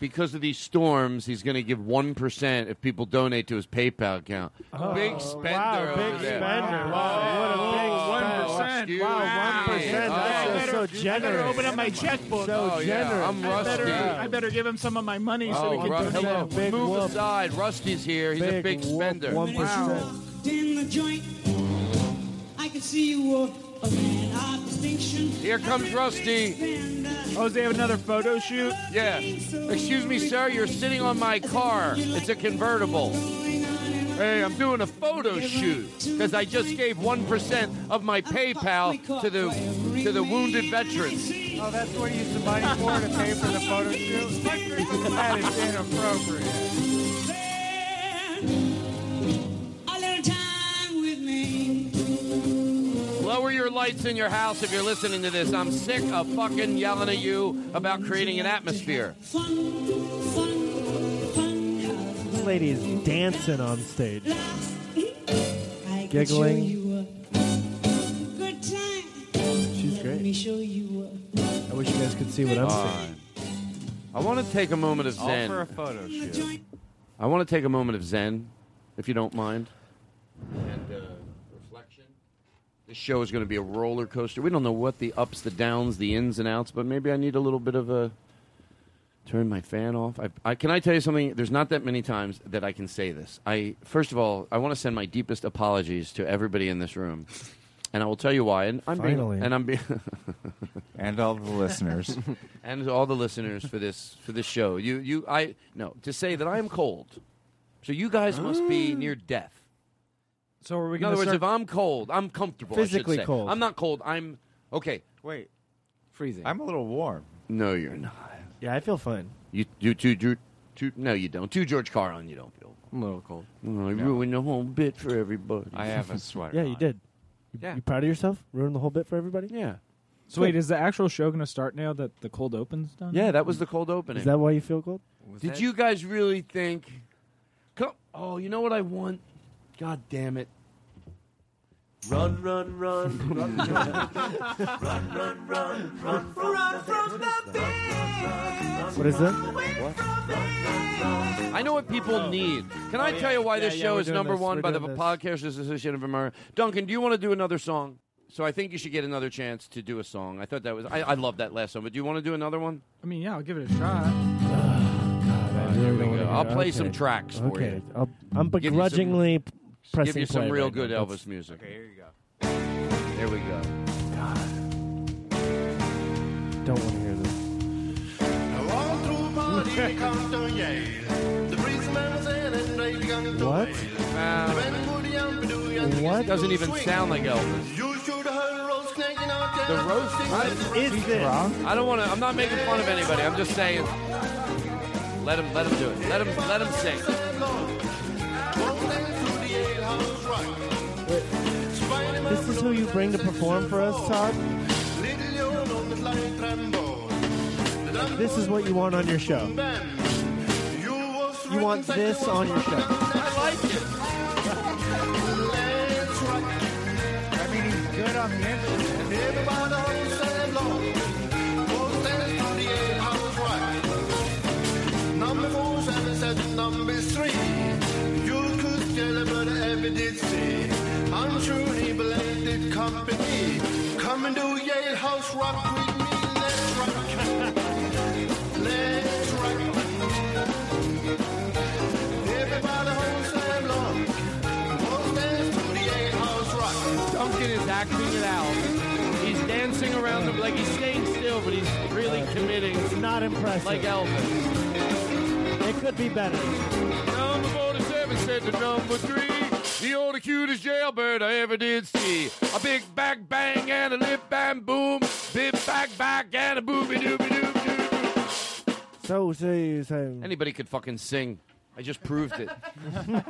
S2: because of these storms, he's going to give one percent if people donate to his PayPal account. big spender
S8: Oh, wow,
S2: over
S8: big
S2: there.
S8: spender. Wow, what a big spender.
S2: Excuse
S8: Wow,
S2: me.
S8: one percent.
S2: Oh.
S8: That's just so generous.
S13: Better open up my checkbook.
S8: So
S2: Oh, yeah,
S8: generous.
S2: I'm
S13: I better,
S2: Rusty.
S13: I better give him some of my money so we
S2: Oh,
S13: can
S2: Ru-
S13: donate.
S2: hello.
S8: Big
S2: Move
S8: whoop.
S2: aside. Rusty's here. He's a big
S8: whoop,
S2: spender.
S8: One percent.
S12: In the joint, I can see you were a man of distinction.
S2: Here comes Rusty.
S13: Oh, they have another photo shoot.
S2: Yeah. Excuse me, sir. You're sitting on my car. It's a convertible. Hey, I'm doing a photo shoot because I just gave one percent of my PayPal to the to the wounded veterans.
S3: Oh, that's what he used the money for to pay for the photo shoot. that is inappropriate.
S12: A little time with me.
S2: Lower your lights in your house if you're listening to this. I'm sick of fucking yelling at you about creating an atmosphere.
S8: This lady is dancing on stage, giggling.
S12: Good time.
S8: She's
S12: Let
S8: great.
S12: me show you
S8: I wish you guys could see what I'm seeing.
S2: I want to take a moment of
S3: All for a
S2: zen.
S3: photo
S12: a
S3: shoot.
S12: joint.
S2: I want to take a moment of zen, if you don't mind. And uh, reflection. This show is going to be a roller coaster. We don't know what the ups, the downs, the ins and outs, but maybe I need a little bit of a. Turn my fan off. I, I, can I tell you something? There's not that many times that I can say this. I first of all, I want to send my deepest apologies to everybody in this room and I will tell you why. And I'm
S3: Finally.
S2: being, and I'm being,
S3: and all the listeners.
S2: and to all the listeners for this for this show. You you I no to say that I am cold. So you guys must be
S3: Ah.
S2: near death.
S13: So are we
S2: In
S13: going
S2: other
S13: to
S2: words,
S13: start?
S2: if I'm cold, I'm comfortable. I should
S13: Physically
S2: say.
S13: cold.
S2: I'm not cold. I'm okay.
S3: Wait,
S9: freezing.
S3: I'm a little warm.
S2: No, you're not.
S8: Yeah, I feel fine.
S2: You do two, two, two. No, you don't. Two George Carlin, you don't feel.
S9: I'm a little cold.
S2: I ruined the whole bit for everybody.
S9: I have a sweater.
S8: Yeah, you did. You,
S9: Yeah.
S8: you proud of yourself? Ruined the whole bit for everybody?
S2: Yeah.
S13: So wait, is the actual show going to start now that the cold open's done?
S2: Yeah, that was the cold opening.
S8: Is that why you feel cold?
S2: Did you guys really think? Come, oh, you know what I want? God damn it!
S6: Run, run, run, run, run, run, run, run, run from run from the bed.
S8: What is that?
S2: I know what people need. Can I tell you why this
S8: Oh. Yeah, yeah,
S2: show
S8: we're
S2: is
S8: doing
S2: number
S8: this,
S2: one
S8: we're
S2: by the
S8: doing this.
S2: Podcasters Association of America? Duncan, do you want to do another song? So I think you should get another chance to do a song. I thought that was I, I love that last song, but do you want to do another one?
S13: I mean, yeah, I'll give it a shot.
S2: Uh, here we go. I'll play some tracks for
S8: okay.
S2: you.
S8: I'll, I'm
S2: Give you some-
S8: begrudgingly p- pressing
S2: Give you some
S8: play
S2: real
S8: right
S2: good
S8: now.
S2: Elvis
S8: That's-
S2: music. Okay, here you go. There we go.
S8: Don't want to hear this.
S12: What?
S2: What? Doesn't even sound like Elvis. The roast.
S8: What is this?
S2: I don't want to. I'm not making fun of anybody. I'm just saying. Let him. Let him do it. Let him. Let him sing.
S8: This is who you bring to perform for us, Todd? This is what you want on your show. You want this on your show.
S2: I like it.
S12: I mean, he's good on the instrument.
S6: Number four, seven, seven, number three. You could tell about every did see. I'm sure he blended company. Come and do Yale House Rock with me. Let's rock. Let's rock. Everybody hold Sam long. Let's dance to the Yale House Rock.
S2: Duncan is acting it out. He's dancing around the like he's staying still, but he's really committing.
S8: Not impressive.
S2: Like Elvis.
S8: It could be better.
S2: Number 47 said to number three, the oldest, cutest jailbird I ever did see. A big back bang and a lip bang boom, big back back and a booby dooby doo.
S8: So, so, so.
S2: Anybody could fucking sing. I just proved it. I did it.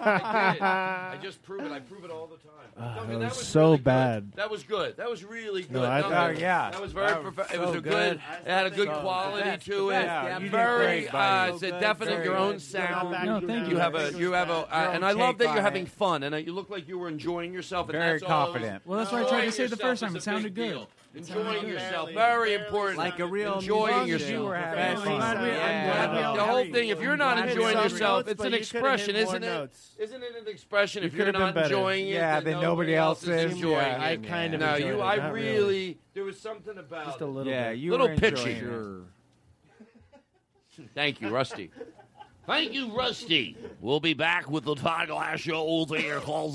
S2: I just proved it. I prove it all the time.
S11: Ah,
S2: Duncan,
S8: that was
S2: was
S8: so
S2: really good.
S8: bad.
S2: That was good. That was really good.
S8: No, I
S2: Duncan.
S8: thought- Oh,
S3: yeah.
S2: That was very.
S3: That was
S2: profe- it
S3: so
S2: was a good.
S3: good.
S2: It had a good
S3: So-
S2: quality
S3: The best,
S2: to
S3: the
S2: it.
S3: best. Yeah, you did
S2: very.
S3: great, buddy.
S2: uh, it's
S3: So
S2: a
S3: good,
S2: definite
S3: very
S2: your own
S3: good.
S2: sound.
S3: No, No, thank you.
S2: You have a. You have a.
S3: Your
S2: Uh, and
S3: own
S2: I love
S3: take
S2: that you're
S3: on
S2: having
S3: it.
S2: fun, and uh, you look like you were enjoying yourself. and
S3: Very
S2: that's all it was.
S3: confident.
S13: Well, that's what I tried to
S2: Enjoying
S13: say the
S2: yourself
S13: first
S2: is
S13: time.
S2: a
S13: It sounded
S2: big
S13: good.
S2: deal.
S13: It sounded
S2: Enjoying
S13: good.
S2: yourself, very important.
S9: Like a real
S2: enjoying
S9: musician.
S2: yourself.
S9: Yeah. Very fun.
S13: I'm glad we- I'm glad we all
S2: The whole
S13: had it.
S2: thing. If you're not
S13: I'm glad we
S2: enjoying
S13: all had it.
S2: yourself, it's
S8: but
S2: an
S8: you could've hit
S2: expression,
S8: more
S2: isn't it?
S8: notes.
S2: Isn't it an expression?
S8: You
S2: If you're
S8: could've been
S2: not
S8: better.
S2: enjoying it,
S3: Yeah, then nobody else is.
S2: enjoying
S3: Yeah,
S2: it.
S3: I kind of
S2: no,
S3: enjoyed
S2: you.
S3: it,
S2: I
S3: not
S2: really,
S3: really.
S2: there was something about
S8: Just a little
S3: Yeah,
S8: bit.
S3: you
S2: Little
S3: were
S2: pitchy.
S3: enjoying it.
S2: it. Thank you, Rusty. Thank you, Rusty. We'll be back with the Todd Glass Show. All the air calls.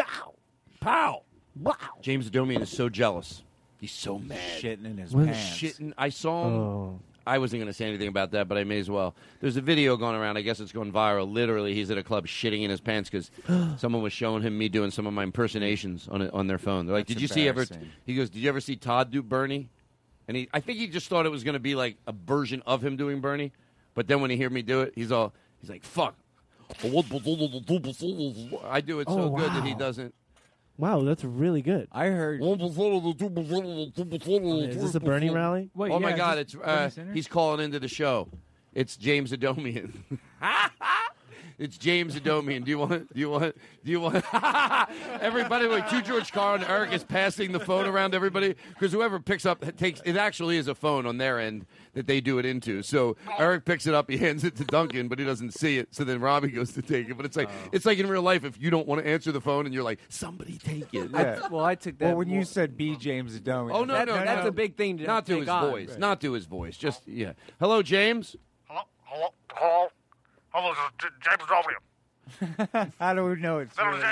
S2: Pow! Pow! Wow! James Adomian is so jealous. He's so mad.
S3: Shitting in his
S2: Well,
S3: pants. Oh.
S2: Shitting. I saw him. I wasn't going to say anything about that, but I may as well. There's a video going around. I guess it's going viral. Literally, he's at a club shitting in his pants because someone was showing him me doing some of my impersonations on on their phone. They're like,
S3: That's
S2: "Did you see ever?"
S3: embarrassing.
S2: He goes, "Did you ever see Todd do Bernie?" And he, I think he just thought it was going to be like a version of him doing Bernie, but then when he heard me do it, he's all, he's like, "Fuck." I do it so
S8: Oh,
S2: good that he
S8: wow.
S2: doesn't.
S8: Wow, that's really good.
S3: I heard.
S8: Is this a Bernie rally?
S2: oh my God! It's uh, he's calling into the show. It's James Adomian. it's James Adomian. Do you want? Do you want? Do you want? everybody, like two George Carr and Eric is passing the phone around everybody because whoever picks up takes it actually is a phone on their end that they do it into. So Eric picks it up, he hands it to Duncan, but he doesn't see it. So then Robbie goes to take it. But it's like
S8: Oh.
S2: it's like in real life if you don't want to answer the phone and you're like somebody take it.
S3: Yeah.
S9: Well, I took that.
S3: Well, when you
S9: more-
S3: said B. James Adomian.
S2: Oh no,
S9: That-
S2: no,
S9: that- that's
S2: no.
S9: a big thing to
S2: not do
S9: take
S2: his
S9: on.
S2: voice,
S9: Right.
S2: not do his voice. Just yeah. Hello, James.
S14: Hello, hello, hello. Hello, this is J- James Dobrian.
S10: How do we know it's really you?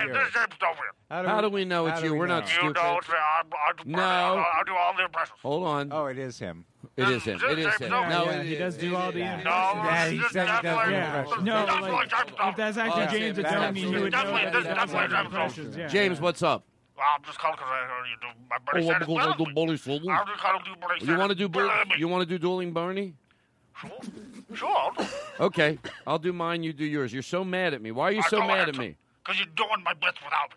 S2: How do we, know it's
S10: how do
S2: you?
S10: we
S2: We are
S10: know?
S2: not
S10: You
S2: stupid.
S10: don't-
S2: no. I'll
S14: do all the impressions.
S2: Hold on.
S3: Oh, it is him.
S2: It is him. It is him. No,
S13: yeah,
S2: it
S13: he
S2: is.
S13: does do all the
S2: Yeah.
S13: impressions.
S3: Yeah, he says he does the impressions.
S13: No, like, if that's actually
S2: Oh,
S13: James, it
S2: that's
S13: don't mean you would know
S2: absolutely-
S13: that. that's
S2: definitely
S13: actually
S2: James.
S13: impressions, yeah.
S2: James, what's up?
S14: Well, I'm just calling because I heard you do my
S2: Oh,
S14: buddy said it well. I'm just calling to do buddy
S2: You want to do
S14: Well,
S2: bull- you want to do dueling Barney?
S14: Sure,
S2: Okay, I'll do mine. You do yours. You're so mad at me. Why are you
S14: I
S2: so
S14: don't
S2: mad
S14: have
S2: at me?
S14: because you're doing my best without me.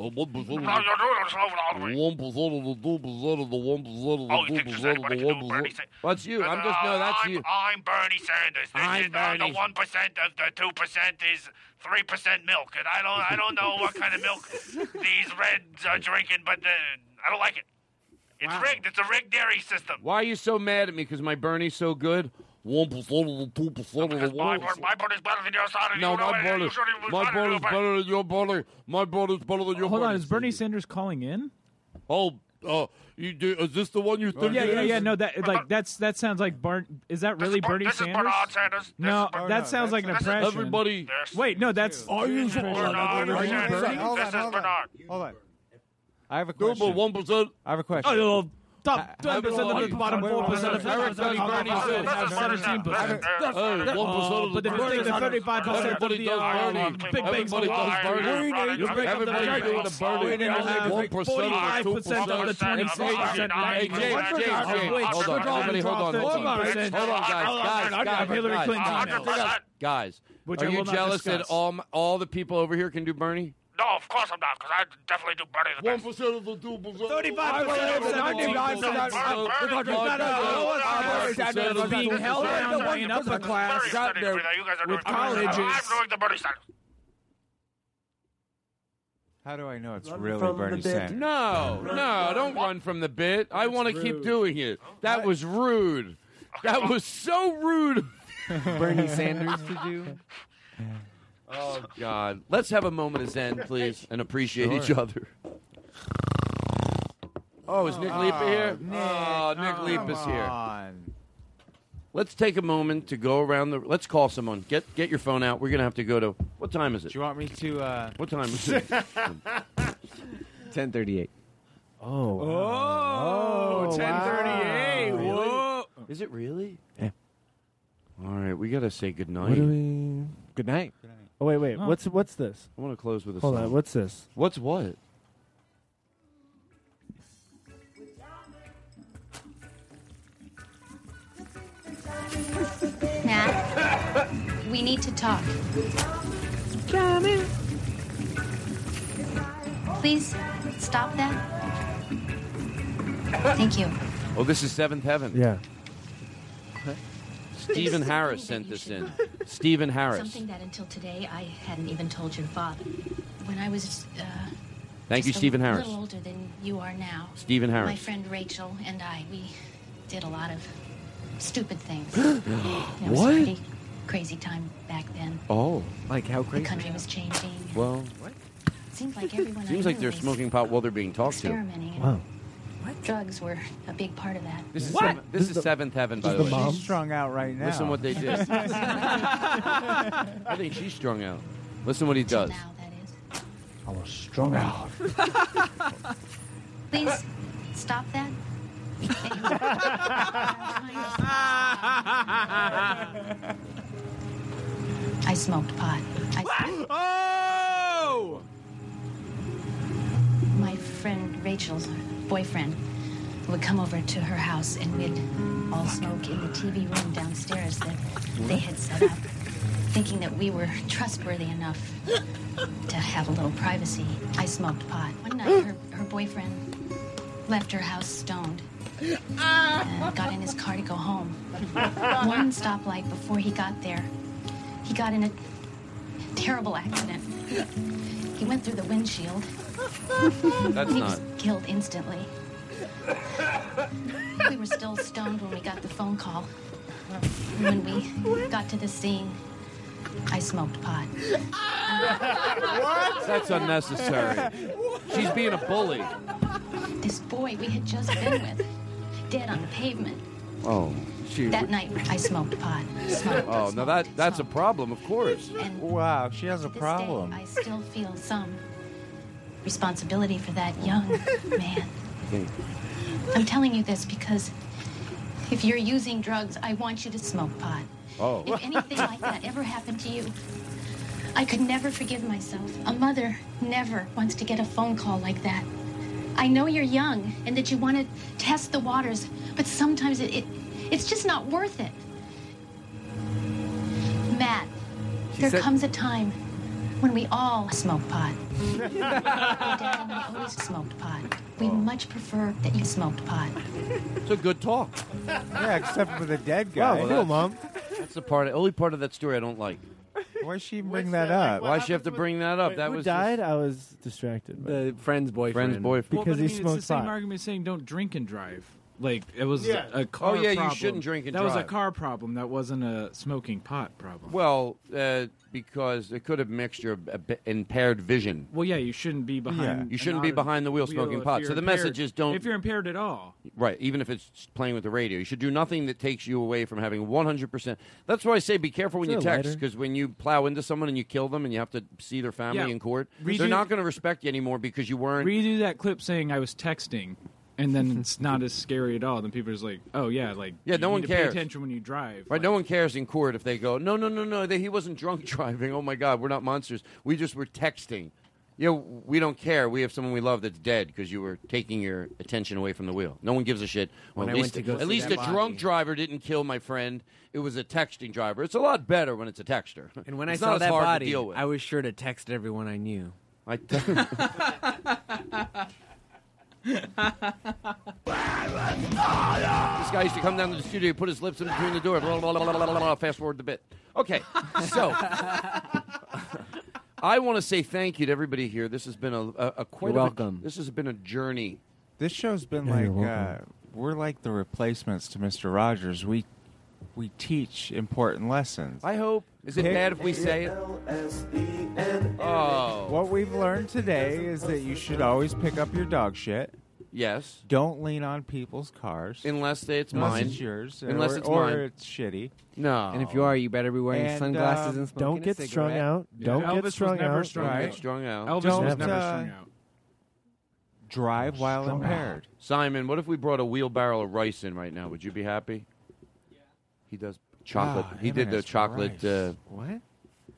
S2: Oh, what was all
S14: No, you're doing it slow all the way.
S2: One percent of the two percent of the one percent of the
S14: Oh, you
S2: two
S14: think just
S2: percent of
S14: anybody can
S2: the one
S14: do Bernie
S2: percent.
S14: Sanders?
S2: That's you. I'm just no.
S14: Uh,
S2: That's
S14: I'm,
S2: you.
S14: I'm Bernie Sanders. This
S2: I'm
S14: is, uh,
S2: Bernie.
S14: The one percent of the two percent is three percent milk, and I don't I don't know what kind of milk these Reds are drinking, but uh, I don't like it. It's rigged. It's a rigged dairy system.
S2: Why are you so mad at me? Because my Bernie's so good. One percent of the two percent of the
S14: My
S2: one.
S14: bird, my bird is better than yours, son. and
S2: No,
S14: you know
S2: my
S14: it,
S2: bird
S14: you
S2: is-
S14: shouldn't even
S2: my
S14: try to
S2: bird
S14: do
S2: is
S14: it.
S2: better than your bird. My bird is better than your
S13: Hold
S2: bird.
S13: on, is Bernie Sanders calling in?
S2: Oh, uh, you do, is this the one you think?
S13: yeah,
S2: it
S13: yeah,
S2: is?
S13: yeah. No, that like that's that sounds like Barn. Is that really Bernie
S14: This is
S13: Sanders?
S14: Bernard Sanders. This
S13: No,
S14: is Bernard-
S13: that sounds like an
S14: this is-
S13: impression.
S2: Everybody-
S13: wait, no, that's.
S2: Are you
S13: Impression.
S2: Bernard
S13: Are you
S2: Sanders?
S13: Bernie?
S10: Hold on,
S14: This is
S10: hold on.
S14: Bernard.
S10: Hold on. I have a
S2: No, but
S10: question.
S2: one percent.
S10: I have a question.
S13: Oh, no, top
S10: How- how
S13: ten
S10: do
S13: percent of
S10: I-
S13: the bottom
S10: wait, wait,
S13: four percent of
S10: wait, wait,
S13: the
S10: wait, wait, wait, wait, wait, wait, wait, wait,
S13: seventeen percent.
S2: Hey, one percent of the
S13: But the
S2: Bernie.
S13: thing is, thirty-five percent of
S2: Everybody
S13: the
S2: does
S13: uh,
S2: Bernie.
S13: Big Bang
S2: Everybody does Bernie. Everybody's doing the Bernie. One percent of the two percent.
S13: 45% of the 26%.
S2: Hey, James, James, James, hold on, everybody, hold on, hold on, guys, hold on, guys, guys, guys,
S13: Hillary
S2: guys,
S13: Clinton
S2: guys,
S13: emails.
S2: guys, guys.
S13: Which
S2: Are
S13: I
S2: you
S13: will not
S2: jealous that
S13: discuss.
S2: all my, all the people over here can do Bernie?
S14: No, of course I'm not, because I definitely do Bernie the best.
S2: percent of the two percent.
S10: 35% of the 99% of the-
S13: being held down by an upper class with colleges.
S3: How do I know it's
S10: Run
S3: really
S10: from the
S3: Bernie
S10: bit.
S3: Sanders?
S2: No, no, don't run from the bit. I want to keep doing it. That was rude. That was so rude.
S9: Bernie Sanders to do.
S2: Oh God! Let's have a moment of zen, please, and appreciate each
S9: Sure.
S2: other. Oh, is Nick Leap here? oh, Nick Leap is here. Let's take a moment to go around the. Let's call someone. Get get your phone out. We're gonna have to go to. What time is it?
S3: Do you want me to? Uh...
S2: What time is it?
S9: Ten thirty-eight.
S11: Oh.
S2: Oh,
S11: 10:38.
S2: Whoa! Is it really?
S11: Yeah.
S2: All right, we gotta say goodnight.
S11: What do we?
S9: Good night.
S11: Oh wait, wait.
S2: Oh.
S11: What's what's this?
S2: I want to close with a
S11: Hold
S2: song.
S11: on. What's this?
S2: What's what?
S7: Nat, we need to talk. Please stop that. Thank you.
S2: Oh, this is Seventh Heaven.
S11: Yeah.
S2: Stephen Harris sent this in. Stephen Harris.
S7: Something that until today I hadn't even told your father. When I was. Uh,
S2: Thank you,
S7: just
S2: Stephen
S7: a
S2: Harris.
S7: little older than you are now.
S2: Stephen Harris.
S7: My friend Rachel and I, we did a lot of stupid things. it was
S2: What?
S7: a pretty crazy time back then.
S2: Oh,
S9: like how
S7: The country was changing.
S2: Well,
S7: Seemed like everyone I
S2: seems like
S7: knew
S2: they're
S7: was
S2: smoking pot while they're being talked to.
S7: experimenting. and Drugs were a big part of that.
S2: This is seven- this, is Seventh Heaven, by the, way.
S10: She's strung out right now.
S2: Listen what they did. I think she's strung out. Listen what he does.
S10: I was strung out.
S7: Please stop that. I smoked pot. I
S9: oh!
S7: My friend Rachel's boyfriend would come over to her house and we'd all smoke in the TV room downstairs that they had set up, thinking that we were trustworthy enough to have a little privacy. I smoked pot. One night, her, her boyfriend left her house stoned and got in his car to go home. One stoplight before he got there, he got in a terrible accident. He went through the windshield
S2: That's
S7: he
S2: not.
S7: was killed instantly. we were still stoned when we got the phone call. When we got to the scene, I smoked pot.
S2: That's unnecessary. She's being a bully.
S7: This boy we had just been with, dead on the pavement.
S2: Oh,
S3: you.
S7: That night, I smoked pot. Smoked.
S2: Oh, now that that's a problem, of course.
S3: Wow, she has a
S7: This
S3: problem.
S7: Day, uh, I still feel some responsibility for that young man. I'm telling you this because if you're using drugs, I want you to smoke pot.
S2: Oh.
S7: If anything like that ever happened to you, I could never forgive myself. A mother never wants to get a phone call like that. I know you're young and that you want to test the waters, but sometimes it, it it's just not worth it. Matt,
S12: She
S7: there
S12: said-
S7: comes a time when we all smoke pot. My dad and I always smoked pot. We
S12: Oh.
S7: much prefer that you smoked pot.
S2: It's a good talk.
S3: Yeah, except for the dead
S2: Wow,
S3: guy.
S2: well, that's- That's the part, only part of that story I don't like.
S3: Why'd she bring that up?
S2: Why she have to bring that up? that
S11: who
S2: was
S11: died? I was distracted. by
S9: The friend's boyfriend.
S2: Friend's boyfriend.
S11: Because he
S13: well, but I mean, it's the
S11: smokes
S13: same
S11: pot.
S13: argument saying don't drink and drive. Like it was
S2: Yeah.
S13: a car.
S2: Oh, yeah, you
S13: problem.
S2: shouldn't drink and
S13: that That was
S2: drive.
S13: a car problem. That wasn't a smoking pot problem.
S2: Well, uh, because it could have mixed your uh, b- impaired vision.
S13: Well, yeah, you shouldn't be behind.
S2: You shouldn't
S13: an
S2: be
S13: auto-
S2: behind the wheel smoking
S13: if
S2: pot.
S13: you're
S2: So the
S13: impaired-
S2: message is don't-
S13: If you're impaired at all,
S2: Right, even if it's playing with the radio. You should do nothing that takes you away from having 100%. That's why I say be careful when
S13: Is
S2: you
S13: there a
S2: text,
S13: lighter?
S2: because when you plow into someone and you kill them and you have to see their family
S13: Yeah.
S2: in court,
S13: Redo-
S2: they're not going to respect you anymore because you weren't.
S13: redo that clip saying I was texting, and then it's not as scary at all. Then people are just like, oh yeah, like
S2: Yeah,
S13: you
S2: no
S13: need
S2: one
S13: to
S2: cares.
S13: Pay attention when you drive.
S2: Right, no one cares in court if they go, no, no, no, no, they, he wasn't drunk driving. Oh my God, we're not monsters. We just were texting. You know, we don't care. We have someone we love that's dead because you were taking your attention away from the wheel. No one gives a shit. Well,
S9: When
S2: at
S9: I
S2: least,
S9: went to go
S2: at
S9: see
S2: least a
S9: that
S2: drunk
S9: body.
S2: driver didn't kill my friend. It was a texting driver. It's a lot better when it's a texter.
S9: And when
S2: It's
S9: I
S2: not
S9: saw
S2: as
S9: that
S2: hard
S9: body,
S2: to deal with.
S9: I was sure to text everyone I knew.
S2: I This guy used to come down to the studio, put his lips in between the door, blah, blah, blah, blah, blah, blah, blah. Fast forward the bit. Okay, so I want to say thank you to everybody here. This has been a, a, a quite
S3: You're
S2: a-
S3: welcome.
S2: this has been a journey.
S3: This show's been
S2: Yeah, you're
S3: like uh,
S2: welcome.
S3: we're like the replacements to Mister Rogers. We we teach important lessons.
S2: I hope. Is it
S3: Pick-
S2: bad if we say it? Oh,
S3: What we've learned today is that you should always pick up your dog shit.
S2: yes.
S3: Don't lean on people's cars
S2: Unless they, it's
S3: Unless
S2: mine.
S3: it's yours,
S2: Unless
S3: or-
S2: it's
S3: or
S2: mine.
S3: it's shitty.
S2: No.
S9: And if you are, you better be wearing
S3: And,
S9: sunglasses
S3: um,
S9: and smoking
S11: Don't
S9: a
S11: get
S9: cigarette.
S11: strung out. Don't
S13: Elvis
S11: get
S13: was
S11: strung
S13: never
S11: out.
S13: strung out.
S2: Right. Strung out.
S13: Elvis
S3: Don't,
S13: was never
S3: uh,
S13: strung out.
S3: Drive while impaired.
S2: Simon, what if we brought a wheelbarrow of rice in right now? Would you be happy? He does chocolate.
S3: Ah,
S2: he
S3: him
S2: did
S3: and
S2: the
S3: his
S2: chocolate.
S3: rice.
S2: Uh,
S3: What?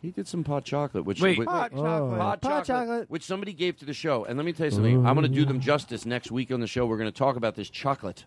S2: He did some pot chocolate, which
S3: Wait.
S2: which-
S3: Pot Wait.
S9: Oh.
S3: chocolate.
S2: Pot
S3: Pot
S2: chocolate,
S3: chocolate. Mm.
S2: which somebody gave to the show. And let me tell you something. I'm going to do them justice next week on the show. We're going to talk about this chocolate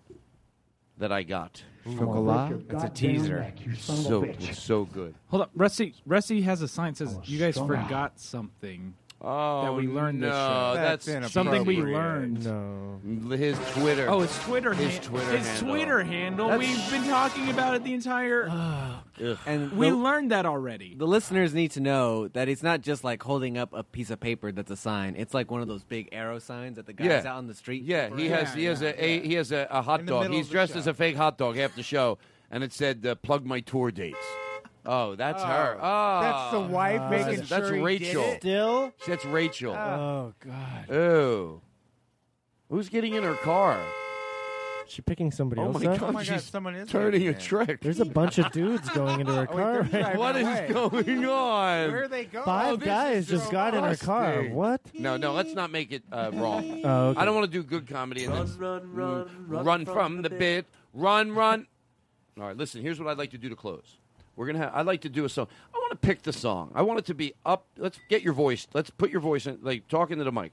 S2: that I got.
S3: Chocolat?
S9: That's a teaser.
S2: It's so it's so good.
S13: Hold up, Rusty. Rusty has a sign that says you guys
S2: strung out.
S13: forgot something.
S2: Oh,
S13: that we learned
S2: no,
S13: this show.
S2: That's,
S13: something we learned.
S11: No.
S2: His Twitter.
S13: Oh, his Twitter.
S2: His
S13: han-
S2: Twitter.
S13: His
S2: handle.
S13: Twitter handle.
S2: That's-
S13: We've been talking about it the entire.
S2: Ugh.
S9: And
S13: we
S9: the,
S13: learned that already.
S9: the listeners need to know that it's not just like holding up a piece of paper that's a sign. It's like one of those big arrow signs that the guys
S2: Yeah.
S9: out on the street.
S2: Yeah, he has he has a, a he has a, a hot
S9: In the
S2: dog.
S9: middle
S2: He's
S9: of the
S2: dressed
S9: show.
S2: as a fake hot dog half the show, and it said uh, "plug my tour dates." Oh, that's her. Oh,
S3: That's the wife making
S2: that's, that's
S3: sure he did
S2: Rachel.
S3: it? Still?
S2: that's Rachel.
S3: Oh,
S2: God. Oh, who's getting in her car?
S11: She picking somebody
S2: Oh
S11: else
S2: my
S11: up?
S2: God, Oh my God, she's someone is turning getting a in. trick.
S11: There's a bunch of dudes going into her car.
S2: they're
S11: right
S2: What is
S11: now.
S2: going on?
S3: Where are they going?
S8: Oh,
S11: Five guys just got in her car.
S2: disgusting.
S11: What?
S2: No, no, let's not make it uh, wrong.
S11: Oh, okay.
S2: I don't want to do good comedy and
S11: Run,
S2: then
S11: run,
S2: mm,
S11: run, run
S2: from,
S11: from
S2: the bit. Run, run. All right, listen. Here's what I'd like to do to close. We're gonna. Have, I'd like to do a song. I want to pick the song. I want it to be up. Let's get your voice. Let's put your voice in, like talking to the mic.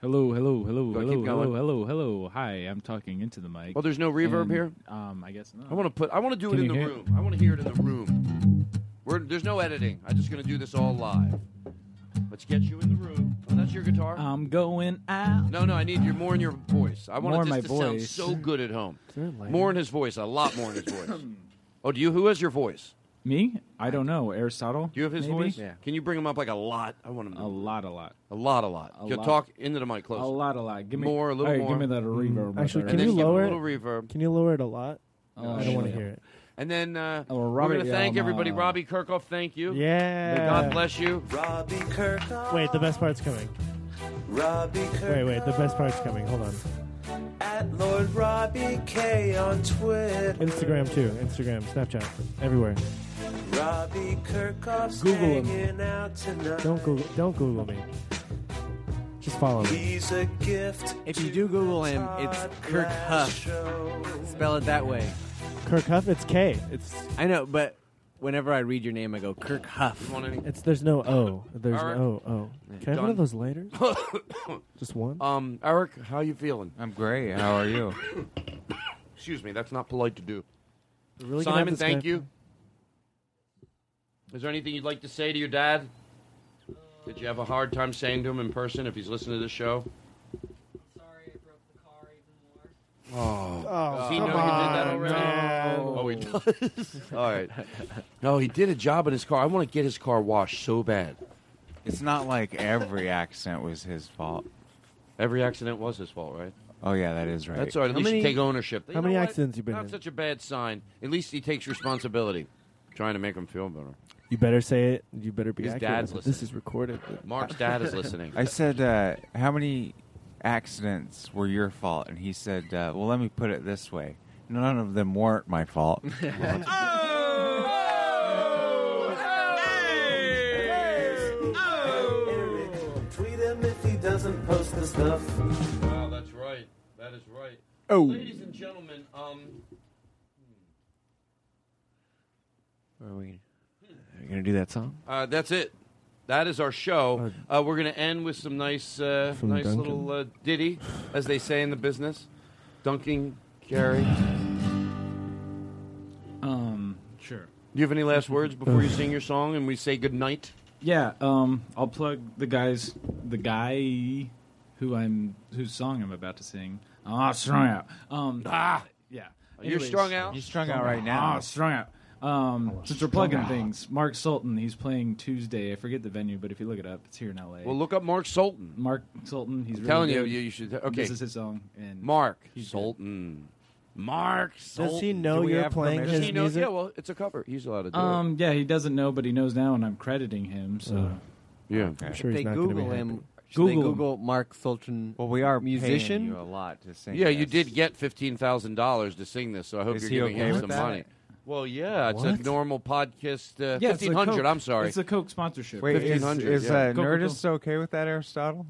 S13: Hello, hello, hello,
S2: Go,
S13: hello,
S2: keep going.
S13: hello, hello, hello. Hi, I'm talking into the mic.
S2: Well, there's no reverb
S13: And,
S2: here?
S13: Um, I guess not.
S2: I want to put. I want to do
S13: Can
S2: it in
S13: you
S2: the
S13: hear it?
S2: room. I want to hear it in the room. We're, there's no editing. I'm just gonna do this all live. Let's get you in the room. Oh, that's your guitar.
S13: I'm going out.
S2: No, no, I need your more in your voice. I want
S13: More
S2: it
S13: in
S2: just
S13: my
S2: to
S13: voice.
S2: sound so good at home.
S13: there a lighter?
S2: More in his voice, a lot more in his voice. oh, do you? Who has your voice?
S13: Me? I don't know. Aristotle.
S2: Do you have his
S13: maybe?
S2: voice? Can you bring him up like a lot? I want him to
S13: A lot, a lot,
S2: a lot, a lot.
S13: A
S2: You'll
S13: lot.
S2: talk into the mic close.
S13: a lot, a lot. Give me
S2: more, a little
S13: all right,
S2: more.
S13: Give me that reverb. right
S11: Mm, Actually,
S13: there.
S11: can
S2: then
S11: you
S2: give it a
S11: lower
S2: little
S11: it?
S2: reverb.
S11: Can you lower it a lot?
S2: Oh,
S11: I don't want to
S2: shit.
S11: hear it.
S2: And then uh,
S11: Oh,
S2: we're
S11: Robert
S2: going to thank
S11: Yalma.
S13: uh,
S2: everybody. Robbie Kirkhoff, thank you.
S11: Yeah.
S2: May God bless you.
S6: Robbie Kirkhoff.
S11: Wait, the best part's coming.
S6: Robbie Kirkhoff.
S11: Wait, wait, the best part's coming. Hold on.
S6: at Lord Robbie K on Twitter.
S11: Instagram too. Instagram, Snapchat, everywhere.
S6: Robbie Kirkhoff's
S11: Google him.
S6: hanging out tonight.
S11: Don't Google. Don't Google me. Just follow me.
S6: He's a gift.
S9: If you do Google him, it's Kirk Huff. Spell it that way.
S11: Kirk Huff. It's K.
S9: It's I know, but whenever I read your name, I go Kirk Huff.
S11: It's there's no O. There's
S2: Eric?
S11: no O. Can I have one
S2: Done.
S11: of those later?
S2: Oh,
S11: Just one.
S2: Um, Eric, how you feeling?
S3: I'm great. How are you?
S2: Excuse me, that's not polite to do.
S11: We're really gonna have
S2: Simon,
S11: this
S2: thank
S11: guy-
S2: you. Is there anything you'd like to say to your dad? Did you have a hard time saying to him in person if he's listening to the show? Sorry, I broke the
S12: Oh,
S2: car even more. Oh, does he
S12: come
S2: know you did that already?
S12: on, man.
S2: Oh, he does.
S11: Oh.
S2: All right. No, he did a job in his car. I want to get his car washed so bad.
S3: It's not like every accident was his fault.
S2: Every accident was his fault, right?
S3: Oh yeah, that is right.
S2: That's all right. At least you take ownership. You
S11: how
S2: know
S11: many
S2: what?
S11: accidents you been
S2: Not
S11: in?
S2: such a bad sign. At least he takes responsibility. Trying to make him feel better.
S11: You better say it. You better be
S2: His
S11: accurate.
S2: dad's
S11: this is recorded.
S2: Mark's dad is listening.
S3: I said, uh, "How many accidents were your fault?" And he said, uh, "Well, let me put it this way: none of them weren't my fault."
S6: Tweet him if he doesn't post the stuff.
S2: Wow, that's right. That is right.
S6: Oh.
S2: Ladies and gentlemen, um,
S9: Are we? Are you gonna do that song?
S2: uh, that's it. That is our show. Uh, we're going to end with some nice, uh,
S9: From
S2: nice
S9: Duncan.
S2: little uh, ditty, as they say in the business. Dunking Gary.
S13: Um, sure.
S2: Do you have any last words before
S13: Uh.
S2: you sing your song and we say good night?
S13: Yeah, um, I'll plug the guys, the guy who I'm, whose song I'm about to sing. Ah, strung out. Um,
S2: ah,
S13: yeah.
S2: You're strung out?
S3: You're strung out right now. Oh,
S13: Ah, strung out. Um, since we're plugging
S3: strung out.
S13: things, Mark Sultan, he's playing Tuesday. I forget the venue, but if you look it up, it's here in L.A.
S2: Well, look up Mark Sultan.
S13: Mark Sultan, he's
S2: I'm
S13: really
S2: telling you,
S13: good.
S2: you, you should. Okay,
S13: This is his song. And
S2: Mark Sultan. Mark Sultan.
S13: he know
S2: Do we
S13: you're
S2: have
S13: playing
S2: permission?
S13: his
S2: He knows-
S13: music?
S2: Yeah, well, it's a cover. He's allowed to do it.
S13: Um, yeah, he doesn't know, but he knows now, and I'm crediting him. So,
S2: Oh. Yeah. I'm
S9: If they Google him. Should
S13: Google
S9: they
S13: him.
S9: Google Mark Sultan.
S3: Well, we are
S9: musician.
S3: paying you a lot to sing.
S2: Yeah, you
S3: this.
S2: did get fifteen thousand dollars to sing this, so I hope
S3: Is
S2: you're
S3: he
S2: giving
S3: okay
S2: him
S3: with
S2: some
S3: that?
S2: money. Well, yeah, it's a
S3: What?
S2: normal podcast. Uh,
S13: Yeah, it's a
S2: fifteen hundred.
S13: Coke-
S2: I'm sorry,
S13: it's a Coke sponsorship.
S3: Wait, is,
S2: 1500,
S3: is
S2: yeah.
S3: uh,
S2: Coca-Cola.
S3: Nerdist okay with that, Aristotle?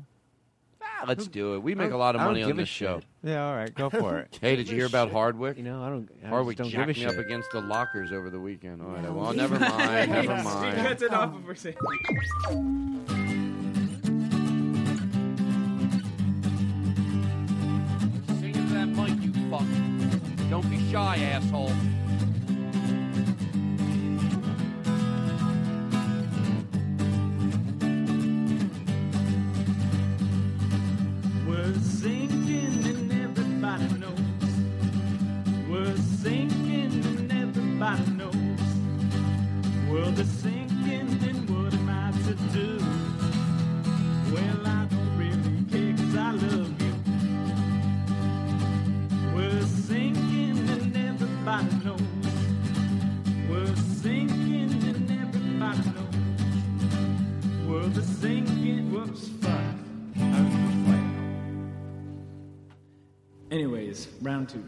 S2: Ah, let's do it. We
S3: I
S2: make a
S3: don't-
S2: lot of
S3: I don't
S2: money on
S3: give a
S2: this show.
S3: shit. Yeah, all right, go for it.
S2: Hey, did you hear about Hardwick? You
S9: know, I don't. I
S2: Hardwick
S9: just don't give
S2: jacked
S9: a
S2: me up
S9: shit.
S2: against the lockers over the weekend. All right, well, never mind, never mind.
S13: it off before saying.
S2: Sing into that mic, you fuck. Don't be shy, asshole.
S1: We're sinking and everybody knows. We're sinking and everybody knows. World is sinking and what am I to do? Well, I don't really care 'cause I love you. We're sinking and everybody knows. We're sinking and everybody knows. World is sinking. Whoops, fuck. I was just playing. Anyways, round two.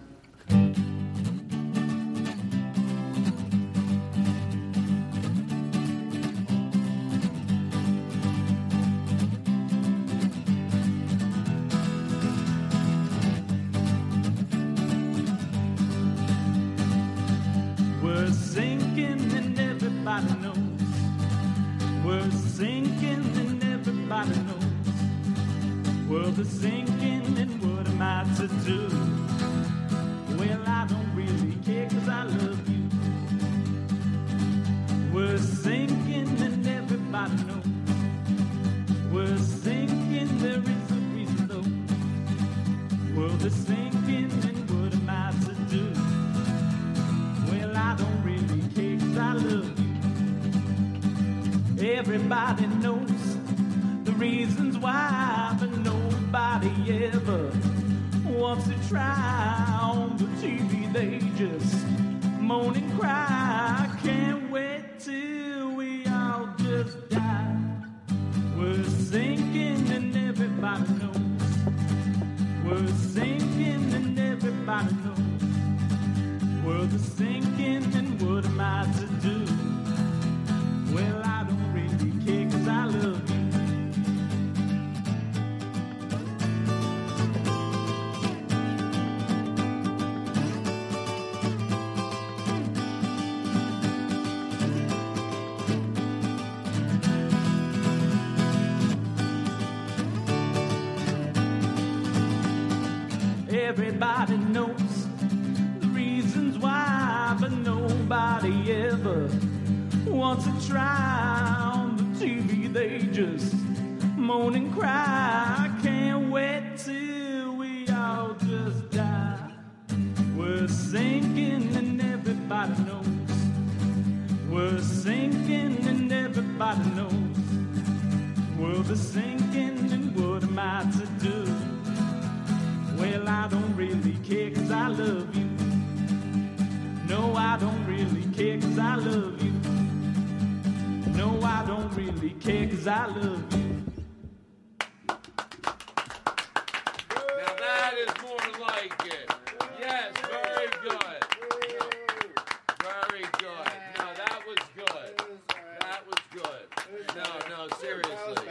S1: We're sinking and everybody knows. We're sinking and everybody knows. World is sinking and what am I to do? Well, I don't really care 'cause I love you. We're sinking and everybody knows. We're sinking, there is a reason though. World is sinking and what am I to do? Well, I don't really care 'cause I love you. Everybody knows the reasons why, but nobody ever wants to try. On the TV, they just moan and cry. I can't wait till we all just die. We're sinking and everybody knows. We're sinking and everybody knows. World is sinking, and what am I to do? Well, I don't really care, cause I love you. Everybody knows the reasons why, but nobody ever wants to try. On the TV, they just moan and cry. I can't wait till we all just die. We're sinking, and everybody knows. We're sinking, and everybody knows. World is sinking, and what am I to do? Well, I don't really care 'cause I love you. No, I don't really care 'cause I love you. No, I don't really care 'cause I love you.
S2: Now that is more like it. Yes, very good. Very good. No, that was good. That was good. No, no, seriously.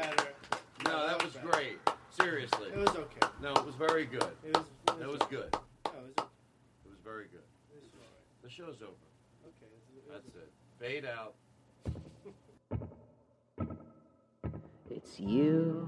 S2: No, that was great. Seriously. It was okay. No, it was very good. It was. That was good. It was very good. The show's over. Okay. That's it. Fade out.
S15: It's you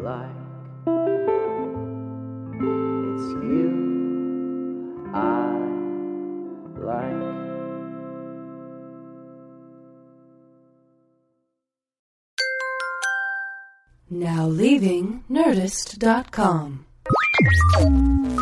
S15: like. It's you I like.
S16: Now leaving Nerdist.com.